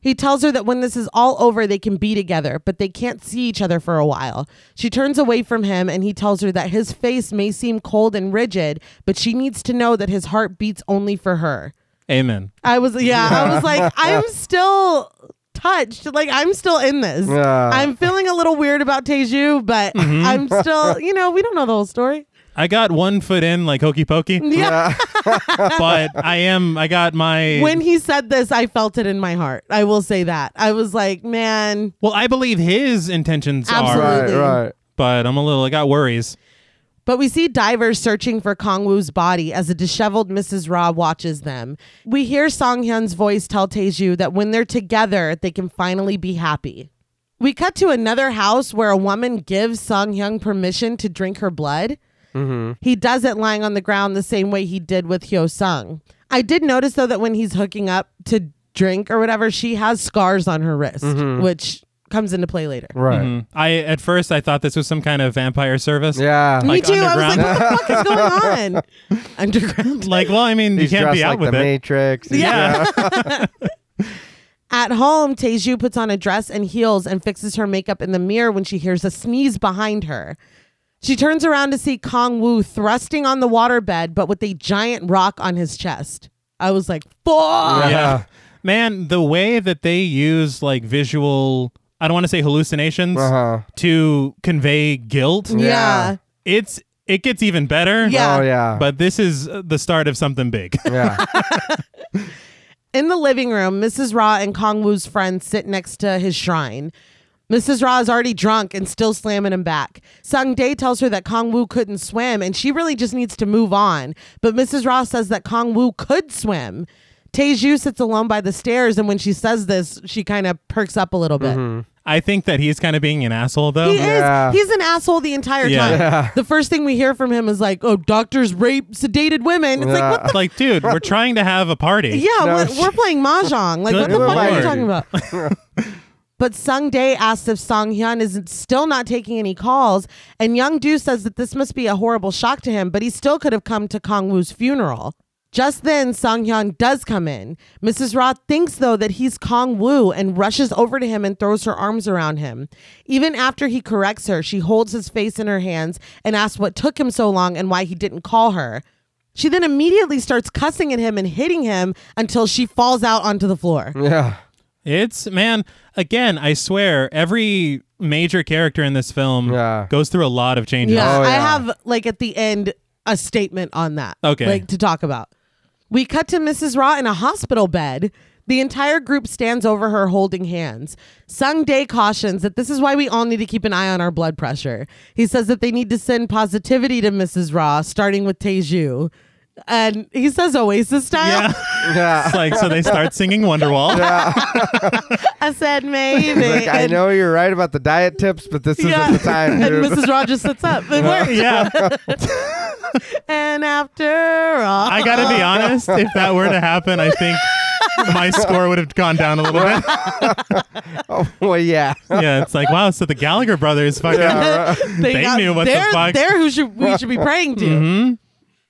He tells her that when this is all over, they can be together, but they can't see each other for a while. She turns away from him and he tells her that his face may seem cold and rigid, but she needs to know that his heart beats only for her.
Amen.
I was, yeah, I was [laughs] like, I'm still touched. Like, I'm still in this.
Yeah.
I'm feeling a little weird about Teju, but I'm still, you know, we don't know the whole story.
I got one foot in like
[laughs]
hokey pokey,
Yeah.
[laughs] but I am. I got my.
When he said this, I felt it in my heart. I will say that. I was like, man.
well, I believe his intentions are,
Absolutely.
[laughs] Right. Right.
but I'm a little. I got worries.
But we see divers searching for Kongwoo's body as a disheveled Mrs. Ra watches them. We hear Songhyun's voice tell Taeju that when they're together, they can finally be happy. We cut to another house where a woman gives Songhyun permission to drink her blood.
Mm-hmm.
He does it lying on the ground the same way he did with Hyo Sung. I did notice though that when he's hooking up to drink or whatever, she has scars on her wrist,
Mm-hmm.
which comes into play later.
Right.
Mm. I at first I thought this was some kind of vampire service.
Yeah.
Me
Like
too. I was like, what
underground.
the fuck is going on?
[laughs]
underground.
Like, well, I mean,
He's
you can't
dressed
be out
like
with
the
it.
Matrix. He's-
Yeah.
At home, Teju puts on a dress and heels and fixes her makeup in the mirror when she hears a sneeze behind her. She turns around to see Kong Wu thrusting on the waterbed, but with a giant rock on his chest. I was like,
[laughs]
fuck!
Yeah.
Man, the way that they use like visual, I don't want to say hallucinations
Uh-huh.
to convey guilt.
Yeah.
It's it gets even better.
Yeah.
Oh yeah.
But this is uh, the start of something big.
[laughs]
[laughs]
yeah.
In the living room, Mrs. Ra and Kong Wu's friends sit next to his shrine. Mrs. Ra is already drunk and still slamming him back. Sung Dae tells her that Kong Wu couldn't swim and she really just needs to move on. But Mrs. Ra says that Kong Wu could swim. Taeju sits alone by the stairs, and when she says this, she kind of perks up a little bit.
I think that he's kind of being an asshole though.
He
Yeah.
is. He's an asshole the entire
Yeah.
time.
Yeah.
The first thing we hear from him is like, oh, doctors rape sedated women. It's like,
Yeah.
what the
[laughs] Like, dude, we're trying to have a party.
Yeah,
No,
we're,
she-
we're playing mahjong. Like, what the
Good
fuck are you
lord.
talking about? but Sung Dae asks if Song Hyun is still not taking any calls, and Young Do says that this must be a horrible shock to him, but he still could have come to Kong Woo's funeral. Just then, Song Hyun does come in. Mrs. Ra thinks, though, that he's Kong Woo and rushes over to him and throws her arms around him. Even after he corrects her, she holds his face in her hands and asks what took him so long and why he didn't call her. She then immediately starts cussing at him and hitting him until she falls out onto the floor.
Yeah.
It's man, again, I swear, every major character in this film
Yeah.
goes through a lot of changes.
Yeah,
Oh,
I
yeah.
have like at the end a statement on that.
Okay.
like to talk about. We cut to Mrs. Ra in a hospital bed. The entire group stands over her holding hands. Sung Dae cautions that this is why we all need to keep an eye on our blood pressure. He says that they need to send positivity to Mrs. Ra, starting with Teju. And he says Oasis style.
[laughs] Yeah. [laughs]
Yeah.
It's like so they start singing Wonderwall.
[laughs] I
[laughs]
said maybe.
Like, I know you're right about the diet tips, but this
Yeah.
isn't the time,
[laughs] and
dude.
Mrs. Rogers sits
[laughs]
up. It works.
yeah.
And after all,
I gotta be honest, if that were to happen, I think my score would have gone down a little bit.
[laughs] oh,
[laughs]
well, yeah.
Yeah, it's like wow, so the Gallagher brothers fucking
they,
they
got-
knew what the
they're,
fuck. Mm-hmm.
They're who should, we should be praying to.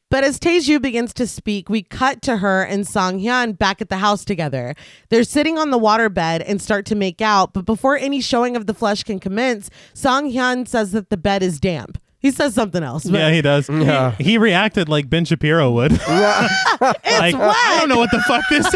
But as Taeju begins to speak, we cut to her and Song Hyun back at the house together. They're sitting on the waterbed and start to make out, but before any showing of the flesh can commence, Song Hyun says that the bed is damp. He says something else. But
[laughs] Yeah, he does.
Yeah.
He, he reacted like Ben Shapiro would. like, I don't know what the fuck this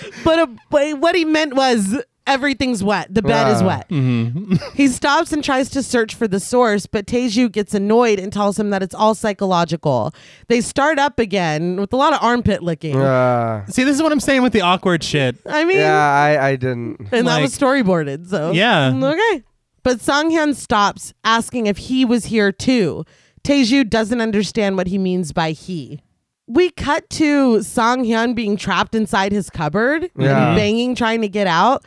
is.
But, a, but what he meant was everything's wet. The bed is
Ah.
wet. [laughs] he stops and tries to search for the source, but Teju gets annoyed and tells him that it's all psychological. They start up again with a lot of armpit licking.
Uh,
See, this is what I'm saying with the awkward shit.
I mean,
yeah, I, I didn't.
and that
like-
was storyboarded. So
Yeah.
okay. But Sang Hyun stops, asking if he was here too. Teju doesn't understand what he means by he. We cut to Sang Hyun being trapped inside his cupboard,
Yeah.
and banging, trying to get out.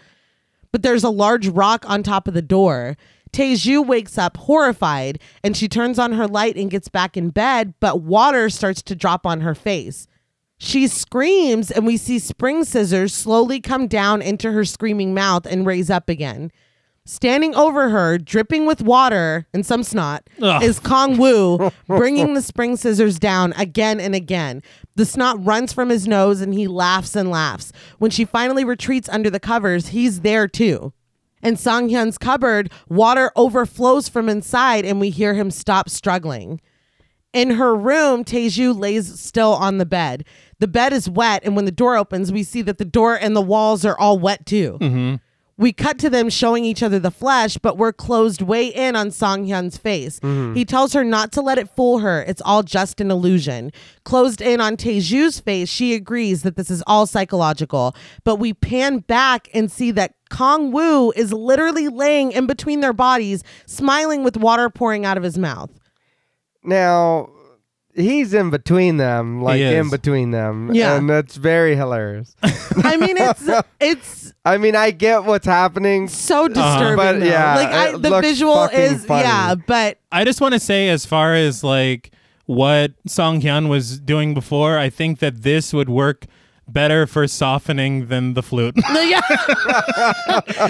But there's a large rock on top of the door. Teju wakes up horrified and she turns on her light and gets back in bed, but water starts to drop on her face. She screams, and we see spring scissors slowly come down into her screaming mouth and raise up again. Standing over her, dripping with water and some snot,
Ugh.
is Kong Wu bringing the spring scissors down again and again. The snot runs from his nose and he laughs and laughs. When she finally retreats under the covers, he's there too. In Sang Hyun's cupboard, water overflows from inside and we hear him stop struggling. In her room, Teju lays still on the bed. The bed is wet, and when the door opens, we see that the door and the walls are all wet too. We cut to them showing each other the flesh, but we're closed way in on Song Hyun's face.
Mm-hmm.
He tells her not to let it fool her. It's all just an illusion. Closed in on Teju's face, she agrees that this is all psychological. But we pan back and see that Kong Wu is literally laying in between their bodies, smiling with water pouring out of his mouth.
Now he's in between them, like
is.
in between them.
Yeah.
and that's very hilarious.
I mean,
[laughs]
it's it's
I mean, I get what's happening.
so disturbing.
Uh, But,
though.
yeah,
like I,
it
the
looks
visual
fucking
is
funny.
yeah, but
I just want to say, as far as like what Song Hyun was doing before, I think that this would work better for softening than the flute.
no, yeah.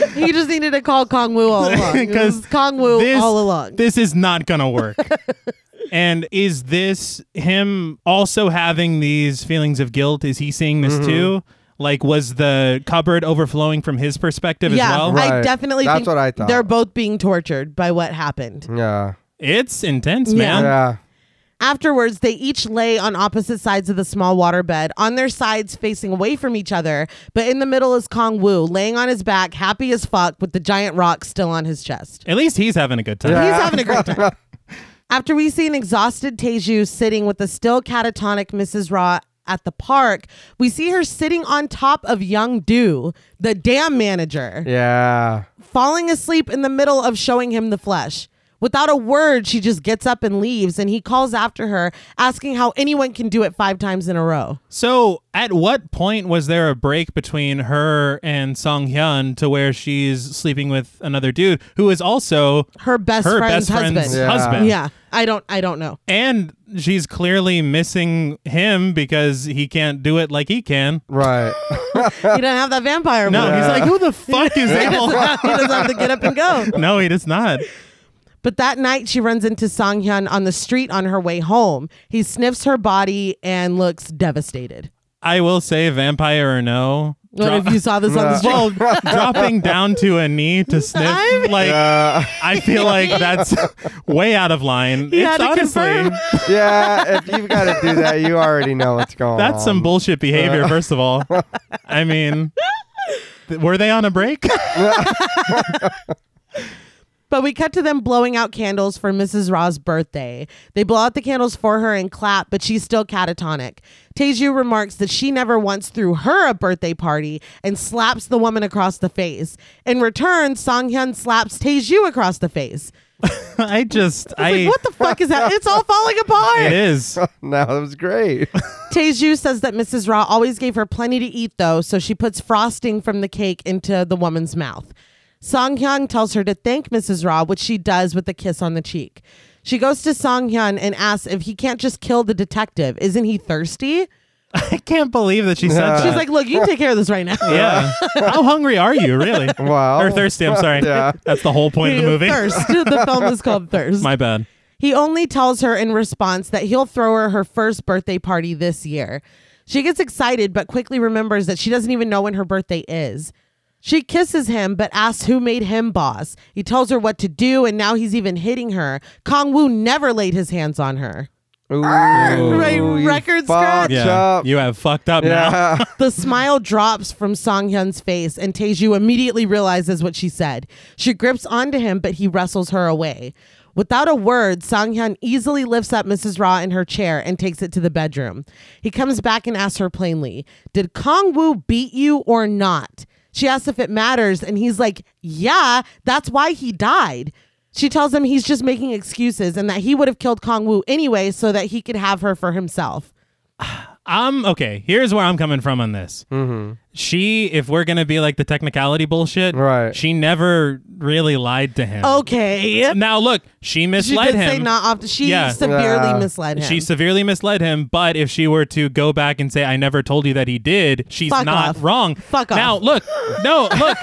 [laughs] he just needed to call Kong Wu all along because Kong Wu
this-
[laughs] all along.
This is not
[laughs]
gonna work. and is this him also having these feelings of guilt? Is he seeing this too? Like, was the cupboard overflowing from his perspective
yeah,
as well?
Right.
I definitely
That's
think
what I thought.
they're both being tortured by what happened.
Yeah,
It's intense,
Yeah.
man.
yeah.
Afterwards, they each lay on opposite sides of the small water bed, on their sides facing away from each other, but in the middle is Kong Wu laying on his back, happy as fuck, with the giant rock still on his chest.
At least he's having a good time.
He's having a
[laughs]
great time. After we see an exhausted Teju sitting with the still catatonic Mrs. Raw at the park, we see her sitting on top of Young Do, the dam manager,
Yeah.
falling asleep in the middle of showing him the flesh. Without a word, she just gets up and leaves, and he calls after her, asking how anyone can do it five times in a row.
So, at what point was there a break between her and Song Hyun to where she's sleeping with another dude who is also
Her best
her
friend's
best friend's
husband.
husband?
Yeah.
yeah, I don't, I don't know.
And she's clearly missing him because he can't do it like he can.
[laughs]
Right.
He doesn't have that vampire.
No,
blood.
he's like, who
[laughs]
the fuck is
he
able?
doesn't have- he doesn't have to get up and go.
[laughs] No, he does not.
But that night, she runs into Sang Hyun on the street on her way home. He sniffs her body and looks devastated.
I will say, vampire or no,
What
dro- [laughs]
if you saw this on the street?
well, dropping down to a knee to sniff,
I mean-
like
Uh,
I feel
[laughs]
like that's way out of line.
had
It's
to
honestly
confirm.
yeah. If you've got to do that, you already know what's going on.
that's some
uh,
bullshit behavior. First
[laughs]
of all, I mean, th- were they on a break? [laughs]
But we cut to them blowing out candles for Mrs. Ra's birthday. They blow out the candles for her and clap, but she's still catatonic. Teju remarks that she never once threw her a birthday party and slaps the woman across the face. In return, Sang Hyun slaps Teju across the face.
I just, I.
Like, what the fuck is that? It's all falling apart.
it is.
No, that was
[laughs]
great.
Teju says that Mrs. Ra always gave her plenty to eat, though, so she puts frosting from the cake into the woman's mouth. Song Hyun tells her to thank Mrs. Ra, which she does with a kiss on the cheek. She goes to Song Hyun and asks if he can't just kill the detective. Isn't he thirsty?
I can't believe that she said that.
She's like, Look, you can take care of this right now.
Uh, [laughs]
[laughs]
yeah. How hungry are
[laughs]
you, really?
Well,
or thirsty. I'm sorry.
yeah.
That's the whole point of the movie.
Thirst. [laughs] The film is called Thirst.
My bad.
He only tells her in response that he'll throw her her first birthday party this year. She gets excited but quickly remembers that she doesn't even know when her birthday is. She kisses him but asks who made him boss. He tells her what to do and now he's even hitting her. Kong Wu never laid his hands on her.
Ooh,
Right,
you
record
fucked
scratch.
Yeah,
[laughs] up.
you have fucked up now.
Yeah.
The smile drops from Song Hyun's face, and Taeju immediately realizes what she said. She grips onto him, but he wrestles her away. Without a word, Song Hyun easily lifts up Mrs. Ra in her chair and takes it to the bedroom. He comes back and asks her plainly, Did Kong Wu beat you or not? She asks if it matters, and he's like, Yeah, that's why he died. She tells him he's just making excuses and that he would have killed Kong Wu anyway so that he could have her for himself.
I'm Um, okay. Here's where I'm coming from on this.
Mm-hmm.
She, if we're gonna be like the technicality bullshit,
Right.
She never really lied to him.
Okay.
Now look, she
She
misled
did
him.
say not often. She
Yeah.
severely
Yeah.
misled him.
She severely misled him, but if she were to go back and say, I never told you that he did, she's
Fuck
not
off.
wrong.
Fuck off.
Now, look, no, look,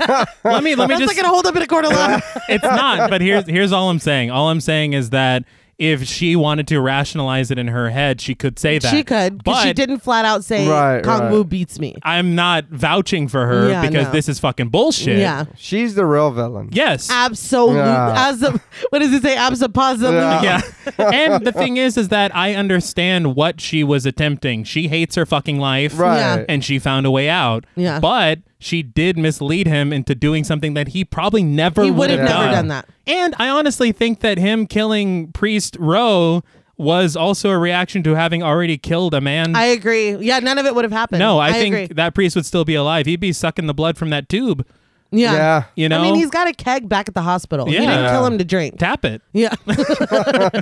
let me, let
[laughs]
me
That's not
just,
gonna hold up in a court of
[laughs]
law. [laughs]
it's not, but here's, here's all I'm saying. All I'm saying is that if she wanted to rationalize it in her head, she could say that.
she could, because
but
she didn't flat out say
Right,
Kong
right.
Wu beats me.
I'm not vouching for her
Yeah,
because
no.
this is fucking bullshit.
Yeah,
She's the real villain.
Yes.
absolutely.
Yeah.
As a, what does it say? Absolutely.
Yeah.
[laughs]
yeah. and the thing is, is that I understand what she was attempting. She hates her fucking life.
Right.
and she found a way out.
Yeah.
But she did mislead him into doing something that he probably never
He
would have
never
done.
done that.
And I honestly think that him killing Priest Rowe was also a reaction to having already killed a man.
I agree. Yeah, none of it would have happened.
no, I, think
agree.
that priest would still be alive. He'd be sucking the blood from that tube.
Yeah.
Yeah.
You know,
I mean, he's got a keg back at the hospital. He
Yeah.
didn't kill him to drink.
tap it.
Yeah. [laughs]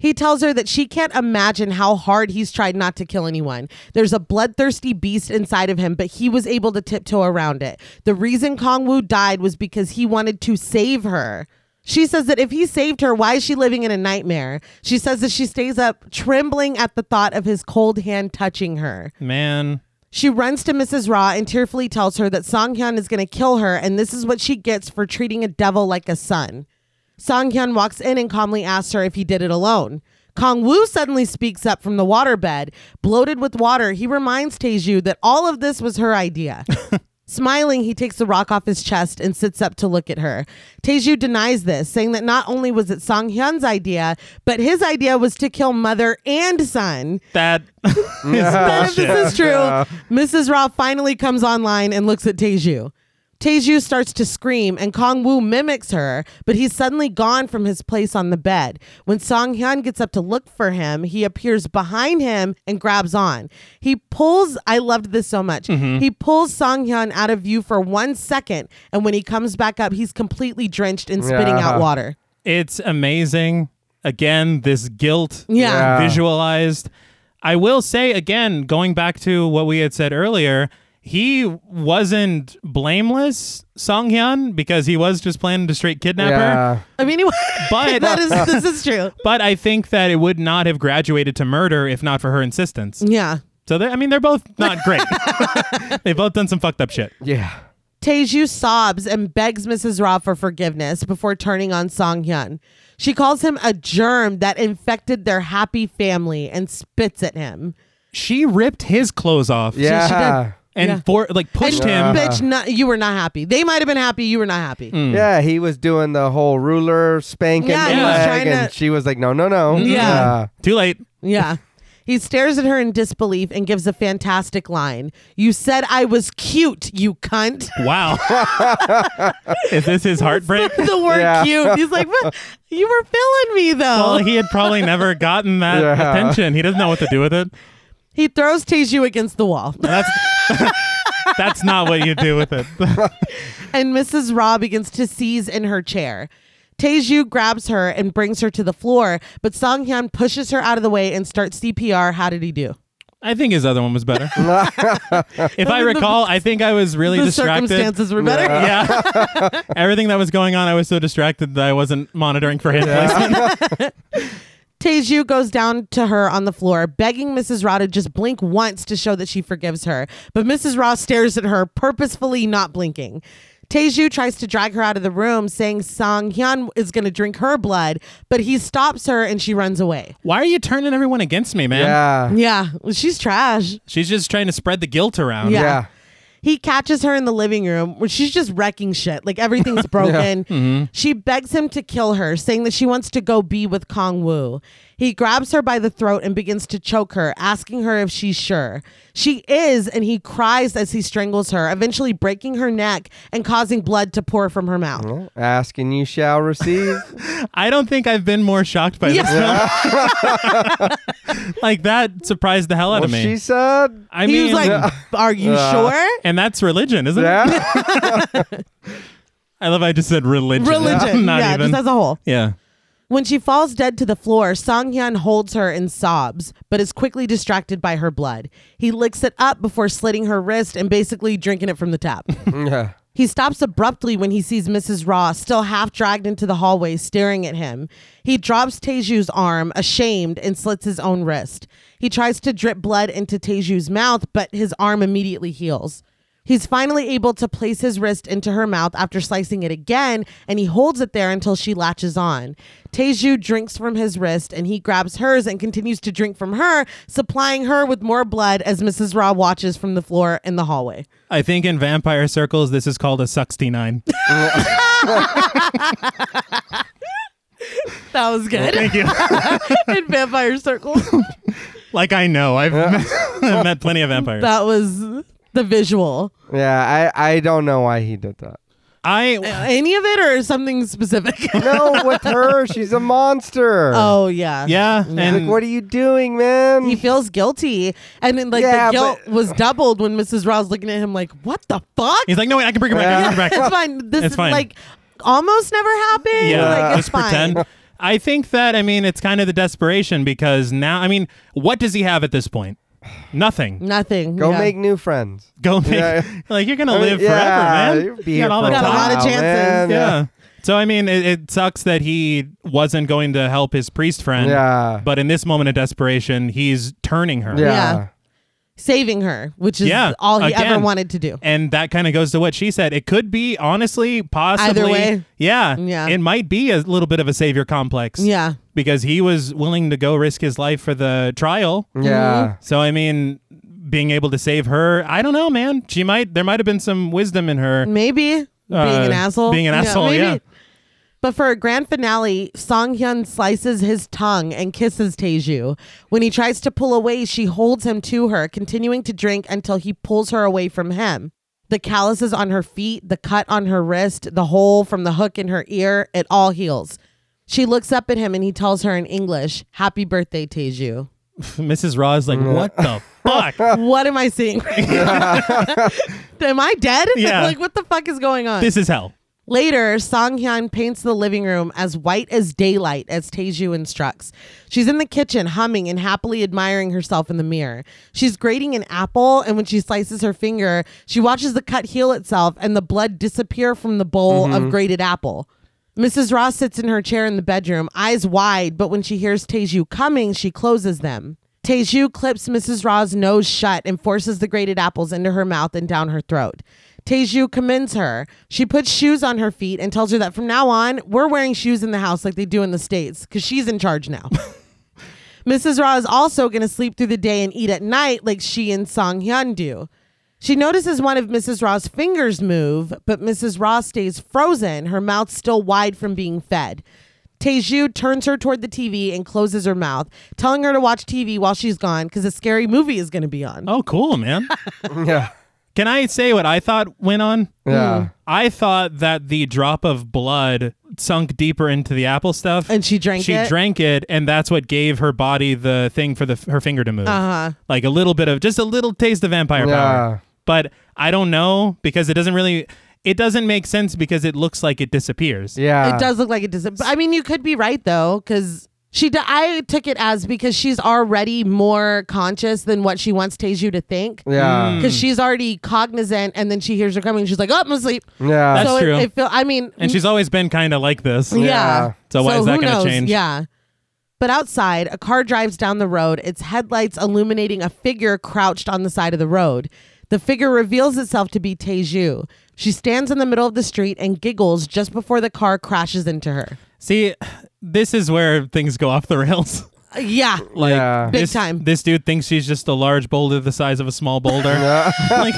he tells her that she can't imagine how hard he's tried not to kill anyone. There's a bloodthirsty beast inside of him, but he was able to tiptoe around it. The reason Kong Wu died was because he wanted to save her. She says that if he saved her, why is she living in a nightmare? She says that she stays up trembling at the thought of his cold hand touching her.
Man,
She runs to Mrs. Ra and tearfully tells her that Song Hyun is going to kill her, and this is what she gets for treating a devil like a son. Song Hyun walks in and calmly asks her if he did it alone. Kong Wu suddenly speaks up from the waterbed. Bloated with water, he reminds Taeju that all of this was her idea. Smiling, he takes the rock off his chest and sits up to look at her. Taeju denies this, saying that not only was it Song Hyun's idea, but his idea was to kill mother and son.
that
But if this is true, Mrs. Ra finally comes online and looks at Teju. Teju starts to scream, and Kong Wu mimics her, but he's suddenly gone from his place on the bed. When Song Hyun gets up to look for him, he appears behind him and grabs on. He pulls, I loved this so much. He pulls Song Hyun out of view for one second, and when he comes back up, he's completely drenched and spitting out
Yeah.
water.
it's amazing. Again, this guilt
Yeah.
Yeah.
visualized. I will say again, going back to what we had said earlier, he wasn't blameless, Song Hyun, because he was just planning to straight kidnap her.
Yeah.
I mean, [laughs] anyway,
But-
that is, this is true.
[laughs] But I think that it would not have graduated to murder if not for her insistence.
Yeah.
So, they- I mean, they're both not
[laughs]
great. [laughs] They've both done some fucked up shit.
Yeah.
Teju sobs and begs Mrs. Ra for forgiveness before turning on Song Hyun. She calls him a germ that infected their happy family and spits at him.
She ripped his clothes off
she
Yeah.
and
Yeah.
for like pushed
And,
him. Mm.
Bitch, no, you were not happy. They might have been happy. You were not happy.
Hmm.
Yeah, he was doing the whole ruler spanking
Yeah,
the
he was
leg,
trying to-
and she was like, "No, no, no."
Yeah.
Too late.
Yeah. He stares at her in disbelief and gives a fantastic line. You said I was cute, you cunt. [laughs]
Wow. Is this his heartbreak?
the word
Yeah.
cute. He's like, but you were feeling me though.
Well, he had probably never gotten that
Yeah.
attention. He doesn't know what to do with it.
he throws Teju against the wall.
That's [laughs] that's not what you do with it. [laughs]
and Mrs. Ra begins to seize in her chair. Taeju grabs her and brings her to the floor, but Song Hyun pushes her out of the way and starts CPR. How did he do?
I think his other one
[laughs]
was better. if I recall, I think I was really
The
distracted.
circumstances were better.
Yeah. Everything that was going on, I was so distracted that I wasn't monitoring for his placement.
Teju goes down to her on the floor, begging Mrs. Ra to just blink once to show that she forgives her. But Mrs. Ra stares at her, purposefully not blinking. Teju tries to drag her out of the room, saying Song Hyun is going to drink her blood, but he stops her and she runs away.
Why are you turning everyone against me, man?
Yeah.
Yeah, she's trash.
She's just trying to spread the guilt around.
Yeah.
Yeah.
He catches her in the living room where she's just wrecking shit. Like everything's
[laughs]
broken. She
Mm-hmm.
begs him to kill her, saying that she wants to go be with Kong Wu. He grabs her by the throat and begins to choke her, asking her if she's sure. She is, and he cries as he strangles her, eventually breaking her neck and causing blood to pour from her mouth.
Asking you shall
[laughs]
receive.
I don't think I've been more shocked by this film.
[laughs]
like that surprised the hell out
well,
of me.
she said.
I
he
mean,
was like, Are
[laughs]
you sure?
and that's religion, isn't
[laughs]
it?
Yeah. [laughs]
I love. I just said religion.
Religion.
[laughs] Not
yeah,
even.
just as a whole.
yeah.
When she falls dead to the floor, Song Hyun holds her and sobs, but is quickly distracted by her blood. He licks it up before slitting her wrist and basically drinking it from the tap.
yeah.
he stops abruptly when he sees Mrs. Ross still half dragged into the hallway, staring at him. He drops Teju's arm, ashamed, and slits his own wrist. He tries to drip blood into Teju's mouth, but his arm immediately heals. He's finally able to place his wrist into her mouth after slicing it again, and he holds it there until she latches on. Teju drinks from his wrist, and he grabs hers and continues to drink from her, supplying her with more blood as Mrs. Ra watches from the floor in the hallway.
I think in vampire circles, this is called a
[laughs]
sixty nine.
That was good.
Thank you.
[laughs] in vampire circle.
[laughs] like I know, I've I've [laughs] met plenty of vampires.
that was the visual.
Yeah. I, I don't know why he did that.
I
Any of it or something
[laughs]
specific? [laughs]
No, with her, she's a monster.
oh yeah.
yeah,
Like,
and
what are you doing, man?
He feels guilty, and then like
Yeah,
the guilt
but-
was doubled when Mrs. Ross looking at him like, "What the fuck?"
he's like, no wait, I can bring it back. I can bring it back.
it's fine. This
It's
is
fine.
like almost never happened. [laughs]
Yeah,
like, it's
just
fine.
pretend. I think that I mean it's kind of the desperation because now I mean what does he have at this point? Nothing.
Nothing.
Go
yeah.
make new friends.
Go make
Yeah.
[laughs] like you're gonna
I mean,
live
yeah,
forever, man.
you'll be
You
here
got all
for
the
Got a
time.
lot of
while,
chances.
man.
yeah. So I mean, it, it sucks that he wasn't going to help his priest friend.
Yeah.
But in this moment of desperation, he's turning her.
Yeah. saving her, which is
Yeah,
all he ever
again.
wanted to do.
And that kind of goes to what she said. It could be, honestly, possibly.
way.
Yeah.
Yeah.
It might be a little bit of a savior complex.
Yeah.
Because he was willing to go risk his life for the trial.
Yeah.
So I mean, being able to save her, I don't know, man. She might. There might have been some wisdom in her.
Maybe being an asshole.
Uh, being an asshole, yeah.
But for a grand finale, Song Hyun slices his tongue and kisses Taeju. When he tries to pull away, she holds him to her, continuing to drink until he pulls her away from him. The calluses on her feet, the cut on her wrist, the hole from the hook in her ear, it all heals. She looks up at him and he tells her in English, Happy birthday, Teju.
Mrs. Raw is like,
[laughs]
what the fuck?
What am I seeing? right
[laughs]
now? [laughs] am I dead?
Yeah.
like, what the fuck is going on?
This is hell.
Later, Song Hyun paints the living room as white as daylight as Taeju instructs. She's in the kitchen humming and happily admiring herself in the mirror. She's grating an apple, and when she slices her finger, she watches the cut heal itself and the blood disappear from the bowl of grated apple. Mrs. Ross sits in her chair in the bedroom, eyes wide, but when she hears Teju coming, she closes them. Teju clips Mrs. Ra's nose shut and forces the grated apples into her mouth and down her throat. Teju commends her. She puts shoes on her feet and tells her that from now on, we're wearing shoes in the house like they do in the States because she's in charge now. Mrs. Ra is also going to sleep through the day and eat at night like she and Song Hyun do. She notices one of Mrs. Ra's fingers move, but Mrs. Ra stays frozen, her mouth still wide from being fed. Teju turns her toward the TV and closes her mouth, telling her to watch TV while she's gone because a scary movie is going to be on.
Oh, cool, man.
Yeah.
Mm-hmm.
Yeah.
Can I say what I thought went on? Hmm.
Yeah.
I thought that the drop of blood sunk deeper into the apple stuff.
And she drank
she
it?
drank it, and that's what gave her body the thing for the her finger to move. Uh-huh. Like a little bit of just a little taste of vampire
Yeah.
power. But I don't know because it doesn't really it doesn't make sense because it looks like it disappears.
Yeah.
it does look like it does. but, I mean, you could be right though, because she. d- I took it as because she's already more conscious than what she wants Teju to think.
Yeah.
Mm.
because she's already cognizant, and then she hears her coming. She's like, "Oh, I'm asleep."
Yeah.
That's
so it-
true.
It, feel, I mean, mm,
And she's always been kind of like this.
yeah.
Yeah.
So why is that
who
gonna
knows?
change?
Yeah. But outside, a car drives down the road, its headlights illuminating a figure crouched on the side of the road. The figure reveals itself to be Teju. She stands in the middle of the street and giggles just before the car crashes into her.
See, this is where things go off the rails. [laughs]
Uh, yeah,
Like
Yeah.
Big
this,
time.
This dude thinks she's just a large boulder the size of a small boulder, [laughs] like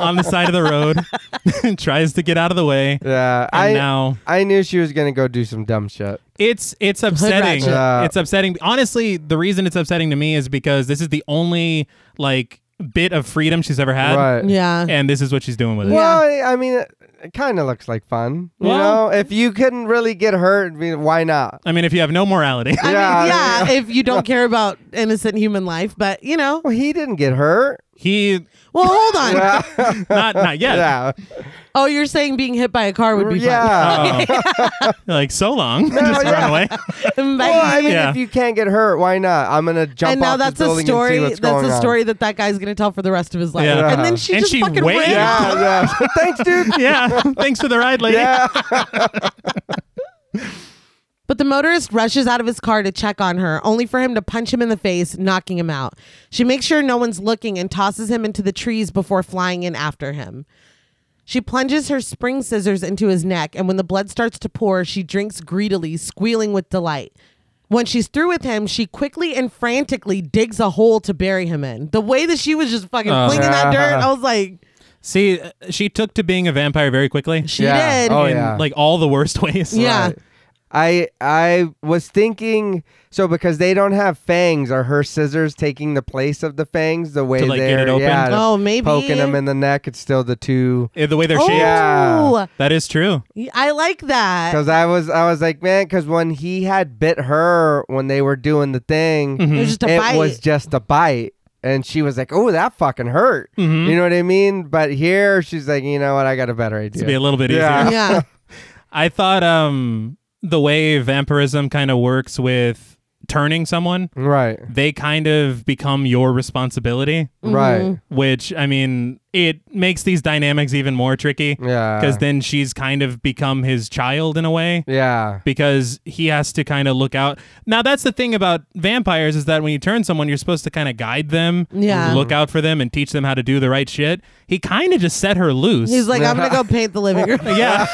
on the side of the road. [laughs] tries to get out of the way.
Yeah,
And
I
now
I knew she was gonna go do some dumb shit.
it's it's upsetting.
ratchet.
Yeah.
It's upsetting. Honestly, the reason it's upsetting to me is because this is the only like bit of freedom she's ever had,
Right.
yeah.
and this is what she's doing with it.
Well, I- I mean, it, it kind of looks like fun. You
Well-
know, if you couldn't really get hurt, I mean, why not?
I mean, if you have
[laughs]
no morality,
I
Yeah,
mean, yeah, if you don't care about innocent human life, but you know,
Well, he didn't get hurt.
he
well, hold on.
not not yet.
Yeah.
Oh, you're saying being hit by a car would be Uh,
Yeah.
[laughs]
Oh. like
[laughs]
so long, just
yeah.
run away. [laughs]
fun. Bye.
Well, I mean,
Oh. Yeah.
if you can't get hurt, why not? I'm gonna jump
and now
off
that's
this
a
building
story.
and see what's
That's
going
a
on.
story that that guy's gonna tell for the rest of his life.
Yeah.
And then she
And
just
she
fucking
waited.
ran.
Yeah,
[laughs]
yeah. Thanks, dude.
yeah. Thanks for the ride, lady.
Yeah.
But the motorist rushes out of his car to check on her, only for him to punch him in the face, knocking him out. She makes sure no one's looking and tosses him into the trees before flying in after him. She plunges her spring scissors into his neck, and when the blood starts to pour, she drinks greedily, squealing with delight. When she's through with him, she quickly and frantically digs a hole to bury him in. The way that she was just fucking
Uh.
flinging that dirt, I was like,
See, uh, she took to being a vampire very quickly.
she
Yeah.
did.
Oh,
in
yeah.
like all the worst [laughs] ways.
yeah.
I I was thinking so because they don't have fangs. Are her scissors taking the place of the fangs? The way
To, like, get
they're
it open?
yeah,
Oh, maybe.
poking them in the neck. It's still the two.
Eh, The way they're
Oh,
shaped.
Yeah.
That is true.
I like that.
Because I was I was like man, because when he had bit her when they were doing the thing,
Mm-hmm.
It was just a
it
bite.
was just a bite. And she was like, "Oh, that fucking hurt."
Mm-hmm.
You know what I mean? But here, she's like, "You know what? I got a better idea."
To be a little bit
Yeah.
easier.
yeah.
I thought um the way vampirism kind of works with turning someone,
right,
they kind of become your responsibility,
Mm-hmm.
right,
which I mean, it makes these dynamics even more tricky
yeah,
because then she's kind of become his child in a way.
yeah,
because he has to kind of look out. Now that's the thing about vampires is that when you turn someone, you're supposed to kind of guide them,
Yeah.
Mm-hmm.
look out for them, and teach them how to do the right shit. He kind of just set her loose.
He's
[laughs]
like, "Ah." I'm gonna go paint the living room.
yeah,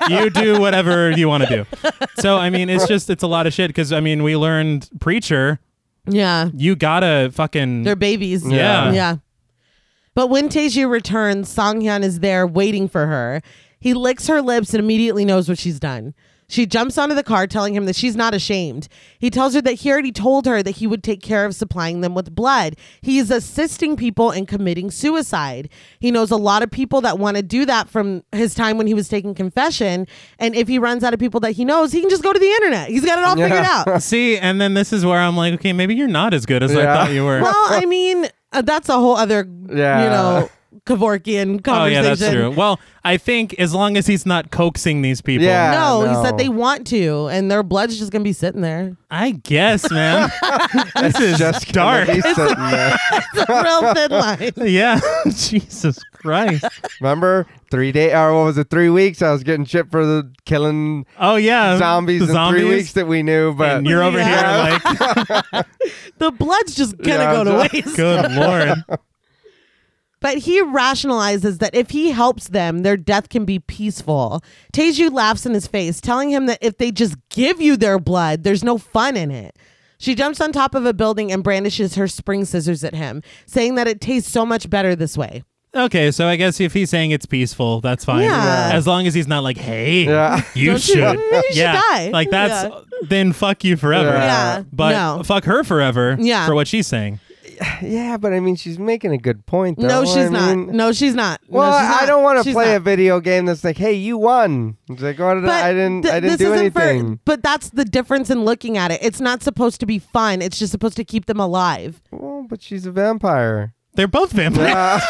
[laughs] you do whatever you want to do. So I mean, it's just it's a lot of shit because I mean, we learned preacher,
yeah,
you gotta fucking
they're babies.
Yeah.
yeah. But when Taeju returns, Songhyun is there waiting for her. He licks her lips and immediately knows what she's done. She jumps onto the car, telling him that she's not ashamed. He tells her that he already told her that he would take care of supplying them with blood. He is assisting people in committing suicide. He knows a lot of people that want to do that from his time when he was taking confession. And if he runs out of people that he knows, he can just go to the internet. He's got it all figured
Yeah.
[laughs]
out.
see. And then this is where I'm like, okay, maybe you're not as good as I
Yeah.
thought you [laughs] were.
well, I mean, uh, that's a whole other,
Yeah.
you know, Kevorkian conversation.
Oh yeah, that's true. Well, I think as long as he's not coaxing these people,
yeah.
No, he said
no.
they want to, and their blood's just gonna be sitting there. [laughs]
I guess,
[laughs]
man. this is
Just
dark.
He's sitting there.
It's a real
[laughs]
thin line.
[laughs] yeah. Jesus Christ.
Remember, three day or what was it? Three weeks. I was getting shit for the killing
Oh yeah.
zombies,
the
in
zombies.
three weeks that we knew. But
and you're over
Yeah.
here
[laughs]
like,
The blood's just gonna
Yeah,
go to
just-
waste.
good lord.
But he rationalizes that if he helps them, their death can be peaceful. Teju laughs in his face, telling him that if they just give you their blood, there's no fun in it. She jumps on top of a building and brandishes her spring scissors at him, saying that it tastes so much better this way.
Okay, so I guess if he's saying it's peaceful, that's fine.
Yeah.
As long as he's not like, hey,
Yeah. [laughs]
you
Don't you-
should.
you should
yeah.
die.
Like that's
Yeah.
then fuck you forever.
Yeah. Yeah.
But
No.
fuck her forever
Yeah.
for what she's saying.
yeah, but I mean, she's making a good point. Though.
No,
I
she's not.
mean-
No, she's not. No,
Well,
she's
I- I
not.
don't want to
She's
play
not.
a video game that's like, "Hey, you won." It's like, "What did I, I didn't?
th-
I didn't
this
do
isn't for-
anything."
but that's the difference in looking at it. It's not supposed to be fun. It's just supposed to keep them alive.
Well, but she's a vampire. [laughs]
They're both vampires.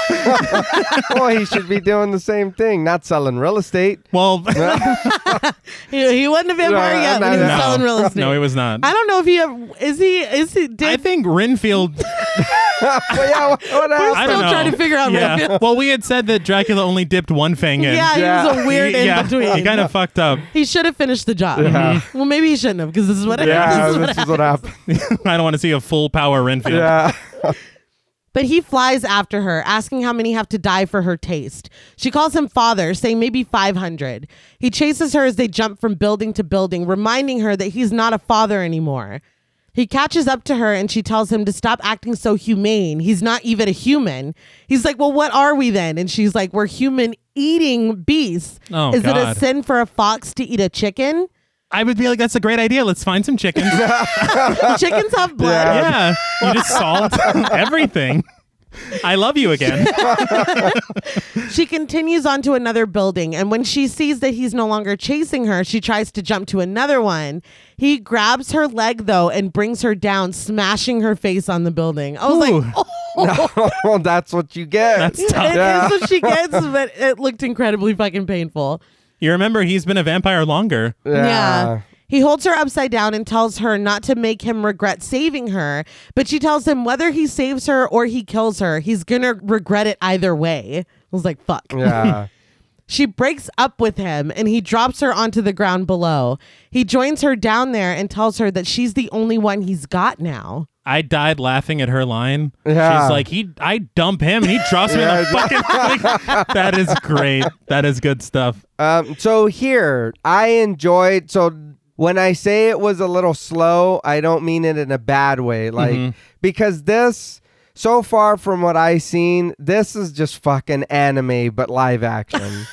well, he should be doing the same thing, not selling real estate.
Well,
He, he wasn't a vampire
No,
yet when
no,
he was
no.
selling real estate.
[laughs] no, it was not.
I don't know if he ever, is he is he did
I think Renfield
[laughs] well, yeah, what, what
I
happened?
don't
still
know.
trying to figure out
Yeah.
Renfield.
well, we had said that Dracula only dipped one fang in.
yeah, he was a weird
He-
in
yeah,
between.
He kind of fucked up.
He should have finished the job. Well, maybe he shouldn't have because this is what.
Yeah,
this is [laughs] what
this is what happened.
I don't want to see a full power Renfield.
Yeah, [laughs]
But he flies after her, asking how many have to die for her taste. She calls him father, saying maybe 500. He chases her as they jump from building to building, reminding her that he's not a father anymore. He He catches up to her and she tells him to stop acting so humane. He's not even a human. He's like, Well, what are we then? And she's like, We're human eating beasts.
Oh,
Is it a
God.
sin for a fox to eat a chicken? [laughs]
I would be like, that's a great idea. Let's find some chickens.
Chickens have blood.
yeah. You just solved [laughs] everything. I love you again.
She continues on to another building, and when she sees that he's no longer chasing her, she tries to jump to another one. He grabs her leg though and brings her down, smashing her face on the building. I was
Ooh.
like, oh,
well, that's what you get.
That's
it
tough.
is what she gets, but it looked incredibly fucking painful.
You remember he's been a vampire longer.
Yeah. He holds her upside down and tells her not to make him regret saving her, but she tells him whether he saves her or he kills her, he's gonna regret it either way. I was like, fuck.
Yeah.
She breaks up with him and he drops her onto the ground below. He joins her down there and tells her that she's the only one he's got now.
I died laughing at her line.
Yeah.
She's like, he, I dump him and he drops me in the
Yeah,
fucking. Like, that is great. That is good stuff.
Um, so here, I enjoyed. So when I say it was a little slow, I don't mean it in a bad way. Like because this, so far from what I seen, this is just fucking anime but live action.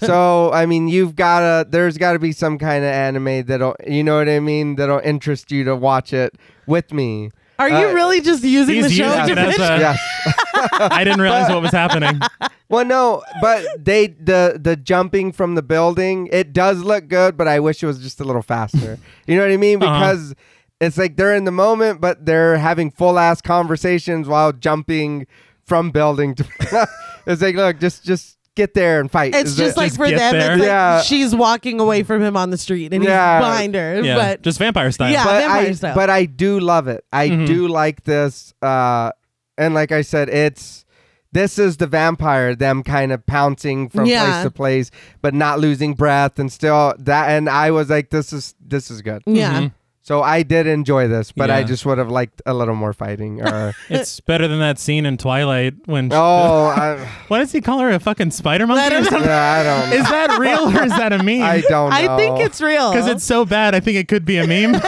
so I mean, you've gotta. There's gotta be some kind of anime that'll, you know what I mean, that'll interest you to watch it with me.
Are you
Uh,
really just using the
He's
show
using
to
it as
finish?
a-
Yes.
I didn't realize what
[laughs]
was happening.
Well, no, but they the the jumping from the building it does look good, but I wish it was just a little faster. you know what I mean?
Uh-huh.
Because it's like they're in the moment, but they're having full ass conversations while jumping from building to. [laughs] it's like, look, just just get there and fight.
It's
Is
just
it-
like
Just
for
get
them,
there.
it's like
Yeah.
she's walking away from him on the street and
Yeah.
he's behind her.
Yeah,
But
just vampire style.
Yeah.
but
Vampire
I,
Style.
but I do love it. I do like this. Uh, and like I said, it's this is the vampire, them kind of pouncing from
Yeah.
place to place, but not losing breath and still that. And I was like, this is this is good.
yeah.
Mm-hmm.
So I did enjoy this, but I
Yeah.
just would have liked a little more fighting. Or [laughs]
It's better than that scene in Twilight when.
oh, I,
Why does he call her a fucking spider
I
monkey?
don't
or something?
yeah, I don't.
[laughs]
[laughs] Is that real or is that a meme?
I don't. Know.
I think it's real.
because it's so bad. I think it could be
[laughs]
a meme.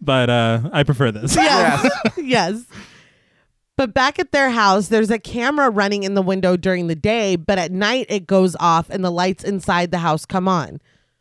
but uh, I prefer this.
Yes. yes. But back at their house, there's a camera running in the window during the day, but at night it goes off and the lights inside the house come on.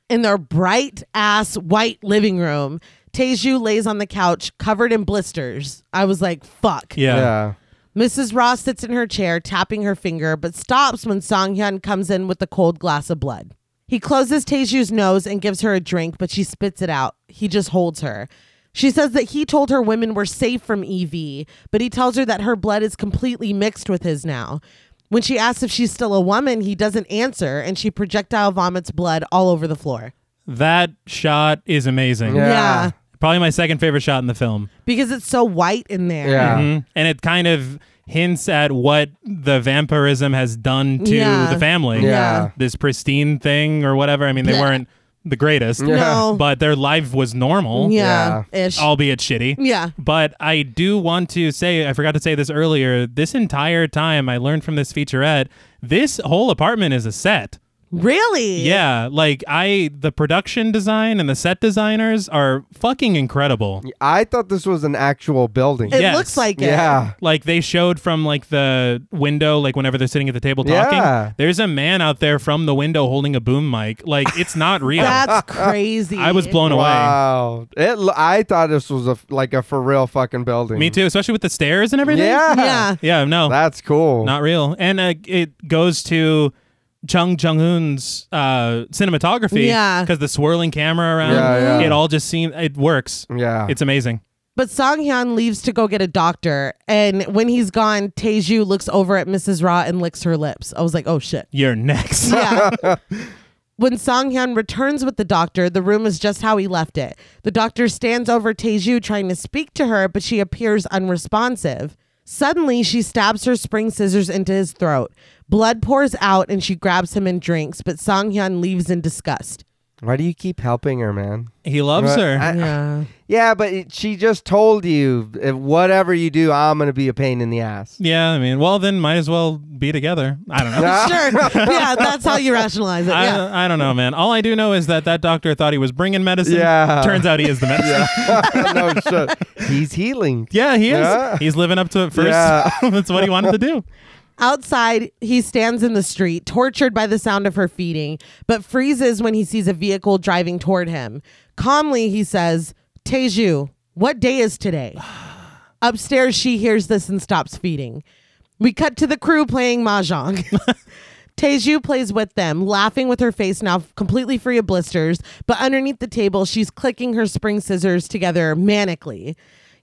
In their bright ass white living room, Teju lays on the couch covered in blisters. I was like, fuck.
Yeah.
yeah.
Mrs. Ross sits in her chair, tapping her finger, but stops when Song Hyun comes in with a cold glass of blood. He closes Taeju's nose and gives her a drink, but she spits it out. He just holds her. She says that he told her women were safe from EV, but he tells her that her blood is completely mixed with his now. When she asks if she's still a woman, he doesn't answer, and she projectile vomits blood all over the floor.
That shot is amazing.
Yeah.
Probably my second favorite shot in the film.
Because it's so white in there.
Yeah. Mm-hmm.
Mhm. And it kind of hints at what the vampirism has done to
Yeah.
the family.
Yeah.
This pristine thing or whatever. I mean, they
Blech.
weren't the greatest,
No.
but their life was normal,
Yeah. Ish.
albeit shitty.
yeah.
But I do want to say, I forgot to say this earlier. This entire time, I learned from this featurette, this whole apartment is a set.
Really?
Yeah, like I, the production design and the set designers are fucking incredible.
I thought this was an actual building.
It
Yes.
looks like it.
yeah.
Like they showed from like the window, like whenever they're sitting at the table
Yeah.
talking. There's a man out there from the window holding a boom mic. Like it's not real.
That's
[laughs]
crazy.
I was blown away.
Wow. It. lo- I thought this was a f- like a for real fucking building.
Me too, especially with the stairs and everything.
Yeah.
[laughs] Yeah.
Yeah, no.
That's cool.
Not real. And uh, it goes to Chung Jung Hoon's uh, cinematography.
Yeah.
Because the swirling camera around,
Yeah, yeah.
it all just seems, it works.
yeah.
It's amazing.
But Song Hyun leaves to go get a doctor. And when he's gone, Taeju looks over at Mrs. Ra and licks her lips. I was like, oh shit.
You're next.
[laughs] Yeah.
[laughs]
when Song Hyun returns with the doctor, the room is just how he left it. The doctor stands over Taeju trying to speak to her, but she appears unresponsive. Suddenly, she stabs her spring scissors into his throat. Blood pours out and she grabs him and drinks, but Song Hyun leaves in disgust.
Why do you keep helping her, man?
He loves
Well,
her.
I-
yeah.
Yeah, but it, she just told you if whatever you do, I'm gonna be a pain in the ass. [laughs]
yeah, I mean, well, then might as well be together. I don't know.
[laughs] Sure. Yeah, that's how you rationalize it. Yeah.
[laughs] I, I don't know, man. All I do know is that that doctor thought he was bringing medicine.
Yeah.
Turns out he
[laughs]
is the medicine. [laughs] Yeah,
no shit. He's
[laughs]
healing.
he is.
Yeah.
He's living up to it first.
Yeah.
[laughs] That's what he wanted
[laughs]
to do.
Outside, he stands in the street, tortured by the sound of her feeding, but freezes when he sees a vehicle driving toward him. Calmly, he says, Teju, what day is today? Upstairs, she hears this and stops feeding. We cut to the crew playing Mahjong. Teju plays with them, laughing with her face now completely free of blisters, but underneath the table, she's clicking her spring scissors together manically.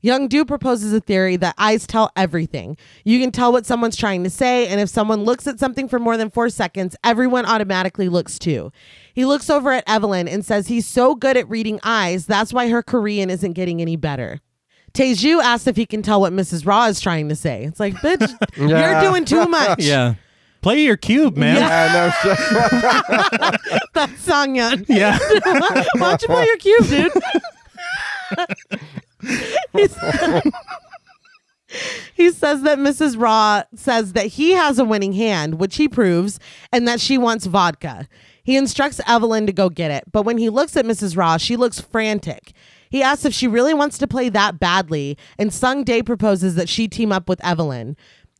Young Du proposes a theory that eyes tell everything. You can tell what someone's trying to say, and if someone looks at something for more than four seconds, everyone automatically looks too. He looks over at Evelyn and says he's so good at reading eyes, that's why her Korean isn't getting any better. Teju asks if he can tell what Mrs. Raw is trying to say. It's like, bitch,
Yeah.
you're doing too much. [laughs]
Yeah. Play your cube, man.
Yeah, no shit.
That's [laughs] Songyun.
[laughs] Yeah.
Why don't you play your cube, dude? [laughs] he, s- [laughs] he says that Mrs. Raw says that he has a winning hand, which he proves, and that she wants vodka. He instructs Evelyn to go get it, but when he looks at Mrs. Raw, she looks frantic. He asks if she really wants to play that badly, and Sung Day proposes that she team up with Evelyn.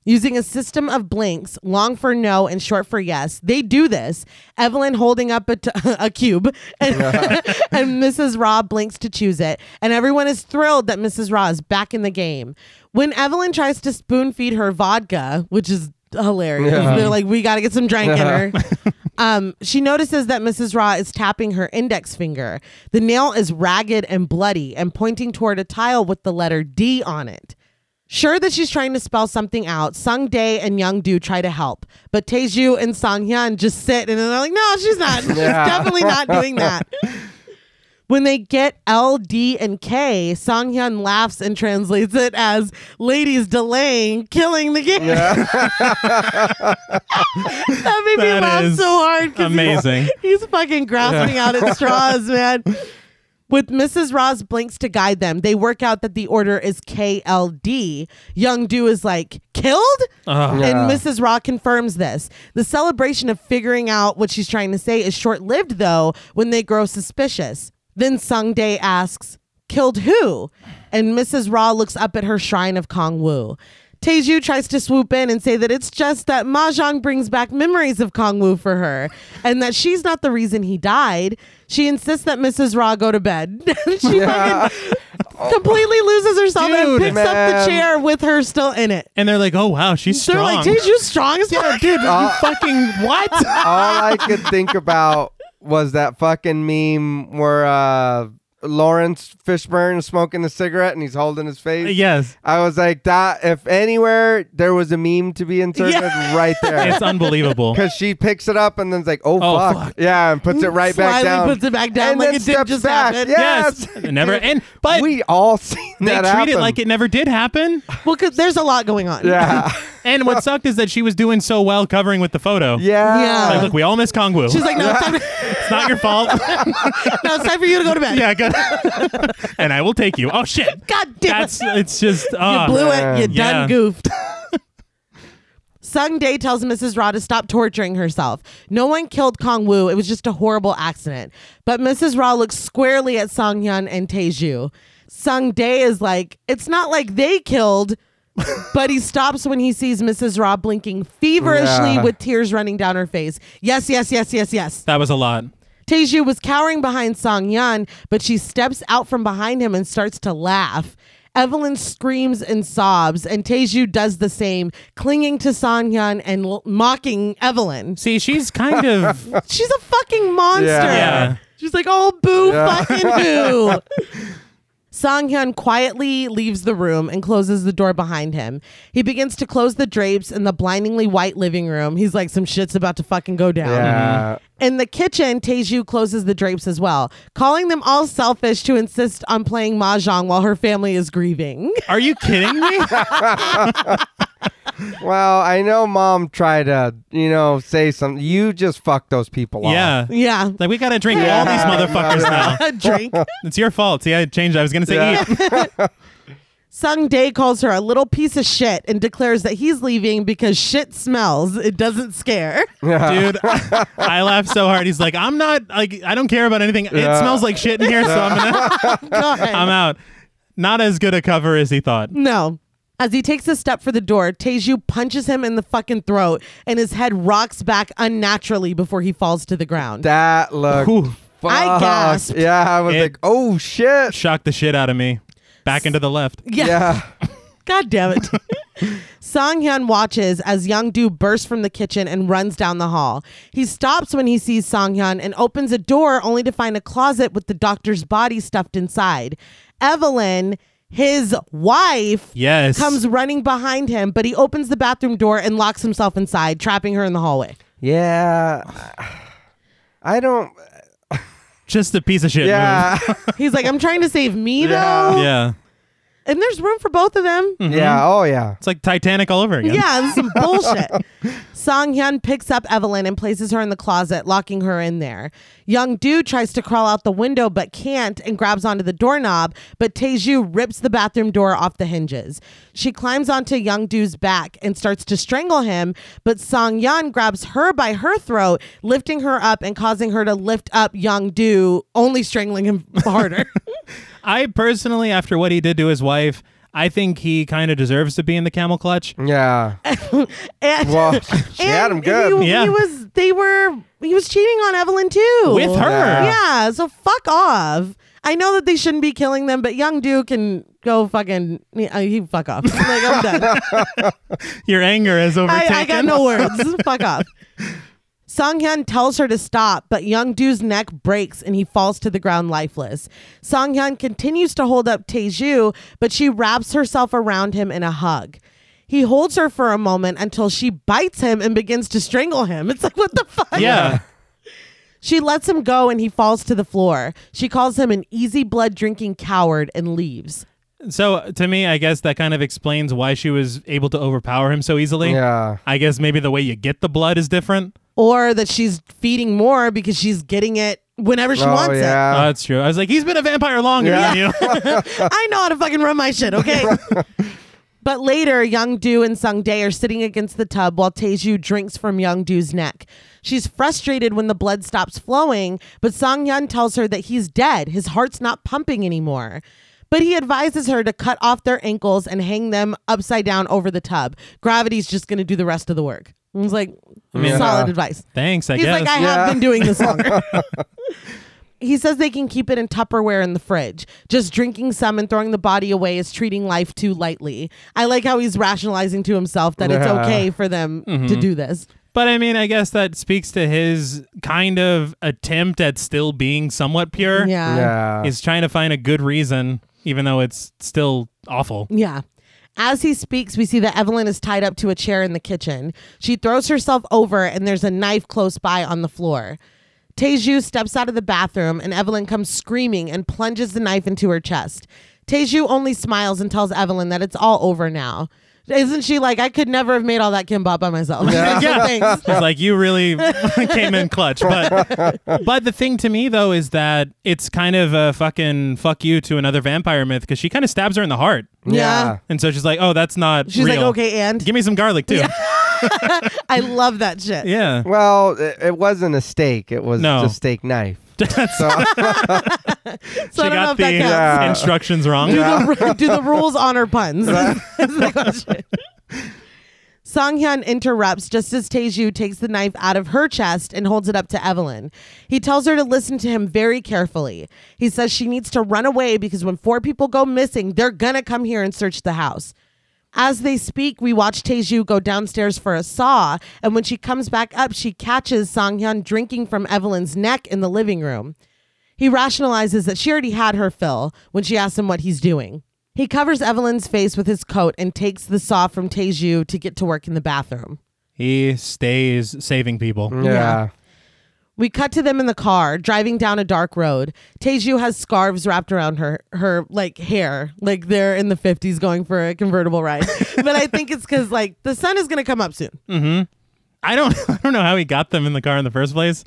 Using a system of blinks, long for no and short for yes, they do this. Evelyn holding up a, t- [laughs] a cube, and, [laughs] and Mrs. Raw blinks to choose it. And everyone is thrilled that Mrs. Raw is back in the game. When Evelyn tries to spoon feed her vodka, which is hilarious, they're like, we got to get some drink in her. Um, she notices that Mrs. Raw is tapping her index finger. The nail is ragged and bloody and pointing toward a tile with the letter D on it. Sure that she's trying to spell something out, Sung Dae and Young Do try to help, but Taeju and Song Hyun just sit and they're like, no, she's not. [laughs] She's
Yeah.
definitely not doing that. When they get L, D, and K, Song Hyun laughs and translates it as ladies delaying, killing the game. [laughs] that made me
That
laugh
is
so hard. 'cause he's-
Amazing.
[laughs] He's fucking grasping out at straws, man. With Mrs. Ross blinks to guide them, they work out that the order is KLD. Young Do is like, killed?
Ugh.
And
Yeah.
Mrs. Raw confirms this. The celebration of figuring out what she's trying to say is short lived, though, when they grow suspicious. Then Sung Dae asks, Killed who? And Mrs. Raw looks up at her shrine of Kong Wu. Taeju tries to swoop in and say that it's just that Mahjong brings back memories of Kong Wu for her and that she's not the reason he died. She insists that Mrs. Raw go to bed. [laughs] she fucking completely loses herself and
Dude,
picks up
man.
the chair with her still in it.
And they're like, oh, wow, she's
They're
strong.
like, dude, you strong as fuck.
Dude, you fucking what?
all I could think about was that fucking meme where uh, Lawrence Fishburne is smoking a cigarette and he's holding his face.
yes.
I was like that. If anywhere there was a meme to be inserted,
Yeah.
right there. [laughs]
It's
[laughs]
unbelievable.
Because she picks it up and then's like, oh,
Oh,
fuck.
fuck.
yeah, and puts it right back
Slyly
down.
puts it back down
and
like
then
it didn't
steps
just
back.
happen.
Yes,
It never and but
we all [laughs] seen
they
that
treat
happen.
it like it never did happen.
Well, 'cause there's a lot going on.
Yeah,
[laughs]
And what sucked is that she was doing so well covering with the photo.
yeah.
Like, look, we all miss Kong Wu.
She's like, no,
[laughs]
it's time, [laughs]
it's not your fault.
no, it's time for you to go to bed.
yeah, good. [laughs] and I will take you. Oh shit.
God damn it.
That's it's just uh,
you blew it. You done
Yeah.
goofed. [laughs] Sung Day tells Mrs. Ra to stop torturing herself. No one killed Kong Wu. It was just a horrible accident. But Mrs. Ra looks squarely at Song Hyun and Taeju. Sung Day is like, it's not like they killed. but he stops when he sees Mrs. Ra blinking feverishly
Yeah.
with tears running down her face. Yes, yes, yes, yes, yes.
That was a lot.
Taeju was cowering behind Song Yun, but she steps out from behind him and starts to laugh. Evelyn screams and sobs, and Taeju does the same, clinging to Song Yun and l- mocking Evelyn.
See, she's kind of
She's a fucking monster.
Yeah.
Yeah.
She's like, oh, boo, fucking boo. Song Hyun quietly leaves the room and closes the door behind him. He begins to close the drapes in the blindingly white living room. He's like, some shit's about to fucking go down.
yeah.
In the kitchen, Teju closes the drapes as well, calling them all selfish to insist on [laughs] playing mahjong while her family is grieving.
Are you kidding me?
Well, I know mom tried to, you know, say something. You just fucked those people off. [laughs]
Yeah.
[laughs] Yeah. [laughs]
Like we gotta drink all these motherfuckers now.
Drink.
It's your fault. See, I changed. I was gonna say
Yeah.
eat.
Sung Dae calls her a little piece of shit and declares that he's leaving because shit smells. It doesn't scare. [laughs]
dude. [laughs] I laughed so hard. He's like, I'm not like I don't care about anything. It
Yeah.
smells like shit in here, so I'm gonna, [laughs]
God.
I'm out. Not as good a cover as he thought.
No. As he takes a step for the door, Teju punches him in the fucking throat and his head rocks back unnaturally before he falls to the ground.
That looked.
Whew.
I
fucked.
gasped.
Yeah, I was
It-
like, oh shit.
Shocked the shit out of me. Back into the left.
yeah.
Yeah.
God damn it.
[laughs]
Song Hyun watches as Young Do bursts from the kitchen and runs down the hall. He stops when he sees Song Hyun and opens a door only to find a closet with the doctor's body stuffed inside. Evelyn, his wife,
Yes.
comes running behind him, but he opens the bathroom door and locks himself inside, trapping her in the hallway.
Yeah. I don't.
just a piece of shit.
Yeah.
[laughs]
He's like, I'm trying to save me
[laughs] Yeah.
though.
Move. Yeah.
And there's room for both of them.
Mm-hmm.
yeah. Oh yeah.
It's like Titanic all over again.
Yeah, this is some bullshit. Song Hyun picks up Evelyn and places her in the closet, locking her in there. Young Do tries to crawl out the window but can't and grabs onto the doorknob, but Taeju rips the bathroom door off the hinges. She climbs onto Young Do's back and starts to strangle him, but Song Hyun grabs her by her throat, lifting her up and causing her to lift up Young Do, only strangling him harder.
I personally, after what he did to his wife, I think he kind of deserves to be in the camel clutch.
Yeah.
and
Well, she had
[laughs]
him
and
good.
He, he
Yeah.
was. They were. He was cheating on Evelyn too.
With her.
Yeah. So fuck off. I know that they shouldn't be killing them, but Young Do can go fucking. Uh, he fuck off. [laughs] Like I'm done.
Your anger has overtaken.
I, I got no words. fuck off. Song Hyun tells her to stop, but Young Doo's neck breaks and he falls to the ground lifeless. Song Hyun continues to hold up Taeju, but she wraps herself around him in a hug. He holds her for a moment until she bites him and begins to strangle him. It's like, what the fuck?
Yeah.
She lets him go and he falls to the floor. She calls him an easy blood drinking coward and leaves.
So to me, I guess that kind of explains why she was able to overpower him so easily.
Yeah.
I guess maybe the way you get the blood is different.
Or that she's feeding more because she's getting it whenever she
Oh
wants it.
yeah.
Oh, that's true. I was like, he's been a vampire longer
Yeah.
than
[laughs]
you.
[laughs] I know how to fucking run my shit, okay? but later, Young Do and Sung Dae are sitting against the tub while Taeju drinks from Young Do's neck. She's frustrated when the blood stops flowing, but Song Yun tells her that he's dead. His heart's not pumping anymore. But he advises her to cut off their ankles and hang them upside down over the tub. Gravity's just going to do the rest of the work. I was like, solid advice.
Thanks, I
He's
guess.
like, I
Yeah.
have been doing this longer. he says they can keep it in Tupperware in the fridge. Just drinking some and throwing the body away is treating life too lightly. I like how he's rationalizing to himself that it's
Yeah.
okay for them to do this.
but I mean, I guess that speaks to his kind of attempt at still being somewhat pure.
Yeah.
yeah.
He's trying to find a good reason, even though it's still
[laughs]
awful.
Yeah. As he speaks, we see that Evelyn is tied up to a chair in the kitchen. She throws herself over, and there's a knife close by on the floor. Teju steps out of the bathroom, and Evelyn comes screaming and plunges the knife into her chest. Teju only smiles and tells Evelyn that it's all over now. Isn't she like, I could never have made all that kimbap by myself? [laughs] Like,
Yeah.
thanks.
It's like you really [laughs] came in clutch. But
[laughs]
but the thing to me though is that it's kind of a fucking fuck you to another vampire myth because she kind of stabs her in the heart,
Yeah.
and so she's like, oh, that's not.
She's like,
real.
okay, and
give me some garlic too. [laughs] Yeah.
I love that shit.
Well, it, it wasn't a steak. It was
No.
a steak knife.
[laughs]
So
she
I don't know if that
got the
counts.
uh,
Yeah. counts.
instructions wrong.
Do, the, do the rules honor puns? [laughs] Is the question. Song Hyun interrupts just as Taeju takes the knife out of her chest and holds it up to Evelyn. He tells her to listen to him very carefully. He says she needs to run away because when four people go missing, they're gonna come here and search the house. As they speak, we watch Taeju go downstairs for a saw, and when she comes back up, she catches Song Hyun drinking from Evelyn's neck in the living room. He rationalizes that she already had her fill when she asks him what he's doing. He covers Evelyn's face with his coat and takes the saw from Teju to get to work in the bathroom.
Mm.
He stays saving people.
Yeah.
We cut to them in the car driving down a dark road. Teju has scarves wrapped around her her like hair, like they're in the fifties going for a convertible
[laughs]
ride. but I think it's because like the sun is gonna come up soon.
Hmm. I don't [laughs] I don't know how he got them in the car in the first place.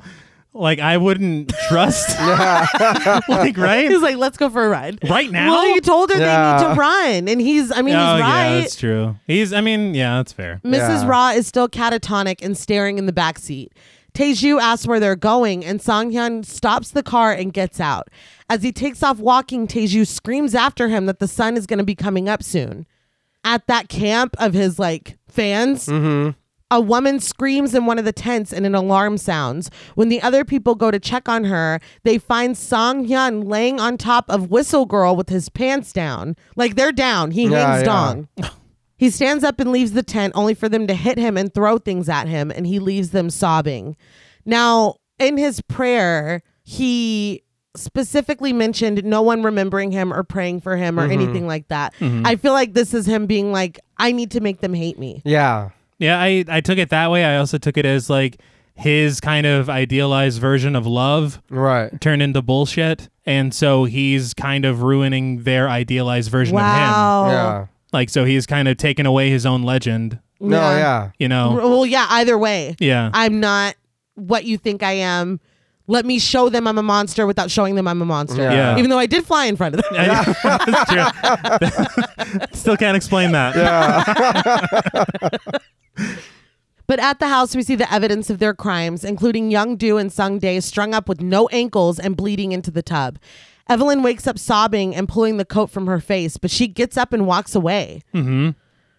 Like I wouldn't trust. [laughs] like right
He's like, let's go for a ride.
right now.
Well, you told her they need
Yeah.
to run, and he's. I mean,
oh
he's
yeah,
right.
that's true. He's I mean yeah, that's fair.
Mrs.
Yeah.
Ra is still catatonic and staring in the back seat. Taeju asks where they're going, and Sanghyun stops the car and gets out. As he takes off walking, Taeju screams after him that the sun is going to be coming up soon. At that camp of his like fans, a woman screams in one of the tents and an alarm sounds. When the other people go to check on her, they find Song Hyun laying on top of Whistle Girl with his pants down. Like they're down. He
Yeah,
hangs
yeah. [laughs]
dong. He stands up and leaves the tent only for them to hit him and throw things at him, and he leaves them sobbing. Now, in his prayer, he specifically mentioned no one remembering him or praying for him or
Mm-hmm.
anything like that. I feel like this is him being like, I need to make them hate me.
Yeah.
Yeah, I I took it that way. I also took it as like his kind of idealized version of love
Right.
turned into bullshit, and so he's kind of ruining their idealized version of him.
Wow.
Yeah.
Like so he's kind of taken away his own legend.
No, yeah.
You know.
R- Well, yeah, either way.
Yeah.
I'm not what you think I am. Let me show them I'm a monster without showing them I'm a monster.
Yeah.
Yeah.
Even though I did fly in front of them.
[laughs]
[laughs]
That's true. [laughs] Still can't explain that.
But at the house, we see the evidence of their crimes, including Young Do and Sung Dae strung up with no ankles and bleeding into the tub. Evelyn wakes up sobbing and pulling the coat from her face, but she gets up and walks away. Mm-hmm.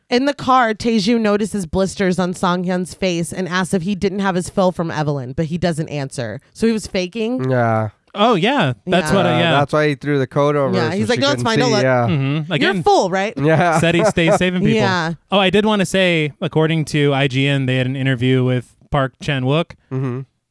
In the car, Taeju notices blisters on Song Hyun's face and asks if he didn't have his fill from Evelyn, but he doesn't answer. So he was faking.
Yeah.
Oh yeah, that's
Yeah.
what. I,
Uh, Mm.
yeah,
That's why he threw the coat over.
Yeah,
her so
he's like,
she
"No, it's
couldn't
fine, don't
see."
look."
Yeah.
Mhm.
You're a
again.
fool, right?
Yeah.
said he stays saving people.
Yeah.
Oh, I did want to say, according to IGN, they had an interview with Park Chan Wook,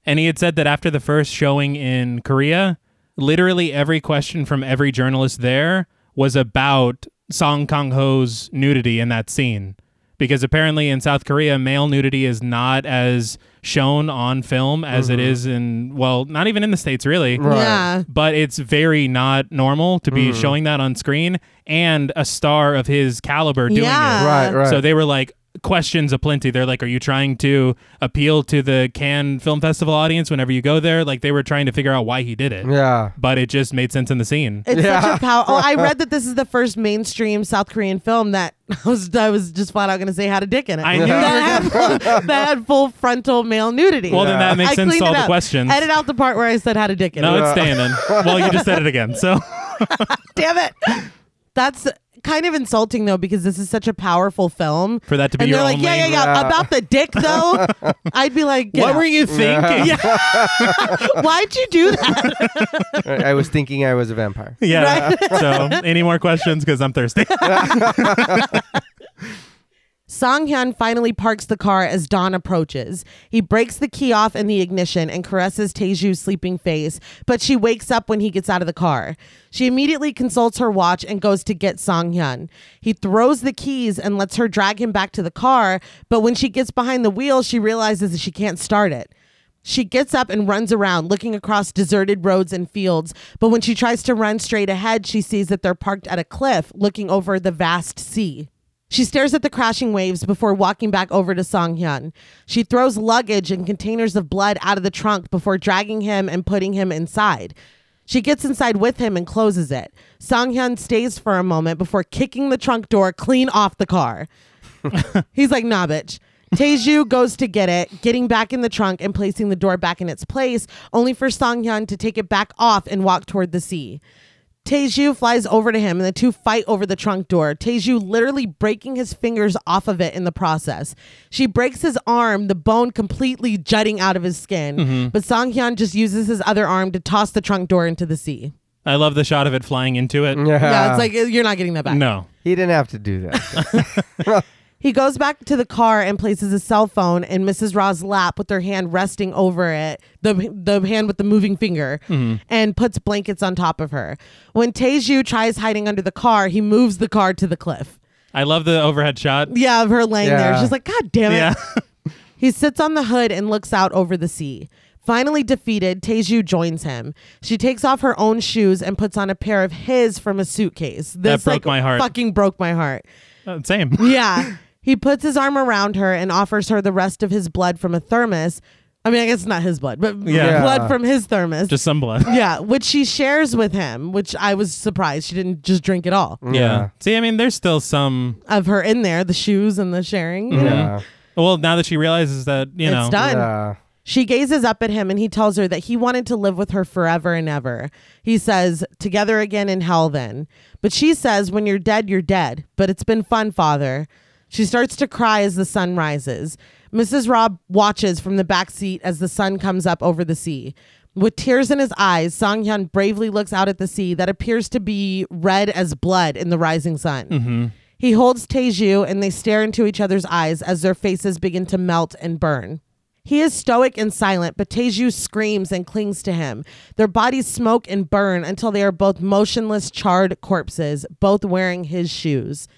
and he had said that after the first showing in Korea, literally every question from every journalist there was about Song Kang Ho's nudity in that scene. Because apparently in South Korea, male nudity is not as shown on film as it is in, well, not even in the States, really
Yeah.
but it's very not normal to
Mm-hmm.
be showing that on screen and a star of his caliber doing
Yeah.
it.
Right. Right.
So they were like questions aplenty. They're like, "Are you trying to appeal to the Cannes Film Festival audience whenever you go there?" Like they were trying to figure out why he did
[laughs]
it.
yeah.
But it just made sense in the scene.
It's such a power. Oh, I read that this is the first mainstream South Korean film that [laughs] I was I was just flat out going to say had a dick in it.
I knew you
that, had
[laughs]
full, that had full frontal male nudity.
Well, then that makes
I
sense
cleaned it
to all the
up.
questions.
Edit out the part where I said had a dick in
No,
it.
it's staying in. Well, you just said it again.
[laughs]
So
Damn it. That's kind of insulting though because this is such a powerful film.
for that to be
and
your
they're like,
only.
yeah, yeah, yeah,
Yeah.
About the dick
[laughs]
though, I'd be like,
What were
[laughs]
you thinking? Yeah.
Why'd you do that?
I I was thinking I was a vampire.
So, any more questions? Because I'm thirsty. [laughs]
Song Hyun finally parks the car as dawn approaches. He breaks the key off in the ignition and caresses Taeju's sleeping face, but she wakes up when he gets out of the car. She immediately consults her watch and goes to get Song Hyun. He throws the keys and lets her drag him back to the car, but when she gets behind the wheel, she realizes that she can't start it. She gets up and runs around, looking across deserted roads and fields. But when she tries to run straight ahead, she sees that they're parked at a cliff, looking over the vast sea. She stares at the crashing waves before walking back over to Song Hyun. She throws luggage and containers of blood out of the trunk before dragging him and putting him inside. She gets inside with him and closes it. Song Hyun stays for a moment before kicking the trunk door clean off the car. He's like, nah, bitch. Teju goes to get it, getting back in the trunk and placing the door back in its place, only for Songhyun to take it back off and walk toward the sea. Teju flies over to him and the two fight over the trunk door, Teju literally breaking his fingers off of it in the process. She breaks his arm, the bone completely jutting out of his skin, but Songhyun just uses his other arm to toss the trunk door into the sea.
I love the shot of it flying into it.
Yeah.
yeah, it's like you're not getting that back.
No.
he didn't have to
[laughs]
do that.
He goes back to the car and places his cell phone in Mrs. Ra's lap with her hand resting over it, the the hand with the moving finger,
Mm-hmm.
and puts blankets on top of her. When Teju tries hiding under the car, he moves the car to the cliff.
I love the overhead shot.
Yeah, of her laying there.
Yeah.
She's like, God damn it.
Yeah.
He sits on the hood and looks out over the sea. Finally defeated, Teju joins him. She takes off her own shoes and puts on a pair of his from a suitcase. This
broke
like,
my heart.
Fucking broke my heart.
Uh, [laughs] same.
Yeah. he puts his arm around her and offers her the rest of his blood from a thermos. I mean, I guess it's not his blood, but
Yeah.
blood from his thermos.
Just some blood.
yeah, which she shares with him, which I was surprised she didn't just drink it all
Yeah. See, I mean, there's still some.
of her in there, the shoes and the sharing. you know?
Yeah.
Well, now that she realizes that, Mm-hmm. you know,
It's done.
Yeah.
She gazes up at him and he tells her that he wanted to live with her forever and ever. He says, Together again in hell, then. But she says, When you're dead, you're dead. But it's been fun, father. She starts to cry as the sun rises. Mrs. Robb watches from the back seat as the sun comes up over the sea. With tears in his eyes, Song Hyun bravely looks out at the sea that appears to be red as blood in the rising sun. He holds Teju and they stare into each other's eyes as their faces begin to melt and burn. He is stoic and silent, but Teju screams and clings to him. Their bodies smoke and burn until they are both motionless, charred corpses, both wearing his shoes.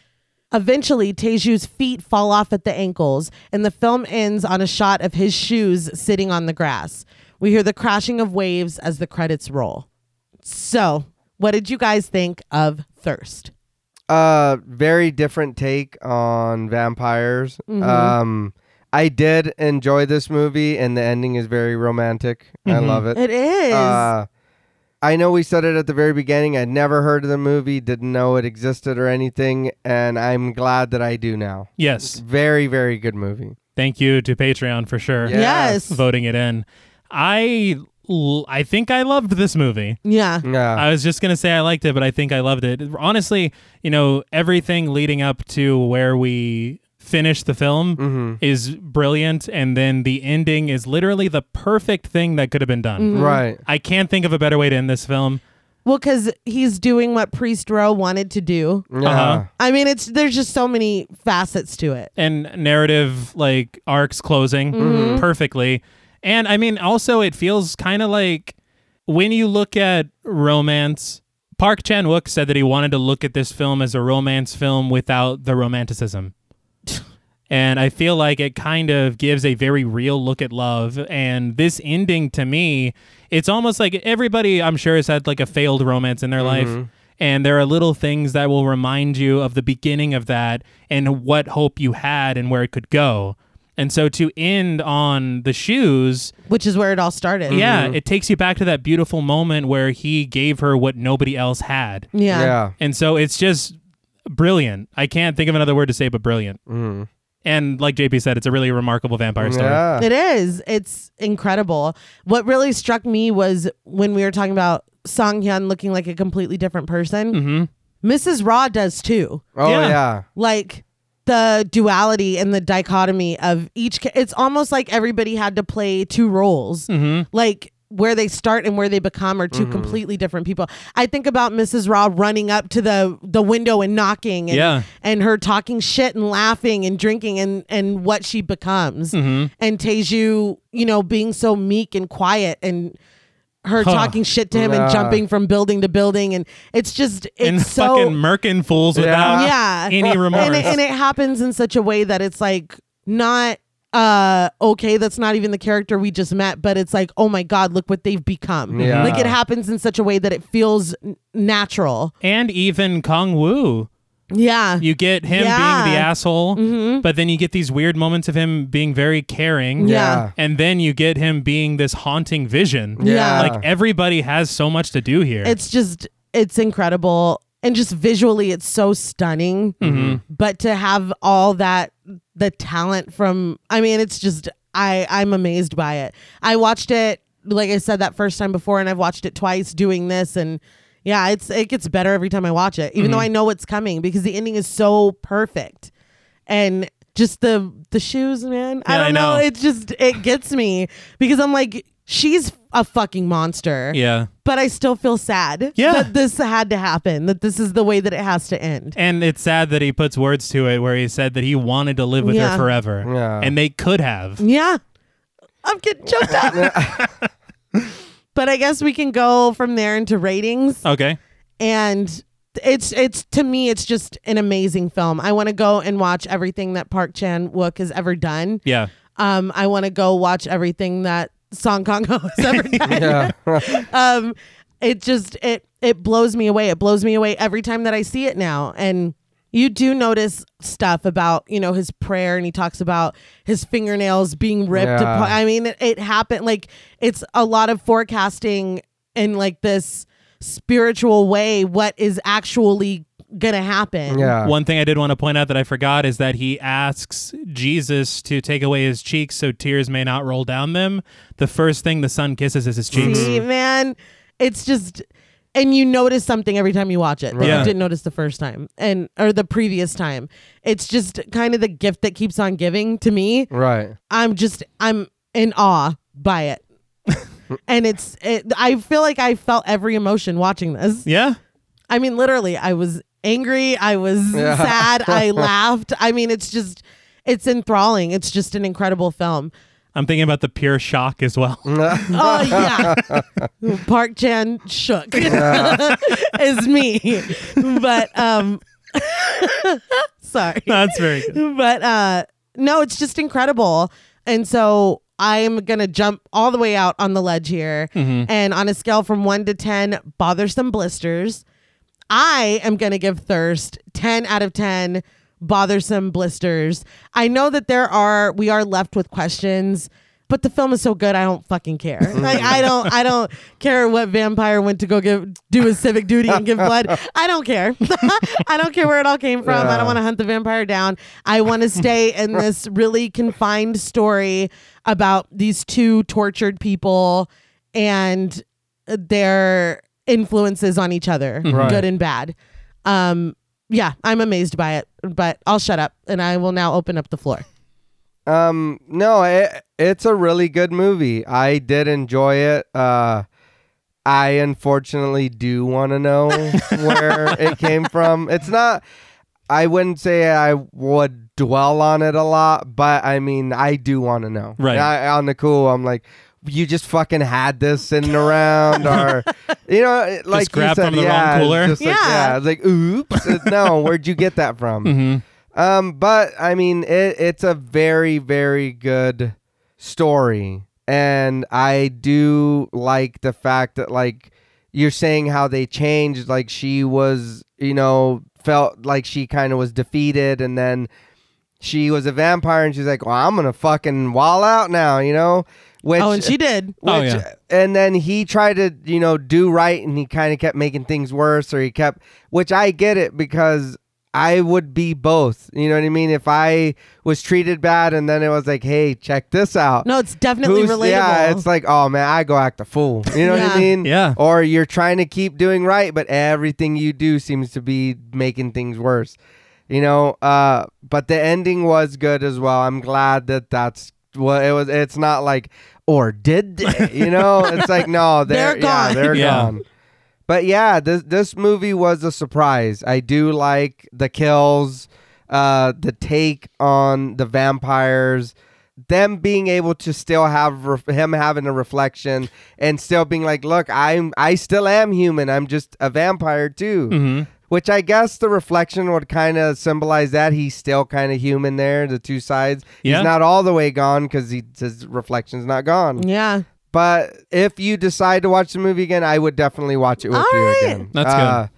Eventually, Teju's feet fall off at the ankles, and the film ends on a shot of his shoes sitting on the grass. We hear the crashing of waves as the credits roll. So, what did you guys think of Thirst?
Uh, very different take on vampires.
Mm-hmm.
Um, I did enjoy this movie, and the ending is very romantic. I love it.
It is.
Uh, I know we said it at the very beginning. I'd never heard of the movie, didn't know it existed or anything, and I'm glad that I do now.
yes.
Very, very good movie.
Thank you to Patreon for sure.
Yeah.
yes.
Voting it in. I, l- I think I loved this movie.
Yeah.
Yeah.
I was just gonna say I liked it, but I think I loved it. Honestly, you know, everything leading up to where we finish the film
Mm-hmm.
is brilliant, and then the ending is literally the perfect thing that could have been done.
Mm-hmm.
right.
I can't think of a better way to end this film.
Well, because he's doing what Priest Row wanted to do.
Yeah.
Uh-huh.
I mean, it's there's just so many facets to it.
and narrative like arcs closing perfectly. And I mean, also it feels kind of like when you look at romance. Park Chan Wook said that he wanted to look at this film as a romance film without the romanticism. and I feel like it kind of gives a very real look at love. And this ending to me, it's almost like everybody I'm sure has had like a failed romance in their life. And there are little things that will remind you of the beginning of that and what hope you had and where it could go. And so to end on the shoes,
which is where it all started.
yeah, it takes you back to that beautiful moment where he gave her what nobody else had.
Yeah.
Mm-hmm. Yeah.
And so it's just brilliant. I can't think of another word to say but brilliant. And like JP said, it's a really remarkable vampire story.
Yeah.
It is. It's incredible. What really struck me was when we were talking about Song Hyun looking like a completely different person. Mrs. Raw does too.
Oh
Yeah.
yeah.
Like the duality and the dichotomy of each. ca- It's almost like everybody had to play two roles.
Mm-hmm.
Like where they start and where they become are 2 completely different people. I think about Mrs. Raw running up to the the window and knocking. And,
Yeah.
and her talking shit and laughing and drinking and and what she becomes
Mm-hmm.
and Teju you know being so meek and quiet and her
Huh.
talking shit to him and
Yeah.
jumping from building to building and it's just it's
And
so
fucking murking fools without
yeah
any remorse.
and it, and it happens in such a way that it's like not uh okay that's not even the character we just met but it's like oh my god look what they've become
Yeah.
like it happens in such a way that it feels n- natural
and even Kong Wu.
yeah
You get him
Yeah. Mm-hmm.
being the asshole, but then you get these weird moments of him being very caring.
Yeah.
And then you get him being this haunting vision.
Yeah.
Like everybody has so much to do here.
it's just it's incredible and just visually it's so stunning
Mm-hmm.
but to have all that the talent from i mean it's just i i'm amazed by it i watched it like i said that first time before and i've watched it twice doing this and yeah it's it gets better every time i watch it even
Mm-hmm.
though i know what's coming because the ending is so perfect and just the the shoes man i
Yeah,
don't
I
know.
know.
it just it gets me because i'm like she's a fucking monster
yeah.
but I still feel sad
Yeah.
that this had to happen, that this is the way that it has to end.
And it's sad that he puts words to it where he said that he wanted to live with
Yeah.
her forever.
Yeah.
And they could have.
Yeah. I'm getting choked up. but I guess we can go from there into ratings.
Okay.
And it's it's to me it's just an amazing film. I want to go and watch everything that Park Chan Wook has ever done.
Yeah.
Um I want to go watch everything that Song Kong Ho has
[laughs]
ever done.
Yeah.
um, it just it it blows me away. It blows me away every time that I see it now. And you do notice stuff about you know his prayer, and he talks about his fingernails being ripped.
Yeah.
Apart. I mean, it, it happened. Like it's a lot of forecasting in like this spiritual way. What is actually gonna happen?
yeah.
One thing I did want to point out that I forgot is that he asks Jesus to take away his cheeks so tears may not roll down them. The first thing the son kisses is his
Mm.
cheeks.
See, man, it's just, and you notice something every time you watch it that
Right.
you
Yeah.
didn't notice the first time and or the previous time. It's just kind of the gift that keeps on giving to me.
Right.
I'm just, I'm in awe by
[laughs]
it, and it's, it, I feel like I felt every emotion watching this.
Yeah.
I mean, literally, I was angry, I
[laughs]
was
Yeah.
sad, I laughed. I mean, it's just, it's enthralling. It's just an incredible film.
I'm thinking about the pure shock as
[laughs]
well.
[laughs] Oh yeah, Park Chan shook [laughs] is me, but um, [laughs] sorry,
That's very
[laughs]
good.
but uh, no, it's just incredible, and so I'm gonna jump all the way out on the ledge here, and on a scale from one to ten, bothersome blisters, I am gonna give thirst ten out of ten bothersome blisters. I know that there are we are left with questions. But the film is so good, I don't fucking care. Like I don't, I don't care what vampire went to go give do his civic duty and give blood. I don't care. [laughs] I don't care where it all came from. I don't want to hunt the vampire down. I want to
[laughs]
stay in this really confined story about these two tortured people and their influences on each other,
Mm-hmm. Right.
good and bad. Um, yeah, I'm amazed by it, but I'll shut up and I will now open up the floor.
Um, no, it, it's a really good movie. I did enjoy it. Uh, I unfortunately do want to
[laughs]
know where it came from. It's not. I wouldn't say I would dwell on it a lot, but I mean, I do want to know.
Right.
I, on the cool, I'm like, you just fucking had this sitting around,
[laughs]
or you know, it- like you
grabbed
said,
from the wrong
yeah, it's
cooler.
just like,
Yeah.
yeah, it's like, oops, uh,
[laughs]
no, where'd you get that from?
hmm
Mm-hmm.
Um, but I mean, it, it's a very, very good story, and I do like the fact that like you're saying how they changed. Like she was, you know, felt like she kind of was defeated, and then she was a vampire, and she's like, "Well, I'm gonna fucking wall out now," you know. Which,
oh, and she did.
which,
Oh, yeah.
And then he tried to, you know, do right and he kind of kept making things worse or he kept, which I get it because I would be both. You know what I mean? If I was treated bad and then it was like, hey, check this out.
No, it's definitely
Who's-
relatable.
Yeah, it's like, oh man, I go act a fool. You know what
Yeah.
I mean?
Yeah.
Or you're trying to keep doing right, but everything you do seems to be making things worse. You know, uh, but the ending was good as well. I'm glad that that's what it was. It's not like, or did they? You
[laughs]
know, it's like no, they're,
They're
yeah,
gone.
they're
Yeah.
gone. But yeah, this this movie was a surprise. I do like the kills, uh, the take on the vampires, them being able to still have re- him having a reflection and still being like, "Look, I'm I still am human. I'm just a vampire too."
Mm-hmm.
Which I guess the reflection would kind of symbolize that he's still kind of human there, the two sides.
Yeah.
He's not all the way gone because his reflection's not gone.
yeah.
But if you decide to watch the movie again, I would definitely watch it with
All
you
right.
again.
That's
good.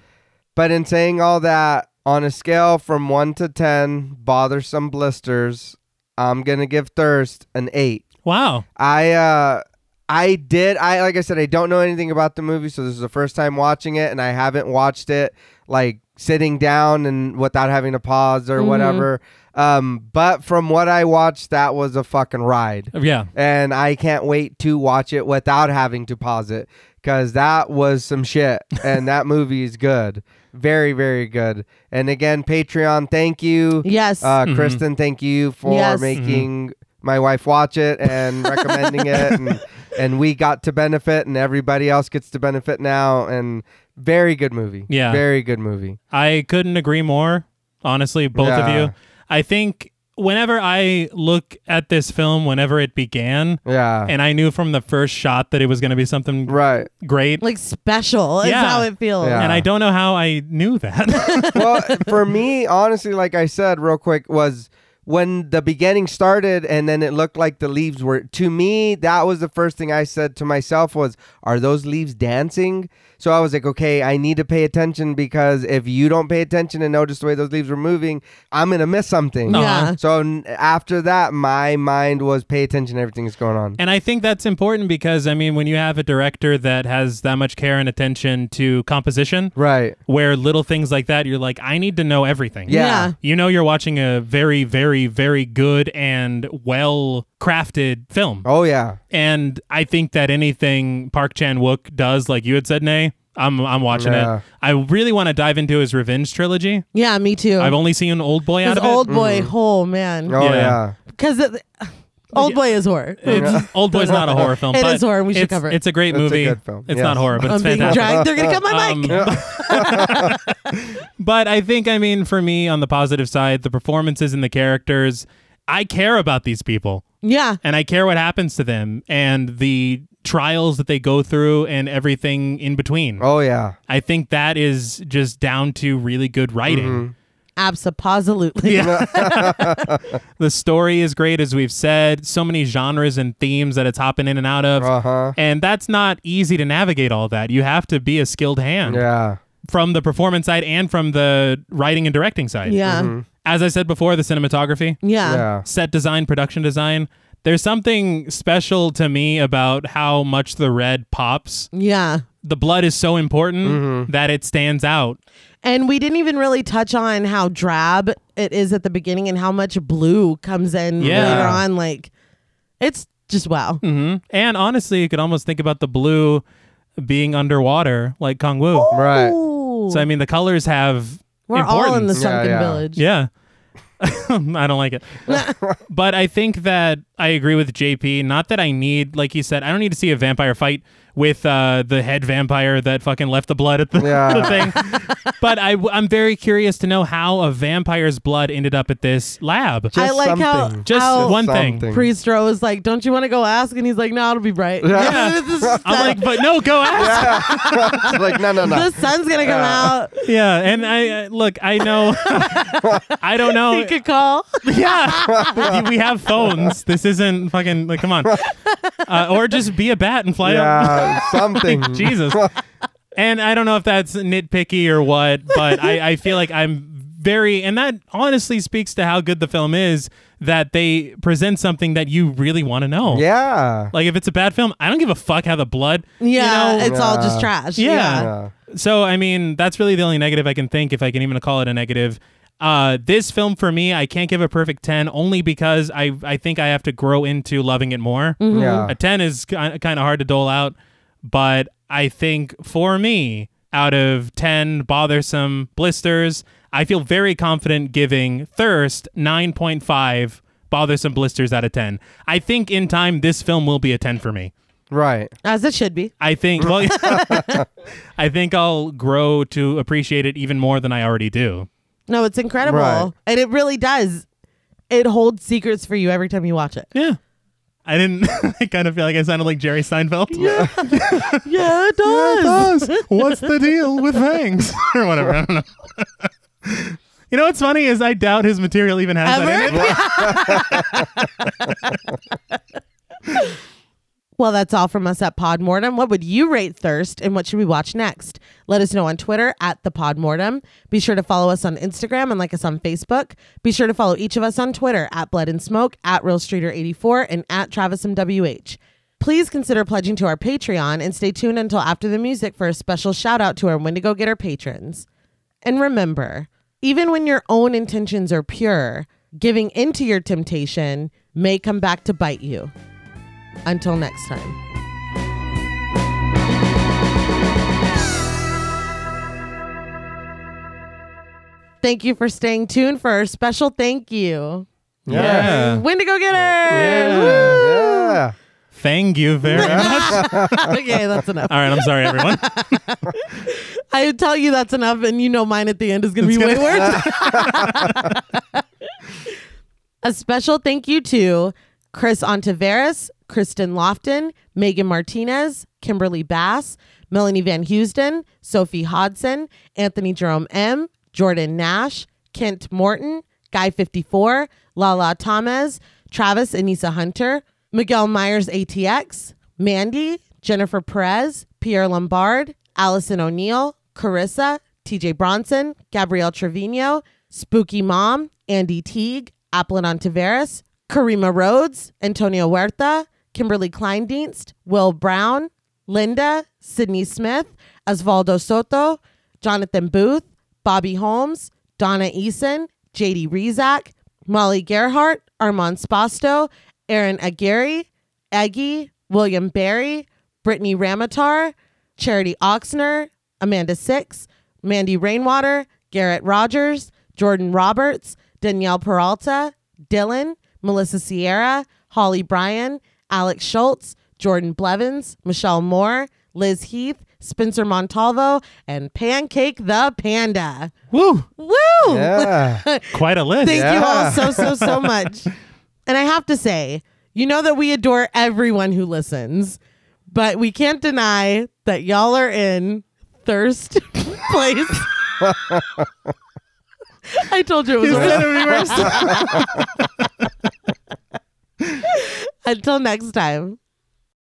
But in saying all that, on a scale from one to ten, bothersome blisters, I'm gonna give Thirst an eight.
Wow.
I uh I did I like I said I don't know anything about the movie so this is the first time watching it and I haven't watched it like sitting down and without having to pause
Mm-hmm.
or whatever um but from what I watched that was a fucking ride
Yeah.
and I can't wait to watch it without having to pause it because that was some shit. and that movie is good, very, very good. And again, Patreon, thank you,
Yes.
uh,
Mm-hmm.
Kristen, thank you for
Yes.
making my wife watch
[laughs]
it and recommending it, and, and we got to benefit, and everybody else gets to benefit now. And very good movie,
Yeah.
very good movie.
I couldn't agree more. Honestly, both
Yeah.
of you. I think whenever I look at this film, whenever it began,
Yeah,
and I knew from the first shot that it was going to be something
right.
great.
like special is
Yeah.
how it feels.
Yeah.
And I don't know how I knew that. [laughs]
well, for me, honestly, like I said real quick, was when the beginning started and then it looked like the leaves were to me that was the first thing i said to myself was are those leaves dancing so i was like okay i need to pay attention because if you don't pay attention and notice the way those leaves were moving i'm gonna miss something
Yeah.
so n- after that my mind was pay attention to everything that's going on
And I think that's important because I mean, when you have a director that has that much care and attention to composition,
right
where little things like that, you're like, I need to know everything.
Yeah.
You know, you're watching a very, very, very good and well crafted film.
oh yeah
And I think that anything Park Chan Wook does, like you had said, Nay, I'm, I'm watching
Yeah.
it. I really want to dive into his revenge trilogy.
Yeah, me too.
I've only seen Old Boy out
His
of
old
it.
boy, oh man,
oh
Yeah.
yeah
because [sighs] old boy is horror.
[laughs]
It's, old Boy's not a horror film.
It
but
is horror. We should
it's-
cover it.
It's a great
It's a
movie.
good film.
It's
Yes.
not horror, but
I'm
it's
being
fantastic.
dragged. They're gonna cut my mic.
Um, [laughs] but I think, I mean, for me, on the positive side, the performances and the characters, I care about these people
yeah,
and I care what happens to them and the trials that they go through and everything in between.
oh yeah
I think that is just down to really good writing.
absolutely.
Yeah. the story is great, as we've said. So many genres and themes that it's hopping in and out of.
uh-huh
And that's not easy to navigate all that. You have to be a skilled hand
yeah
from the performance side and from the writing and directing
[laughs]
side.
Yeah.
As I said before, the cinematography,
yeah,
yeah
set design, production design. There's something special to me about how much the red pops.
Yeah.
The blood is so important that it stands out.
And we didn't even really touch on how drab it is at the beginning and how much blue comes in
Yeah.
later on. Like, it's just wow.
hmm And honestly, you could almost think about the blue being underwater, like Kong Wu.
right [laughs]
Ooh.
So I mean, the colors have
We're
importance.
all in the
Yeah,
sunken
yeah.
village.
Yeah. [laughs] I
[laughs]
don't like it. but I think that I agree with JP. Not that I need, like he said, I don't need to see a vampire fight with uh, the head vampire that fucking left the blood at the, [laughs]
Yeah.
the thing. But I, am very curious to know how a vampire's blood ended up at this lab.
I like how
something.
Just
how
one
Something.
thing.
Priest Row is like, "Don't you want to go ask?" And he's like, "No, it'll be bright. [laughs]
Yeah.
the, sun-
[laughs] I'm like, but no,
[laughs]
go ask.
like no no
[laughs]
no
the sun's gonna come out.
Yeah, and I uh, look, I know, [laughs] I don't know.
You could call."
Yeah, [laughs] we have phones. This isn't fucking like, come on, uh, or just be a bat and fly up.
[laughs] yeah something
[laughs] Jesus. and I don't know if that's nitpicky or what, but I, I feel like I'm very, and that honestly speaks to how good the film is that they present something that you really want to know.
[laughs] yeah
Like if it's a bad film, I don't give a fuck how the blood.
Yeah,
You know?
it's all just
Yeah.
trash.
Yeah.
yeah
So I mean, that's really the only negative I can think, if I can even call it a negative. Uh, this film for me, I can't give a perfect ten, only because I I think I have to grow into loving it more.
yeah
A 10 is kind of hard to dole out, but I think for me, out of 10 bothersome blisters, I feel very confident giving Thirst 9.5 bothersome blisters out of 10. I think in time, this film will be a 10 for me.
[laughs] right
as it should be.
I think, well, [laughs] I think I'll grow to appreciate it even more than I already do.
No, it's incredible,
Right.
and it really does. It holds secrets for you every time you watch it.
Yeah. I didn't, [laughs] I kind of feel like I sounded like Jerry Seinfeld.
[laughs] Yeah, it does.
What's the deal with fangs? [laughs] or whatever. I don't know. [laughs] you know what's funny is I doubt his material even has that in it.
Ever? Well, that's all from us at Podmortem. What would you rate Thirst and what should we watch next? Let us know on Twitter at the Podmortem. Be sure to follow us on Instagram and like us on Facebook. Be sure to follow each of us on Twitter at Blood and Smoke, at Real Streeter84, and at Travis MWH. Please consider pledging to our Patreon and stay tuned until after the music for a special shout out to our Wendigo Getter patrons. And remember, even when your own intentions are pure, giving into your temptation may come back to bite you. Until next time. Thank you for staying tuned for our special thank you.
Yeah.
Wendigo Getter!
yeah
Thank you very [laughs]
[laughs]
much.
okay, that's enough.
All right, I'm sorry, everyone.
I tell you that's enough, and you know mine at the end is going to be way worse. A special thank you to Chris Ontiveros, Kristen Lofton, Megan Martinez, Kimberly Bass, Melanie Van Houston, Sophie Hodson, Anthony Jerome M., Jordan Nash, Kent Morton, Guy54, Lala Thomas, Travis Anissa Hunter, Miguel Myers ATX, Mandy, Jennifer Perez, Pierre Lombard, Allison O'Neill, Carissa, TJ Bronson, Gabrielle Trevino, Spooky Mom, Andy Teague, Apolinon Tavares, Karima Rhodes, Antonio Huerta, Kimberly Kleindienst, Will Brown, Linda, Sydney Smith, Osvaldo Soto, Jonathan Booth, Bobby Holmes, Donna Eason, JD Rizak, Molly Gerhart, Armand Spasto, Aaron Aguirre, Eggy, William Barry, Brittany Ramatar, Charity Oxner, Amanda Six, Mandy Rainwater, Garrett Rogers, Jordan Roberts, Danielle Peralta, Dylan, Melissa Sierra, Holly Bryan, Alex Schultz, Jordan Blevins, Michelle Moore, Liz Heath, Spencer Montalvo, and Pancake the Panda.
Woo!
Woo!
Yeah.
Quite a list.
Thank you all
Yeah.
so, so, so much. and I have to say, you know that we adore everyone who listens, but we can't deny that y'all are in thirst [laughs] place. I told you it was a list.
[laughs]
[laughs] Until next time.